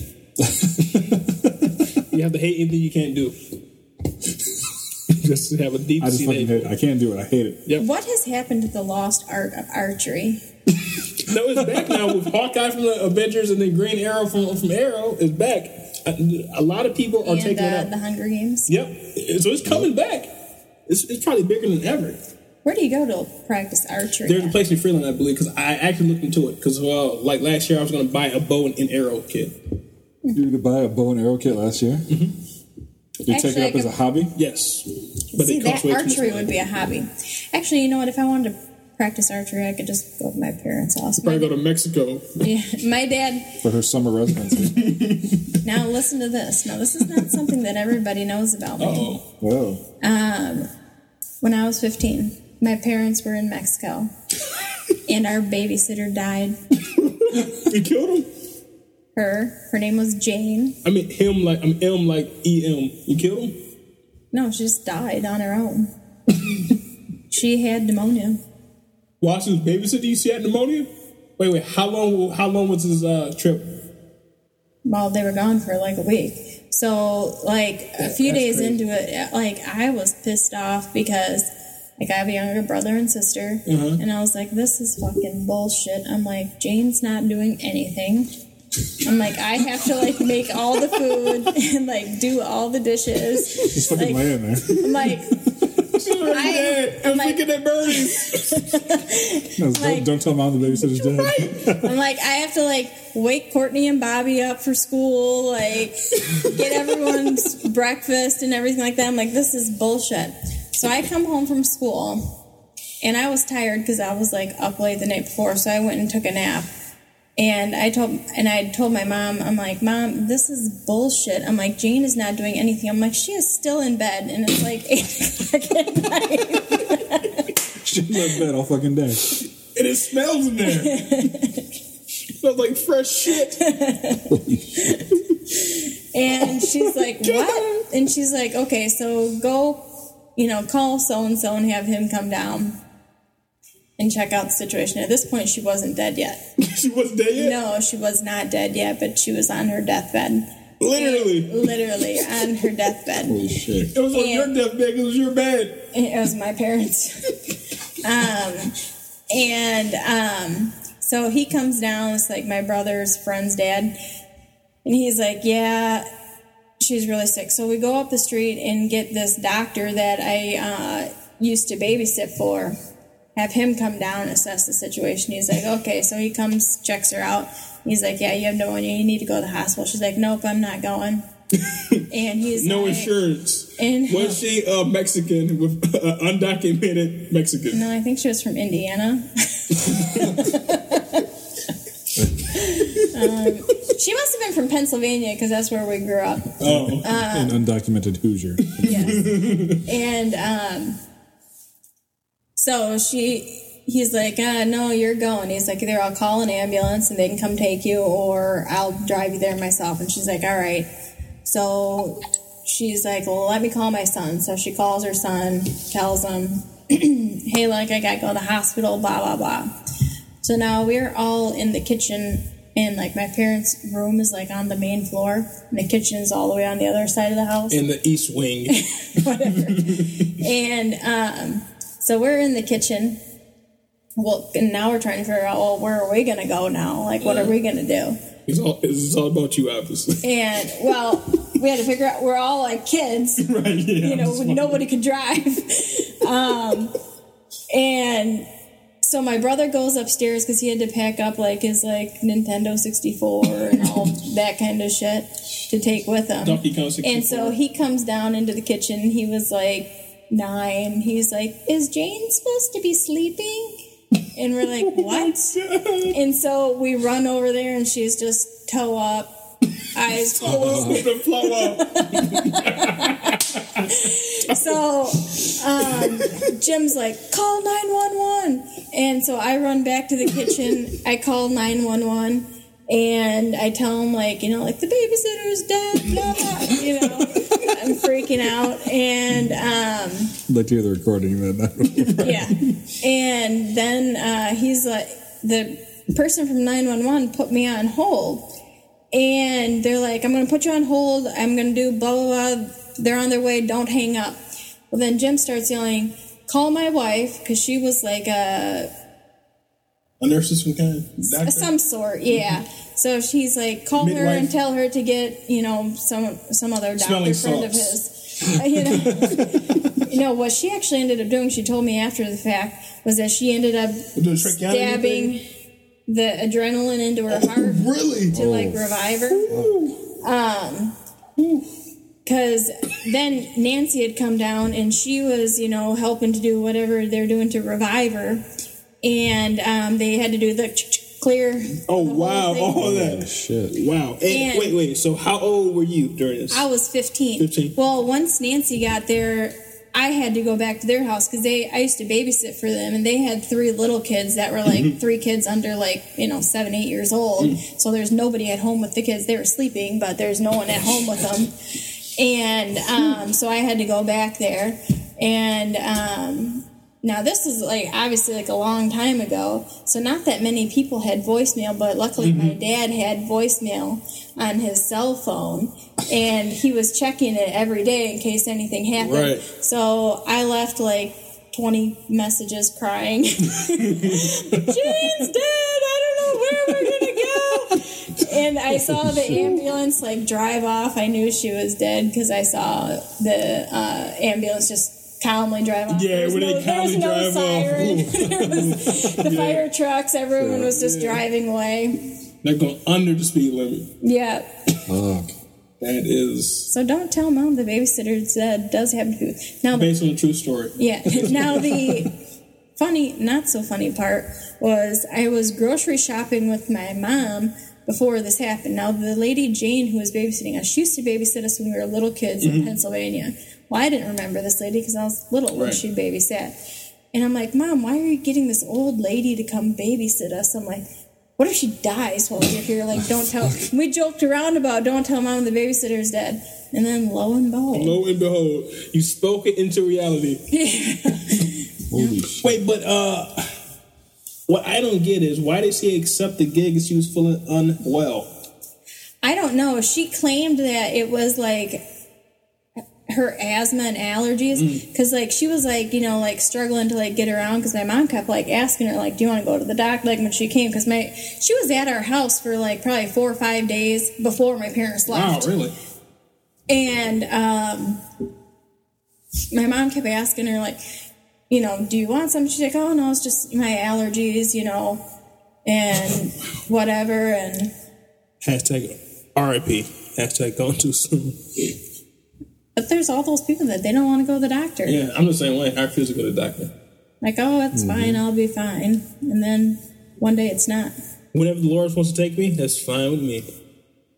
Speaker 1: <laughs> you have to hate anything you can't do. <laughs> Just have a deep
Speaker 8: I just fucking
Speaker 1: seated.
Speaker 8: hate it. I can't do it. I hate it.
Speaker 9: What has happened to the lost art of archery?
Speaker 1: No, it's back now with Hawkeye from the Avengers and then Green Arrow from, from Arrow is back. A, a lot of people are
Speaker 9: and
Speaker 1: taking it
Speaker 9: uh,
Speaker 1: up.
Speaker 9: the Hunger Games.
Speaker 1: Yep. So it's coming back. It's, it's probably bigger than ever.
Speaker 9: Where do you go to practice archery?
Speaker 1: There's a
Speaker 9: at?
Speaker 1: place in Freeland, I believe, because I actually looked into it. Because uh, like last year, I was going to buy a bow and an arrow kit.
Speaker 8: You could buy a bow and arrow kit last year.
Speaker 1: Mm-hmm.
Speaker 8: You take
Speaker 9: Actually,
Speaker 8: it
Speaker 9: I
Speaker 8: up as a
Speaker 9: could-
Speaker 8: hobby.
Speaker 1: Yes, but
Speaker 9: See
Speaker 1: it costs
Speaker 9: that
Speaker 1: way too much
Speaker 9: archery
Speaker 1: money.
Speaker 9: would be a hobby. Actually, you know what? If I wanted to practice archery, I could just go to my parents' house. My,
Speaker 1: Probably go to Mexico. <laughs>
Speaker 9: yeah, my dad. <laughs>
Speaker 8: for her summer residency.
Speaker 9: Now listen to this. Now this is not something that everybody knows about me.
Speaker 1: Oh,
Speaker 8: Whoa.
Speaker 9: Um, when I was 15, my parents were
Speaker 1: <laughs>
Speaker 9: in Mexico, and our babysitter died.
Speaker 1: you killed him.
Speaker 9: Her, her name was Jane.
Speaker 1: I mean, him like I'm M like E M. You killed him.
Speaker 9: No, she just died on
Speaker 1: <laughs>
Speaker 9: her own. she had pneumonia.
Speaker 1: While she was babysitting, you see had pneumonia. Wait, wait. How long? How long was his uh, trip?
Speaker 9: Well, they were gone for like a week. So, like a few
Speaker 1: that's
Speaker 9: days
Speaker 1: crazy.
Speaker 9: into it, uh, like I was pissed off because, like, I have a younger brother and sister,
Speaker 1: Mm-hmm.
Speaker 9: and I was like, "This is fucking bullshit." I'm like, Jane's not doing anything. I'm like, I have to like make all the food <laughs> and like do all the dishes.
Speaker 8: Just fucking
Speaker 9: Like-
Speaker 8: laying there.
Speaker 1: <laughs>
Speaker 9: I'm like, I, I'm like,
Speaker 1: at birdies.
Speaker 8: No, don't,
Speaker 9: Like-
Speaker 8: don't tell mom the
Speaker 9: <laughs>
Speaker 8: babysitter's dead.
Speaker 9: I'm like, I have to like wake Courtney and Bobby up for school, like get everyone's breakfast and everything like that. I'm like, this is bullshit. So I come home from school and I was tired because I was like up late the night before, so I went and took a nap. And I told and I told my mom, I'm like, Mom, this is bullshit. I'm like, Jane is not doing anything. I'm like, she is still in bed and it's like eight o'clock at night.
Speaker 8: She's in bed all fucking day.
Speaker 1: And it smells in there.
Speaker 9: <laughs>
Speaker 1: smells like fresh shit. <laughs>
Speaker 9: And she's like, What? And she's like, Okay, so go, you know, call so and so and have him come down and check out the situation. At this point, she wasn't dead yet.
Speaker 1: She wasn't dead yet.
Speaker 9: No, she was not dead yet, but she was on her deathbed.
Speaker 1: Literally.
Speaker 9: Literally on her deathbed.
Speaker 8: Holy shit.
Speaker 1: It was on
Speaker 9: Yeah.
Speaker 1: your deathbed. It was your bed.
Speaker 9: It was my parents. <laughs> um, and um, so he comes down, it's like my brother's friend's dad, and he's like, Yeah, she's really sick. So we go up the street and get this doctor that I uh, used to babysit for, have him come down, assess the situation. He's like, Okay, so he comes, checks her out. He's like, Yeah, you have pneumonia, you need to go to the hospital. She's like, Nope, I'm not
Speaker 1: <laughs>
Speaker 9: going. and he's
Speaker 1: No
Speaker 9: like,
Speaker 1: insurance.
Speaker 9: And-
Speaker 1: was she a Mexican with uh, undocumented Mexican?
Speaker 9: No, I think she was from Indiana. <laughs> Um, she must have been from Pennsylvania because that's where we grew up.
Speaker 1: Oh,
Speaker 8: An undocumented Hoosier.
Speaker 9: And um, so she, he's like, uh, "No, you're going." He's like, "Either I'll call an ambulance and they can come take you, or I'll drive you there myself." And she's like, "All right." So she's like, "Well, let me call my son." So she calls her son, tells him, <clears throat> "Hey, look, I got to go to the hospital." Blah blah blah. So now we're all in the kitchen, and like my parents' room is like on the main floor, and the kitchen is all the way on the other side of the house
Speaker 1: in the East Wing.
Speaker 9: <laughs> whatever. and um, so we're in the kitchen. Well, and now we're trying to figure out, well, where are we going to go now? Like, what are we going to do?
Speaker 1: It's all, it's all about you, obviously.
Speaker 9: And, well, we had to figure out, we're all like kids,
Speaker 1: <laughs> right, yeah.
Speaker 9: you
Speaker 1: I'm <laughs>
Speaker 9: know,
Speaker 1: just
Speaker 9: when
Speaker 1: wondering.
Speaker 9: nobody could drive. um, and so my brother goes upstairs because he had to pack up like his like Nintendo 64 and all that kind of shit to take with him.
Speaker 1: Donkey Kong 64.
Speaker 9: And so he comes down into the kitchen. He was like nine. He's like, "Is Jane supposed to be sleeping?" And we're like, "What?" and so we run over there, and she's just toe up, eyes closed.
Speaker 1: <laughs> The flow up.
Speaker 9: so um, Jim's like, call 911. And so I run back to the kitchen. I call 911 and I tell him, like, you know, like the babysitter's dead, blah, blah, you know. I'm freaking out. And, um,
Speaker 8: I'd like to hear the recording <laughs> of that.
Speaker 9: yeah. And then uh, he's like, the person from 911 put me on hold. And they're like, I'm going to put you on hold. I'm going to do blah, blah, blah. They're on their way. Don't hang up. Well, then Jim starts yelling, call my wife, because she was like uh, a,
Speaker 1: A nurse of some kind. Doctor.
Speaker 9: some sort. Yeah. So she's like, call her
Speaker 1: Midwife.
Speaker 9: and tell her to get, you know, some some other doctor
Speaker 1: Smelling
Speaker 9: friend of
Speaker 1: salts.
Speaker 9: his. Uh, you know, you know <laughs> what she actually ended up doing. She told me after the fact was that she ended up
Speaker 1: Do a tracheotomy
Speaker 9: stabbing
Speaker 1: thing?
Speaker 9: the adrenaline into her heart
Speaker 1: Really? Oh,
Speaker 9: to like revive her. Um, because then Nancy had come down and she was, you know, helping to do whatever they're doing to revive her, and um, they had to do the clear.
Speaker 1: Oh
Speaker 9: the whole
Speaker 1: wow!
Speaker 9: thing.
Speaker 1: All that.
Speaker 8: Shit.
Speaker 1: Wow. And,
Speaker 9: And-
Speaker 1: wait, wait. So how old were you during this?
Speaker 9: I was 15.
Speaker 1: 15.
Speaker 9: Well, once Nancy got there, I had to go back to their house because they I used to babysit for them, and they had three little kids that were like three kids under like you know seven eight years old. So there's nobody at home with the kids. They were sleeping, but there's no one at home with them. And um, so I had to go back there, and um, now this is like obviously like a long time ago, so not that many people had voicemail, but luckily my dad had voicemail on his cell phone and he was checking it every day in case anything happened.
Speaker 1: Right.
Speaker 9: So I left like 20 messages crying. <laughs> Jane's dead. I don't know where we're going to go. And
Speaker 1: <laughs>
Speaker 9: I I saw the ambulance like drive off, I knew she was dead because I saw the uh, ambulance just calmly drive off.
Speaker 1: Yeah,
Speaker 9: There was
Speaker 1: when they
Speaker 9: no, there was
Speaker 1: calmly
Speaker 9: no
Speaker 1: drive off.
Speaker 9: siren.
Speaker 1: <laughs>
Speaker 9: <laughs> there was the fire trucks. Everyone was just driving away.
Speaker 1: They're going under the speed limit.
Speaker 9: Yeah.
Speaker 8: Fuck.
Speaker 1: That is
Speaker 9: So don't tell mom the babysitter's dead. Does have to do now. The
Speaker 1: based on a true story.
Speaker 9: Yeah. Now the funny, not so funny part was I was grocery shopping with my mom before this happened. Now the lady Jane who was babysitting us, she used to babysit us when we were little kids in Pennsylvania. Well, I didn't remember this lady because I was little when
Speaker 1: Right.
Speaker 9: she babysat. And I'm like, Mom, why are you getting this old lady to come babysit us? I'm like, what if she dies while you're here? Like, don't tell. We joked around about don't tell mom the babysitter's dead. And then lo and behold.
Speaker 1: Lo and behold, you spoke it into reality.
Speaker 9: <laughs>
Speaker 8: Holy shit.
Speaker 1: Wait, but uh, what I don't get is why did she accept the gig if she was feeling unwell?
Speaker 9: I don't know. She claimed that it was like her asthma and allergies because like she was like you know like struggling to like get around because my mom kept like asking her like do you want to go to the doctor like when she came because my she was at our house for like probably four or five days before my parents left
Speaker 1: really?
Speaker 9: and um, my mom kept asking her, like, you know, do you want something? She's like, oh, no, it's just my allergies, you know, and whatever. And
Speaker 1: Hashtag RIP. Hashtag gone too soon.
Speaker 9: But there's all those people that they don't want to go to the doctor.
Speaker 1: Yeah, I'm the same way. I refuse to go to the doctor.
Speaker 9: Like, oh, it's
Speaker 1: Mm-hmm.
Speaker 9: fine, I'll be fine. And then one day it's not.
Speaker 1: Whenever the Lord wants to take me, that's fine with me.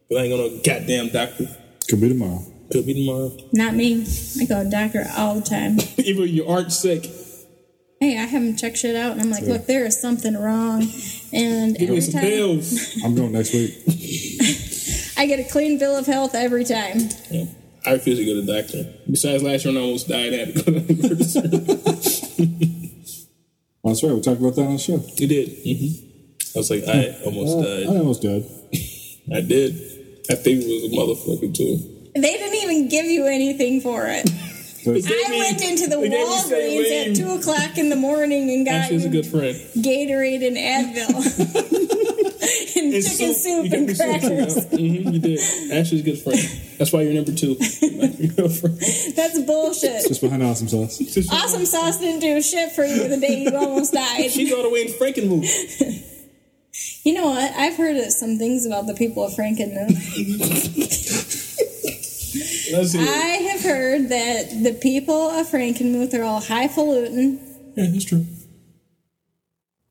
Speaker 1: But I ain't going to goddamn doctor.
Speaker 8: Could be tomorrow.
Speaker 1: Could be tomorrow. <laughs>
Speaker 9: Not me. I go to the doctor all the time.
Speaker 1: Even if you aren't sick,
Speaker 9: hey, I haven't checked shit out. And I'm like, look, there is something wrong. And
Speaker 1: give me
Speaker 9: every
Speaker 1: some
Speaker 9: time
Speaker 1: pills.
Speaker 8: I'm going next week.
Speaker 9: I get a clean bill of health every time.
Speaker 1: Yeah, I refuse to go to the doctor. Besides, last year when I almost died, I had to go to the emergency.
Speaker 8: Oh, that's right. We talked about that on the
Speaker 1: <laughs>
Speaker 8: show.
Speaker 1: You did. Oh. hmm I was like, I almost
Speaker 8: Uh, I
Speaker 1: died.
Speaker 8: almost died.
Speaker 1: I did. I think it was a motherfucker too.
Speaker 9: They didn't even give you anything for it.
Speaker 8: That's-
Speaker 9: I went into the
Speaker 1: they gave me
Speaker 9: Walgreens at
Speaker 1: saline.
Speaker 9: 2 o'clock in the morning and got
Speaker 1: Actually, was a
Speaker 9: you
Speaker 1: good friend.
Speaker 9: Gatorade and Advil. <laughs> and
Speaker 1: It's
Speaker 9: chicken
Speaker 1: so-
Speaker 9: soup
Speaker 1: you
Speaker 9: and
Speaker 1: gave me soup,
Speaker 9: crackers.
Speaker 1: yeah. Mhm, you did. Ashley's a good friend. That's why you're number
Speaker 9: <laughs>
Speaker 1: two. Your girlfriend.
Speaker 9: That's bullshit.
Speaker 8: Just behind awesome sauce.
Speaker 9: Awesome Sauce didn't do shit for you the day
Speaker 1: <laughs>
Speaker 9: you almost died.
Speaker 1: She's all the way in Frankenmuth.
Speaker 9: You know what? I've heard of some things about the people of Frankenmuth.
Speaker 1: Let's see.
Speaker 9: I have heard that the people of Frankenmuth are all highfalutin.
Speaker 1: yeah, that's true.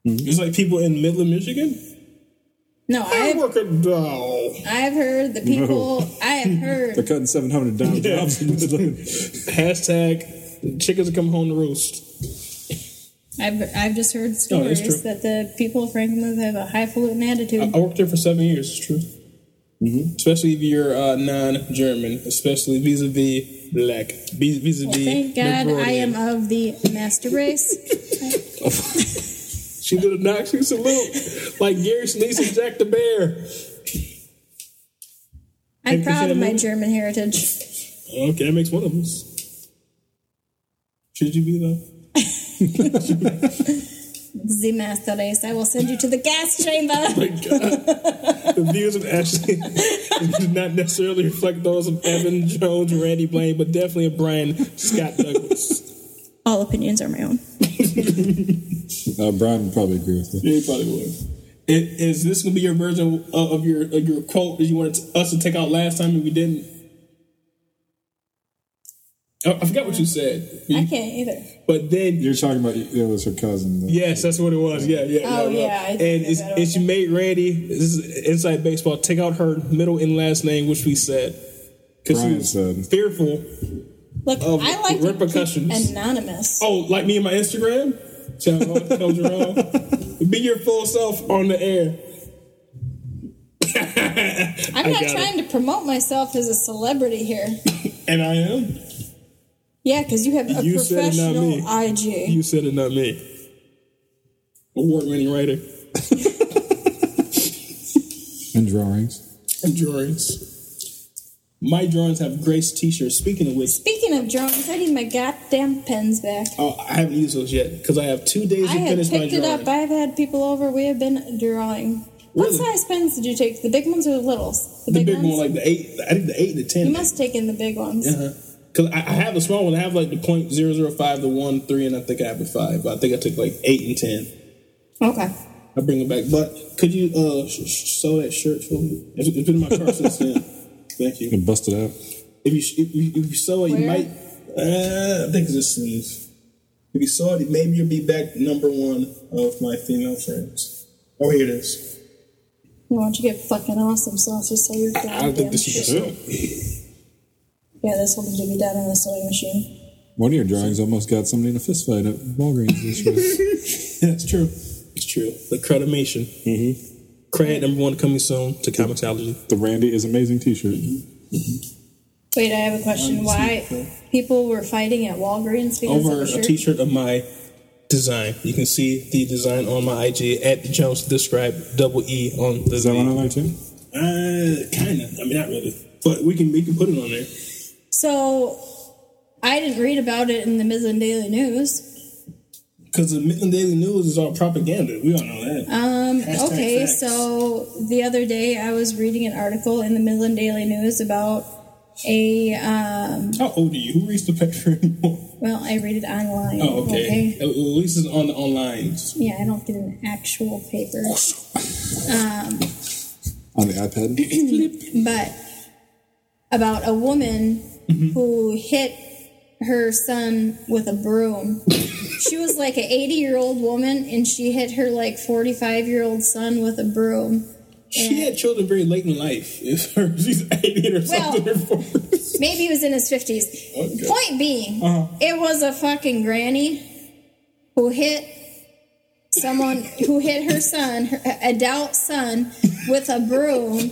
Speaker 1: It's like people in Midland, Michigan.
Speaker 9: No,
Speaker 1: I
Speaker 9: I've,
Speaker 1: work oh. a doll.
Speaker 9: I've heard the people. I have
Speaker 8: They're
Speaker 9: heard.
Speaker 8: cutting 700
Speaker 1: <laughs>
Speaker 8: dime
Speaker 1: Yeah.
Speaker 8: jobs. in Midland.
Speaker 1: Hashtag chickens come home to roost.
Speaker 9: I've, I've just heard
Speaker 1: No, that's
Speaker 9: stories
Speaker 1: true. Uh,
Speaker 9: that the people of Frankenmuth have a highfalutin attitude.
Speaker 1: I worked there for seven years. It's true. Especially if you're uh, non-German, especially vis-a-vis black, vis-
Speaker 9: well,
Speaker 1: vis-a-vis.
Speaker 9: thank God I
Speaker 1: Negroidian.
Speaker 9: am of the
Speaker 1: <laughs>
Speaker 9: master race.
Speaker 1: She did a Noxious salute, <laughs> like Gary Sinise and Jack the Bear.
Speaker 9: I'm
Speaker 1: Think we
Speaker 9: proud
Speaker 1: should
Speaker 9: of my
Speaker 1: move?
Speaker 9: German heritage.
Speaker 1: Okay, that makes one of us. Should you be though?
Speaker 9: The master race. I will send you to the gas chamber.
Speaker 1: My
Speaker 9: <laughs>
Speaker 1: God, the views of Ashley do not necessarily reflect those of Evan Jones, Randy Blaine, but definitely of Brian Scott Douglas.
Speaker 9: All opinions are my own.
Speaker 8: Uh, Brian would probably agree with me.
Speaker 1: he probably would. I- Is this gonna be your version of of your of your quote that you wanted us to take out last time and we didn't? I I forgot what you said,
Speaker 9: I can't either.
Speaker 1: but then
Speaker 8: You're talking about it was her cousin. that-
Speaker 1: Yes, that's what it was. Yeah, yeah.
Speaker 9: Oh,
Speaker 1: yeah.
Speaker 9: yeah, I
Speaker 1: And
Speaker 9: think I
Speaker 1: it's,
Speaker 9: got it.
Speaker 1: and she made Randy. This is inside baseball. Take out her middle and last name, which we said because she
Speaker 8: Brian
Speaker 1: was
Speaker 8: said.
Speaker 1: fearful.
Speaker 9: Look,
Speaker 1: of
Speaker 9: I like
Speaker 1: repercussions.
Speaker 9: to keep anonymous.
Speaker 1: Oh, like me and my Instagram. See how it all comes
Speaker 8: <laughs>
Speaker 1: around. Be your full self on the air.
Speaker 9: I'm not
Speaker 1: got
Speaker 9: trying to promote myself as a celebrity here.
Speaker 1: And I am.
Speaker 9: Yeah, because you have a
Speaker 1: You said it, not
Speaker 9: professional
Speaker 1: me.
Speaker 9: IG.
Speaker 1: You said it, not me. Award-winning writer
Speaker 8: And drawings.
Speaker 1: and drawings. My drawings have Grace T-shirts. Speaking of which,
Speaker 9: Speaking of drawings, I need my goddamn pens back.
Speaker 1: oh, I haven't used those yet because I have two days
Speaker 9: I
Speaker 1: to
Speaker 9: have
Speaker 1: finish my
Speaker 9: picked it
Speaker 1: drawing.
Speaker 9: up. I've had people over. We have been drawing. What
Speaker 1: Really?
Speaker 9: size pens did you take? The big ones or the littles?
Speaker 1: The big
Speaker 9: ones?
Speaker 1: one, like the eight, I think the eight and the ten.
Speaker 9: you must have taken the big ones.
Speaker 1: Because I, I have the small one. I have like the point zero zero five, the one, three, and I think I have the five. But I think I took like eight and ten.
Speaker 9: Okay.
Speaker 1: I bring it back. But could you uh sh- sh- sew that shirt for me? It's, it's been in my car since then. Thank you.
Speaker 8: And bust it out.
Speaker 1: If you if you, if you sew it, you
Speaker 9: Where?
Speaker 1: might. Uh, I think it's a sleeve. If you sew it, maybe you'll be back number one of my female friends. Oh, here it is.
Speaker 9: Why don't you get fucking awesome sausage so you're
Speaker 1: I, I don't think
Speaker 9: goddamn
Speaker 1: this is <laughs>
Speaker 9: shit. Yeah, this will be dead on the sewing machine.
Speaker 8: One of your drawings almost got somebody in a fist fight at Walgreens this week.
Speaker 1: That's true. It's true. The crudimation. Mm-hmm. Crad number one coming soon to comicsology.
Speaker 8: <laughs> the Randy is amazing T-shirt.
Speaker 9: Wait, I have a question. Why people were fighting at Walgreens because
Speaker 1: over
Speaker 9: of
Speaker 1: a
Speaker 9: a shirt?
Speaker 1: t-shirt of my design. You can see the design on my IG at Jones Describe double E on the
Speaker 8: Is that one on there too?
Speaker 1: Uh, kinda. I mean, not really, but we can we can put it on there.
Speaker 9: So I didn't read about it in the Midland Daily News.
Speaker 1: Because the Midland Daily News is all propaganda. We all know that.
Speaker 9: Um,
Speaker 1: Hashtag
Speaker 9: okay,
Speaker 1: facts.
Speaker 9: so the other day I was reading an article in the Midland Daily News about a um,
Speaker 1: How old are you? Who reads the paper anymore? <laughs>
Speaker 9: well, I read it online.
Speaker 1: Oh, okay. At least it's on the online.
Speaker 9: Yeah, I don't get an actual paper.
Speaker 8: On the iPad.
Speaker 9: but about a woman
Speaker 1: Mm-hmm.
Speaker 9: who hit her son with a
Speaker 1: <laughs>
Speaker 9: broom. she was like an 80 year old woman and she hit her like 45 year old son with a broom.
Speaker 1: She had children very late in life. <laughs> If her, she's 18 or something. or 40.
Speaker 9: Maybe he was in his 50s.
Speaker 1: Okay. Uh-huh.
Speaker 9: Point being, it was a fucking granny who hit someone who hit her son, her adult son, with a broom.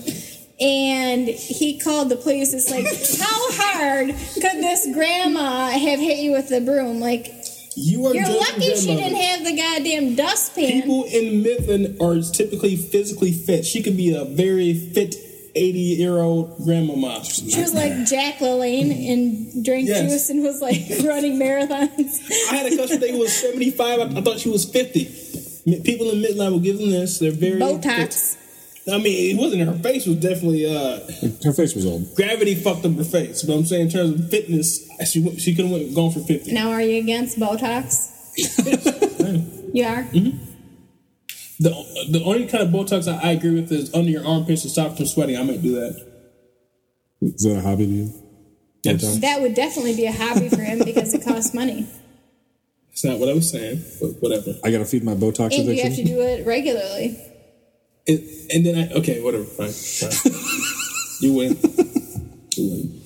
Speaker 9: And he called the police. It's like, how hard could this grandma have hit you with the broom? Like,
Speaker 1: <laughs> You are
Speaker 9: you're
Speaker 1: judging
Speaker 9: lucky she
Speaker 1: grandmother.
Speaker 9: didn't have the goddamn dustpan.
Speaker 1: People in Midland are typically physically fit. She could be a very fit 80 year old grandmama.
Speaker 9: she was like Jack LaLanne and drank
Speaker 1: Yes.
Speaker 9: juice and was like <laughs> running marathons.
Speaker 1: I had a customer that was 75. I, I thought she was 50. Mi- People in Midland will give them this. They're very.
Speaker 9: Botox.
Speaker 1: I mean, it wasn't her face, was definitely. uh
Speaker 8: <clears throat> Her face was old.
Speaker 1: Gravity fucked up her face. But I'm saying, in terms of fitness, she, went- she could have went gone for 50.
Speaker 9: Now, are you
Speaker 1: <laughs>
Speaker 9: against Botox? you are?
Speaker 1: Mm-hmm. The, the only kind of Botox I, I agree with is under your armpits to stop from sweating. I might do that.
Speaker 8: Is that a hobby to you? Botox?
Speaker 9: That would definitely be a hobby for him because it costs
Speaker 1: <laughs>
Speaker 9: money.
Speaker 1: That's not what I was saying, but whatever.
Speaker 8: I gotta feed my Botox
Speaker 9: And you have to
Speaker 8: addiction.
Speaker 9: do it regularly.
Speaker 1: It, and then I okay, whatever, fine. fine. you win. You win.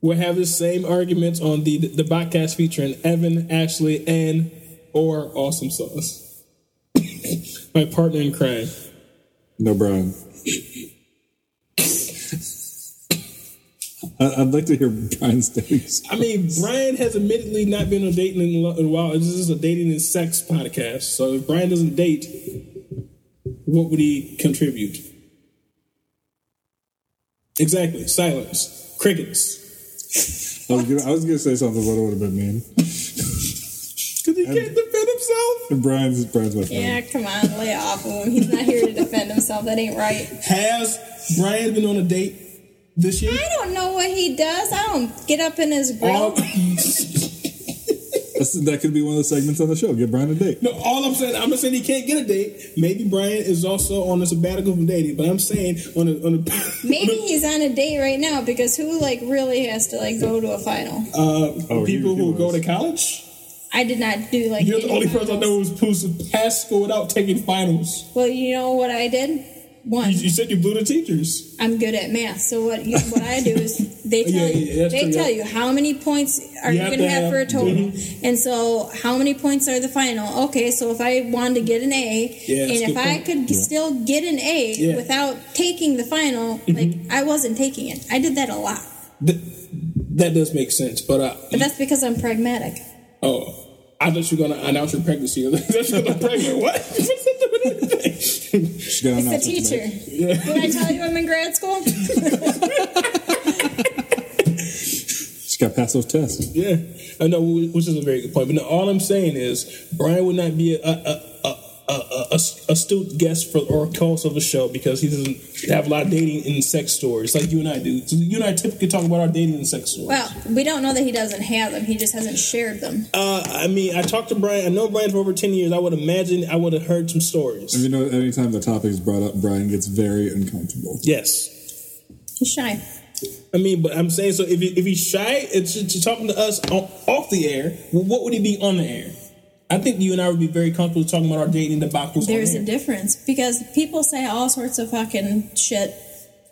Speaker 1: We'll have the same arguments on the the podcast featuring Evan, Ashley, and or Awesome Sauce. <coughs> My partner in crime.
Speaker 8: No, Brian. I- I'd like to hear Brian's <laughs> takes.
Speaker 1: I mean, Brian has admittedly not been on dating in a lo- in a while. This is a dating and sex podcast. So if Brian doesn't date, what would he contribute? Exactly. Silence. Crickets.
Speaker 8: I was gonna, I was gonna say something, but it would have been mean.
Speaker 1: Because he can't defend himself.
Speaker 8: Brian's Brian's my friend.
Speaker 9: Yeah, come on, lay off of him. He's not here to defend himself. That ain't right.
Speaker 1: Has Brian been on a date this year?
Speaker 9: I don't know what he does. I don't get up in his grill.
Speaker 1: All,
Speaker 8: That's, that could be one of the segments on the show. Get Brian a date.
Speaker 1: <laughs> no, all I'm saying, I'm not saying he can't get a date. Maybe Brian is also on a sabbatical from dating, but I'm saying on a on a <laughs>
Speaker 9: Maybe he's on a date right now because who like really has to like go to a final?
Speaker 8: Oh,
Speaker 1: uh, people
Speaker 8: he- he
Speaker 1: who go
Speaker 8: was.
Speaker 1: to college.
Speaker 9: I did not do like.
Speaker 1: You're the
Speaker 9: any
Speaker 1: only person I
Speaker 9: finals.
Speaker 1: know who's who's passed school without taking finals.
Speaker 9: Well, you know what I did. One,
Speaker 1: You, you said you blew the teachers.
Speaker 9: I'm good at math. So what you, what I do
Speaker 1: <laughs>
Speaker 9: is they tell
Speaker 1: Yeah,
Speaker 9: you
Speaker 1: yeah, that's
Speaker 9: they
Speaker 1: true,
Speaker 9: tell
Speaker 1: yeah.
Speaker 9: you how many points are
Speaker 1: You
Speaker 9: you,
Speaker 1: have
Speaker 9: going to
Speaker 1: to
Speaker 9: have, for a
Speaker 1: have-
Speaker 9: total, and so how many points are the final? Okay, so if I wanted to get an A,
Speaker 1: Yeah, that's a
Speaker 9: and if
Speaker 1: good
Speaker 9: I
Speaker 1: point.
Speaker 9: could g still get an A
Speaker 1: Yeah. Mm-hmm.
Speaker 9: without taking the final, like I wasn't taking it. I did that a lot,
Speaker 1: Th- that does make sense, but uh,
Speaker 9: but that's because I'm pragmatic.
Speaker 1: oh. I thought you were gonna announce your pregnancy. <laughs> That's because I'm <laughs> pregnant. What?
Speaker 8: She's got an
Speaker 9: It's a
Speaker 8: announcement to
Speaker 9: teacher.
Speaker 8: make.
Speaker 9: Did I tell you I'm in
Speaker 1: <laughs>
Speaker 9: grad school?
Speaker 8: She's got to pass those tests.
Speaker 1: Yeah, I know, which is a very good point. But no, all I'm saying is Brian would not be a a, a, a, a, ast- astute guest for or host of the show because he doesn't have a lot of dating and sex stories like you and I do. So you and I typically talk about our dating and sex stories.
Speaker 9: Well, we don't know that he doesn't have them. He just hasn't shared them.
Speaker 1: Uh, I mean, I talked to Brian. I know Brian for over ten years. I would imagine I would have heard some stories.
Speaker 8: You know, anytime the topic is brought up, Brian gets very uncomfortable.
Speaker 1: Yes,
Speaker 9: He's shy.
Speaker 1: I mean, but I'm saying so. If he, if he's shy and to, to talking to us on, off the air, well, what would he be on the air? I think you and I would be very comfortable talking about our dating debacles.
Speaker 9: There's
Speaker 1: on
Speaker 9: a
Speaker 1: air.
Speaker 9: difference because people say all sorts of fucking shit.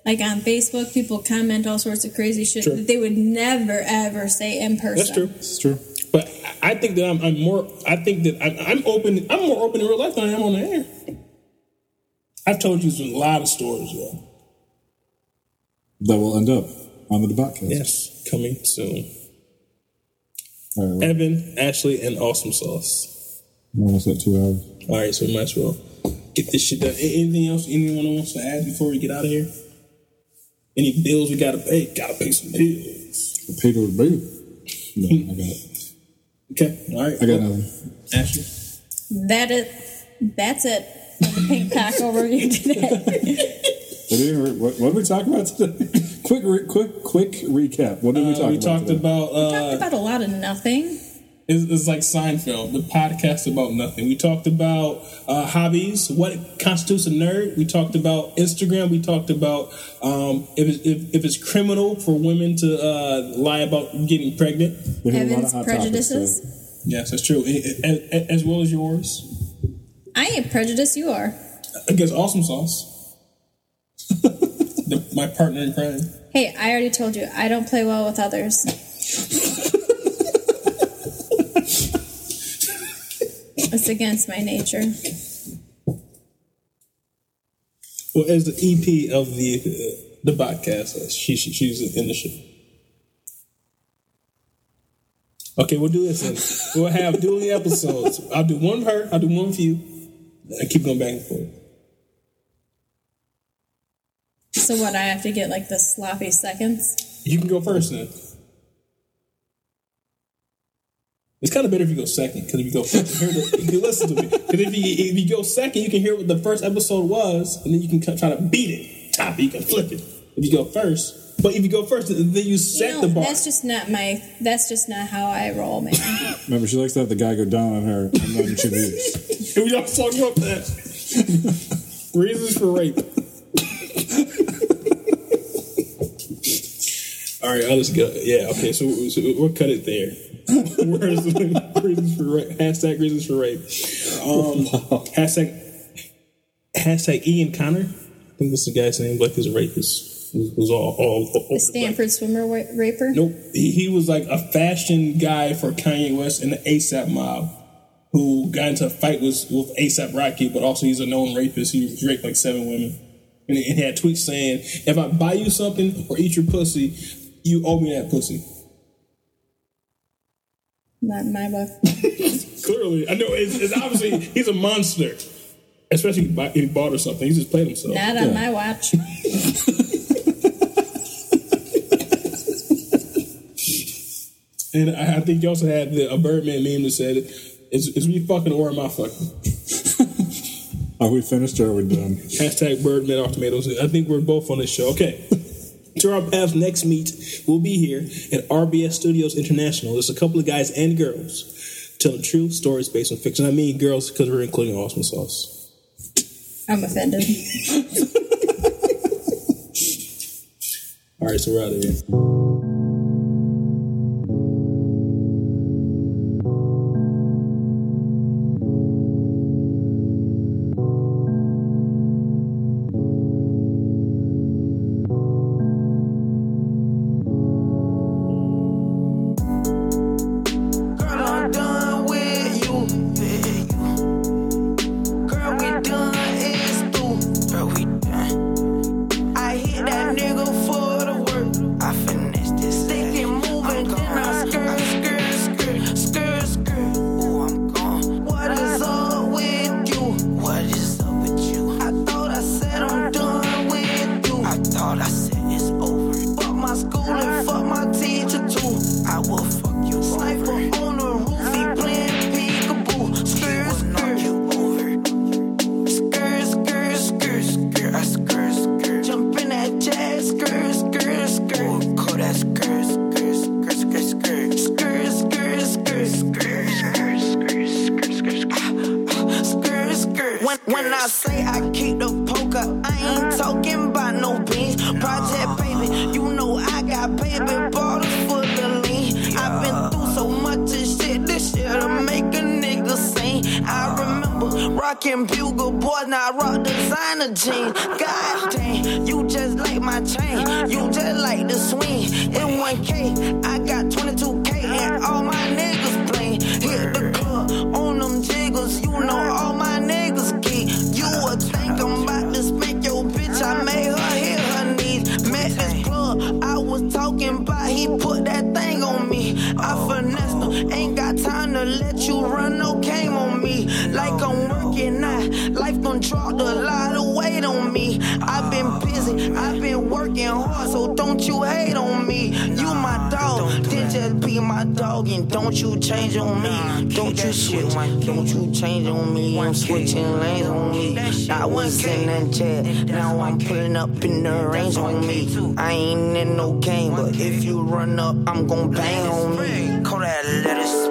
Speaker 9: Like on Facebook, people comment all sorts of crazy shit
Speaker 1: True.
Speaker 9: that they would never ever say in person.
Speaker 1: That's true.
Speaker 8: It's true.
Speaker 1: But I- I think that I'm, I'm more. I think that I'm, I'm open. I'm more open in real life than I am on the air. I've told you a lot of stories. Though.
Speaker 8: That will end up on the debate.
Speaker 1: Yes, coming soon.
Speaker 8: All right, we're
Speaker 1: Evan, Ashley, and Awesome Sauce.
Speaker 8: we're almost at two hours.
Speaker 1: All right, so we might as well get this shit done. A- Anything else anyone wants to add before we get out of here? Any bills we gotta pay? Gotta pay some bills.
Speaker 8: I paid her baby. No, I got it.
Speaker 1: Okay. All right.
Speaker 8: I got nothing.
Speaker 1: Ashley.
Speaker 9: That it. That's it. for The
Speaker 1: <laughs>
Speaker 9: pink cock overview today.
Speaker 8: What did we, what, what did we talk about today? <laughs> quick, re, quick, quick recap. What did we
Speaker 1: Uh,
Speaker 8: talk
Speaker 1: we
Speaker 8: about?
Speaker 1: talked
Speaker 8: today?
Speaker 1: about
Speaker 9: Talked
Speaker 1: uh,
Speaker 9: about a lot of nothing.
Speaker 1: It's, it's like Seinfeld, the podcast about nothing. We talked about uh, hobbies, what constitutes a nerd. We talked about Instagram. We talked about um, if, it's, if, if it's criminal for women to uh, lie about getting pregnant.
Speaker 8: We hit a lot of
Speaker 9: Evan's
Speaker 8: hot
Speaker 9: prejudices.
Speaker 8: Topics,
Speaker 1: Yes, that's true. A- a- a- as well as yours.
Speaker 9: I ain't prejudiced. You are.
Speaker 1: I guess Awesome Sauce. the, my partner in crime.
Speaker 9: Hey, I already told you I don't play well
Speaker 1: <laughs>
Speaker 9: with others. it's against my nature.
Speaker 1: Well, as the EP of the uh, the podcast, uh, she, she she's in the show. Okay, we'll do this. Then. We'll have dueling episodes. I'll do one for her. I'll do one for you. I keep going back and forth.
Speaker 9: So what? I have to get like the sloppy seconds.
Speaker 1: You can go first then. It's kind of better if you go second because if you go first, you, hear the, you can listen to me. Because if you if you go second, you can hear what the first episode was, and then you can cut- try to beat it, top it, you can flip it. If you go first, but if you go first, then you
Speaker 9: You
Speaker 1: set
Speaker 9: know,
Speaker 1: the bar.
Speaker 9: That's just not my. That's just not how I roll, man.
Speaker 8: so. Remember, she likes to have the guy go down on her, and then she
Speaker 9: <laughs>
Speaker 8: leaves.
Speaker 1: Can we all talk about that? Reasons for rape. all right, I'll just go. Yeah, okay, so, so we'll cut it there. Where's the reasons for rape? Hashtag reasons for rape. Um, hashtag, hashtag Ian Connor. I think this is the guy's name, like his rapist. Was, was all, all, all
Speaker 9: The Stanford swimmer wa- raper.
Speaker 1: Nope. He, he was like a fashion guy for Kanye West and the ASAP mob, who got into a fight with, with ASAP Rocky, but also he's a known rapist. He raped like seven women. And he, and he had tweets saying, if I buy you something or eat your pussy, you owe me that pussy.
Speaker 9: Not in my book.
Speaker 1: Clearly, I know it's, it's obviously <laughs> he's a monster. Especially if he bought- if he bought or something. He just played himself.
Speaker 9: Not on my watch.
Speaker 1: And I, I think you also had the, a Birdman meme that said, is, is we fucking or am I fucking?
Speaker 8: Are we finished or are we done?
Speaker 1: Hashtag Birdman off tomatoes. I think we're both on this show. Okay. <laughs> To our paths next meet will be here at RBS Studios International. There's a couple of guys and girls telling true stories based on fiction. I mean girls because we're including Awesome Sauce.
Speaker 9: I'm offended.
Speaker 1: All right, so we're out of here.
Speaker 12: Girl, I'm done with you. Girl, we done, it's through. Girl, we done. I hit that nigga for the work. I finessed this Uh. say I keep the poker. I ain't talking about no beans. Project baby, you know I got baby bottles full of lean. I've been through so much and shit. This shit'll make a nigga sing. I remember rocking bugle boys, now I rock designer jeans. God dang, you just like my chain. You just like the swing. In 1K, I got 22K and all my niggas playing. Hit the club on them jiggles. You know all my niggas geek. You would think I'm about to spank your bitch. I made her hit her knees. Met this plug I was talking about. He put that thing on me. I finessed him. Ain't got time to let you run no game on me. Like I'm working out. Life done dropped a lot of weight on me. I've been busy. I've been working hard. So don't you hate on me. You my dog. Then just be my dog and don't you change on me. Don't you switch. Don't you change on me. I'm switching lanes on me. I was in that jet. Now I'm pulling up in the range on me. I ain't in no game, but if you run up, I'm gon' bang on me. Call that letter